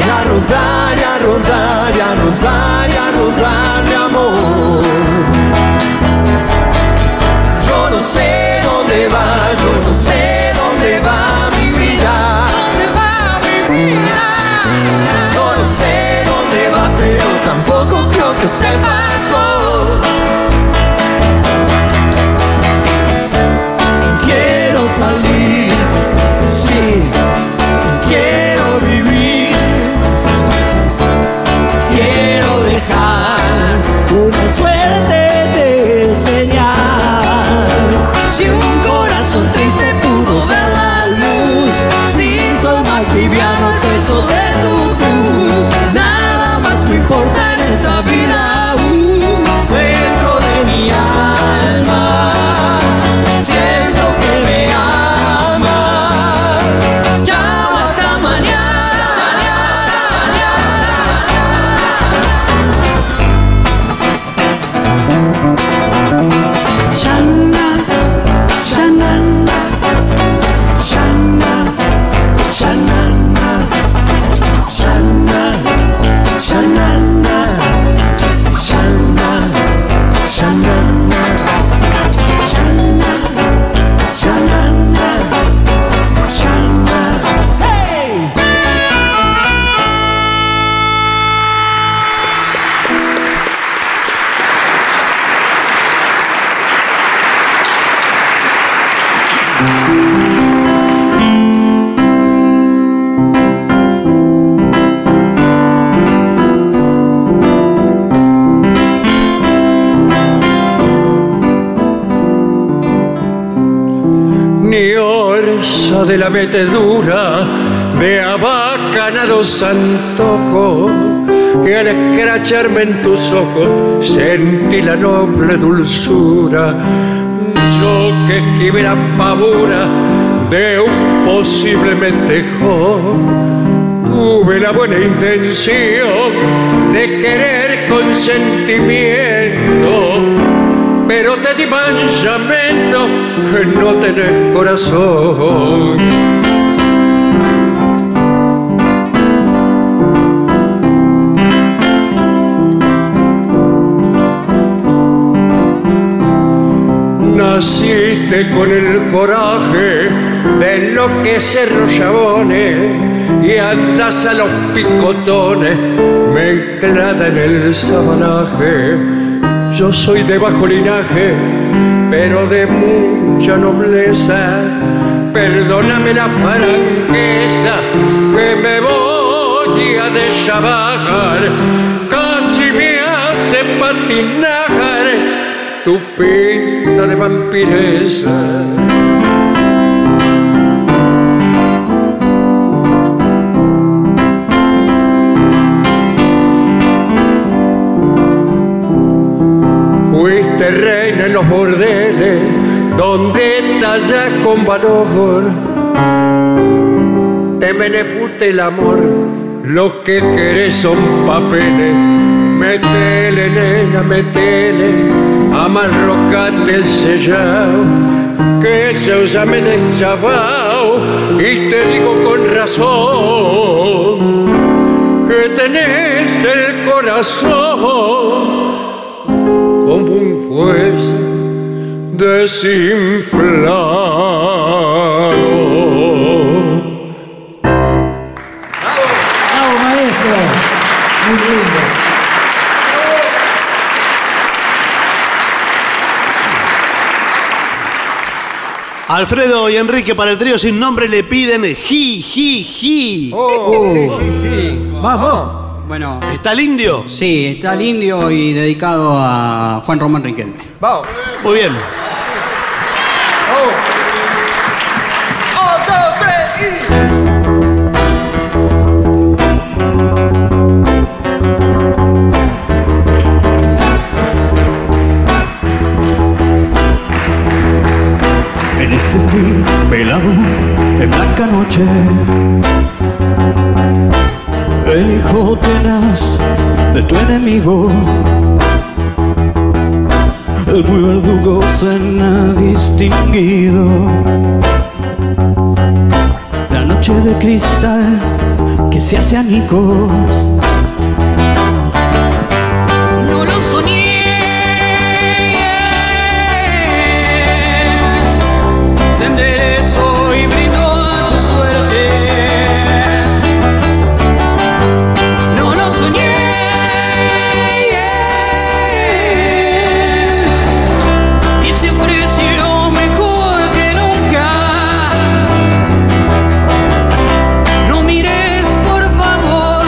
[SPEAKER 10] Y a rodar, y a rodar, y a rodar, y a rodar mi amor. Yo no sé dónde va, Ah, yo no sé dónde va mi vida. ¿Dónde va mi vida? Yo no sé dónde va, pero tampoco creo que sepas vos.
[SPEAKER 6] Quiero salir, sí, quiero vivir, quiero dejar una suerte de señal. Si un corazón triste pudo ver la luz, si soy más liviano el peso de tu cruz, nada más me importa en esta vida. uh, dentro de mi alma, siento que me ama. Chao, hasta mañana. Shana, shana, shana, shana, shana, shana, shana,
[SPEAKER 1] ni orza de la metedura de abacanados antojos que al escracharme en tus ojos sentí la noble dulzura yo que esquivé la pavura de un posible metejo tuve la buena intención de querer con sentimiento pero te di manchamento que no tenés corazón. Naciste con el coraje de enloquecer los chabones y andas a los picotones mezclada en el sabanaje. Yo soy de bajo linaje, pero de mucha nobleza. Perdóname la franqueza que me voy a deshabajar. Casi me hace patinar tu pinta de vampireza. Fuiste reina en los bordeles donde tallas con valor. Te menefute el amor, lo que querés son papeles. Metele, nena, metele, amarrocate el sellao, que yo ya me he deschavao, y te digo con razón que tenés el corazón como un juez desinflado.
[SPEAKER 6] Bravo, maestro. Muy lindo.
[SPEAKER 3] Alfredo y Enrique para el trío sin nombre le piden ji, ji, ji.
[SPEAKER 10] Oh.
[SPEAKER 9] Vamos. Bueno.
[SPEAKER 3] ¿Está el indio?
[SPEAKER 9] Sí, está el indio y dedicado a Juan Román Riquelme.
[SPEAKER 3] Vamos. Muy bien.
[SPEAKER 11] En este fin velado, en blanca noche, el hijo tenaz de tu enemigo, el muy verdugo cena distinguido. La noche de cristal que se hace añicos
[SPEAKER 10] No lo soñé. Se enderezó y brindó a tu suerte. No lo soñé. Y se ofreció mejor que nunca. No mires, por favor,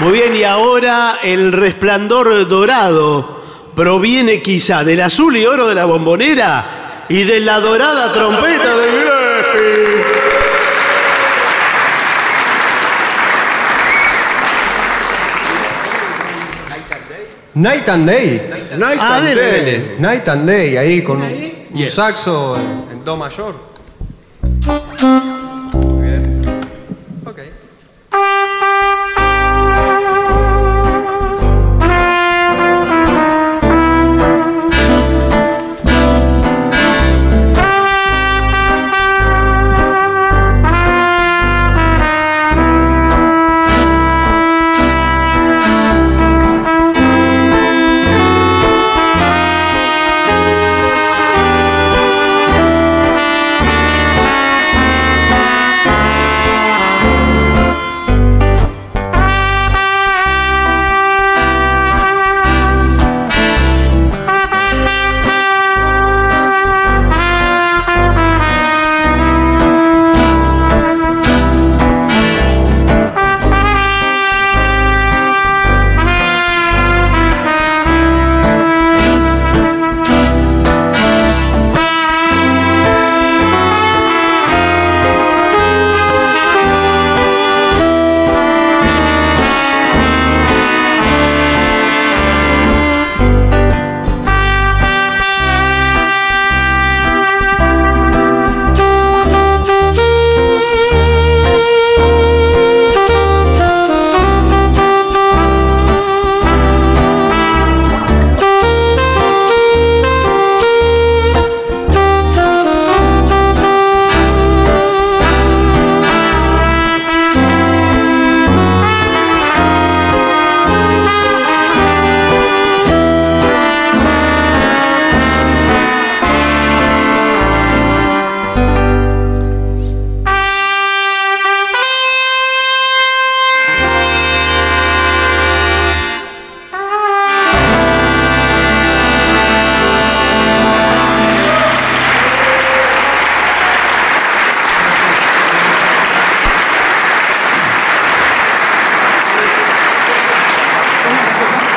[SPEAKER 3] Muy bien, y ahora el resplandor dorado proviene quizá del azul y oro de la bombonera y de la dorada trompeta de Gillespie.
[SPEAKER 9] Night and Day.
[SPEAKER 3] Night Ah, and dele, Day. dele.
[SPEAKER 9] Night and Day, ahí con un, un
[SPEAKER 3] Yes.
[SPEAKER 9] saxo en, en do mayor.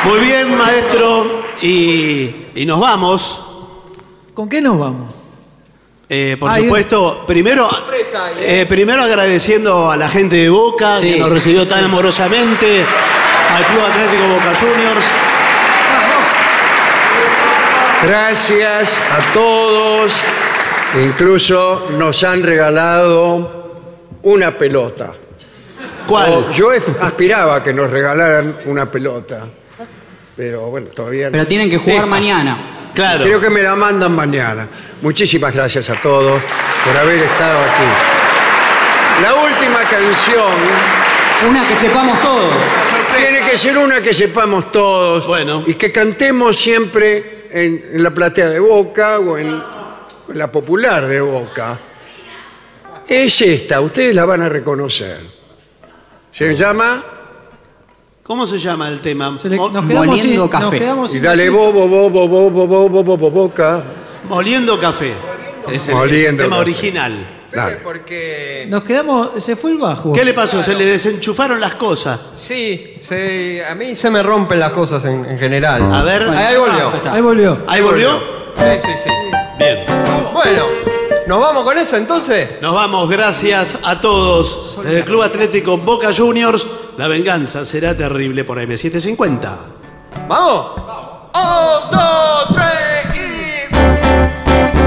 [SPEAKER 3] Muy bien, maestro, y, y nos vamos.
[SPEAKER 12] ¿Con qué nos vamos?
[SPEAKER 3] Eh, por
[SPEAKER 12] Hay un-
[SPEAKER 3] supuesto, primero, eh, primero agradeciendo a la gente de Boca
[SPEAKER 12] Sí.
[SPEAKER 3] que nos recibió tan amorosamente, al Club Atlético Boca Juniors.
[SPEAKER 1] Gracias a todos. Incluso nos han regalado una pelota.
[SPEAKER 3] ¿Cuál?
[SPEAKER 12] Oh,
[SPEAKER 1] yo es- aspiraba a que nos regalaran una pelota. Pero bueno, todavía no.
[SPEAKER 9] Pero tienen que jugar mañana.
[SPEAKER 3] Claro.
[SPEAKER 1] Creo que me la mandan mañana. Muchísimas gracias a todos por haber estado aquí. La última canción.
[SPEAKER 9] Una que sepamos todos.
[SPEAKER 1] Tiene que ser una que sepamos todos. Bueno. Y que cantemos siempre en, en la platea de Boca o en, en la popular de Boca. Es esta, ustedes la van a reconocer. Se llama
[SPEAKER 3] ¿Cómo se llama el tema? Mo-
[SPEAKER 1] Y dale bobo, bobo, bobo, bobo, bobo, boca.
[SPEAKER 3] Moliendo café. Es el,
[SPEAKER 1] Moliendo
[SPEAKER 3] es el tema
[SPEAKER 1] café.
[SPEAKER 3] original.
[SPEAKER 1] Dale.
[SPEAKER 12] Nos quedamos. Se fue el bajo.
[SPEAKER 3] ¿Qué le pasó? Se le desenchufaron las cosas.
[SPEAKER 9] Sí, se- a mí se me rompen las cosas en, en general.
[SPEAKER 3] A ver. Ah,
[SPEAKER 9] Ahí, ahí volvió.
[SPEAKER 12] Ahí volvió.
[SPEAKER 3] ¿Ahí volvió?
[SPEAKER 9] Sí, sí, sí.
[SPEAKER 3] Bien.
[SPEAKER 9] Bueno, ¿nos vamos con eso entonces?
[SPEAKER 3] Nos vamos, gracias a todos. Desde el Club Atlético Boca Juniors, la venganza será terrible por M750.
[SPEAKER 9] ¡Vamos! ¡Un, dos, tres y...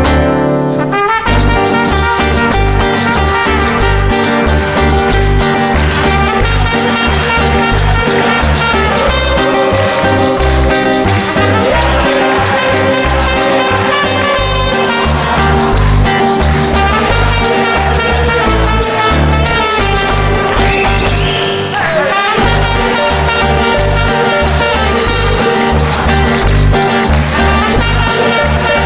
[SPEAKER 10] Thank you.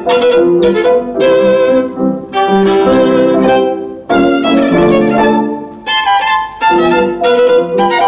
[SPEAKER 10] Thank you.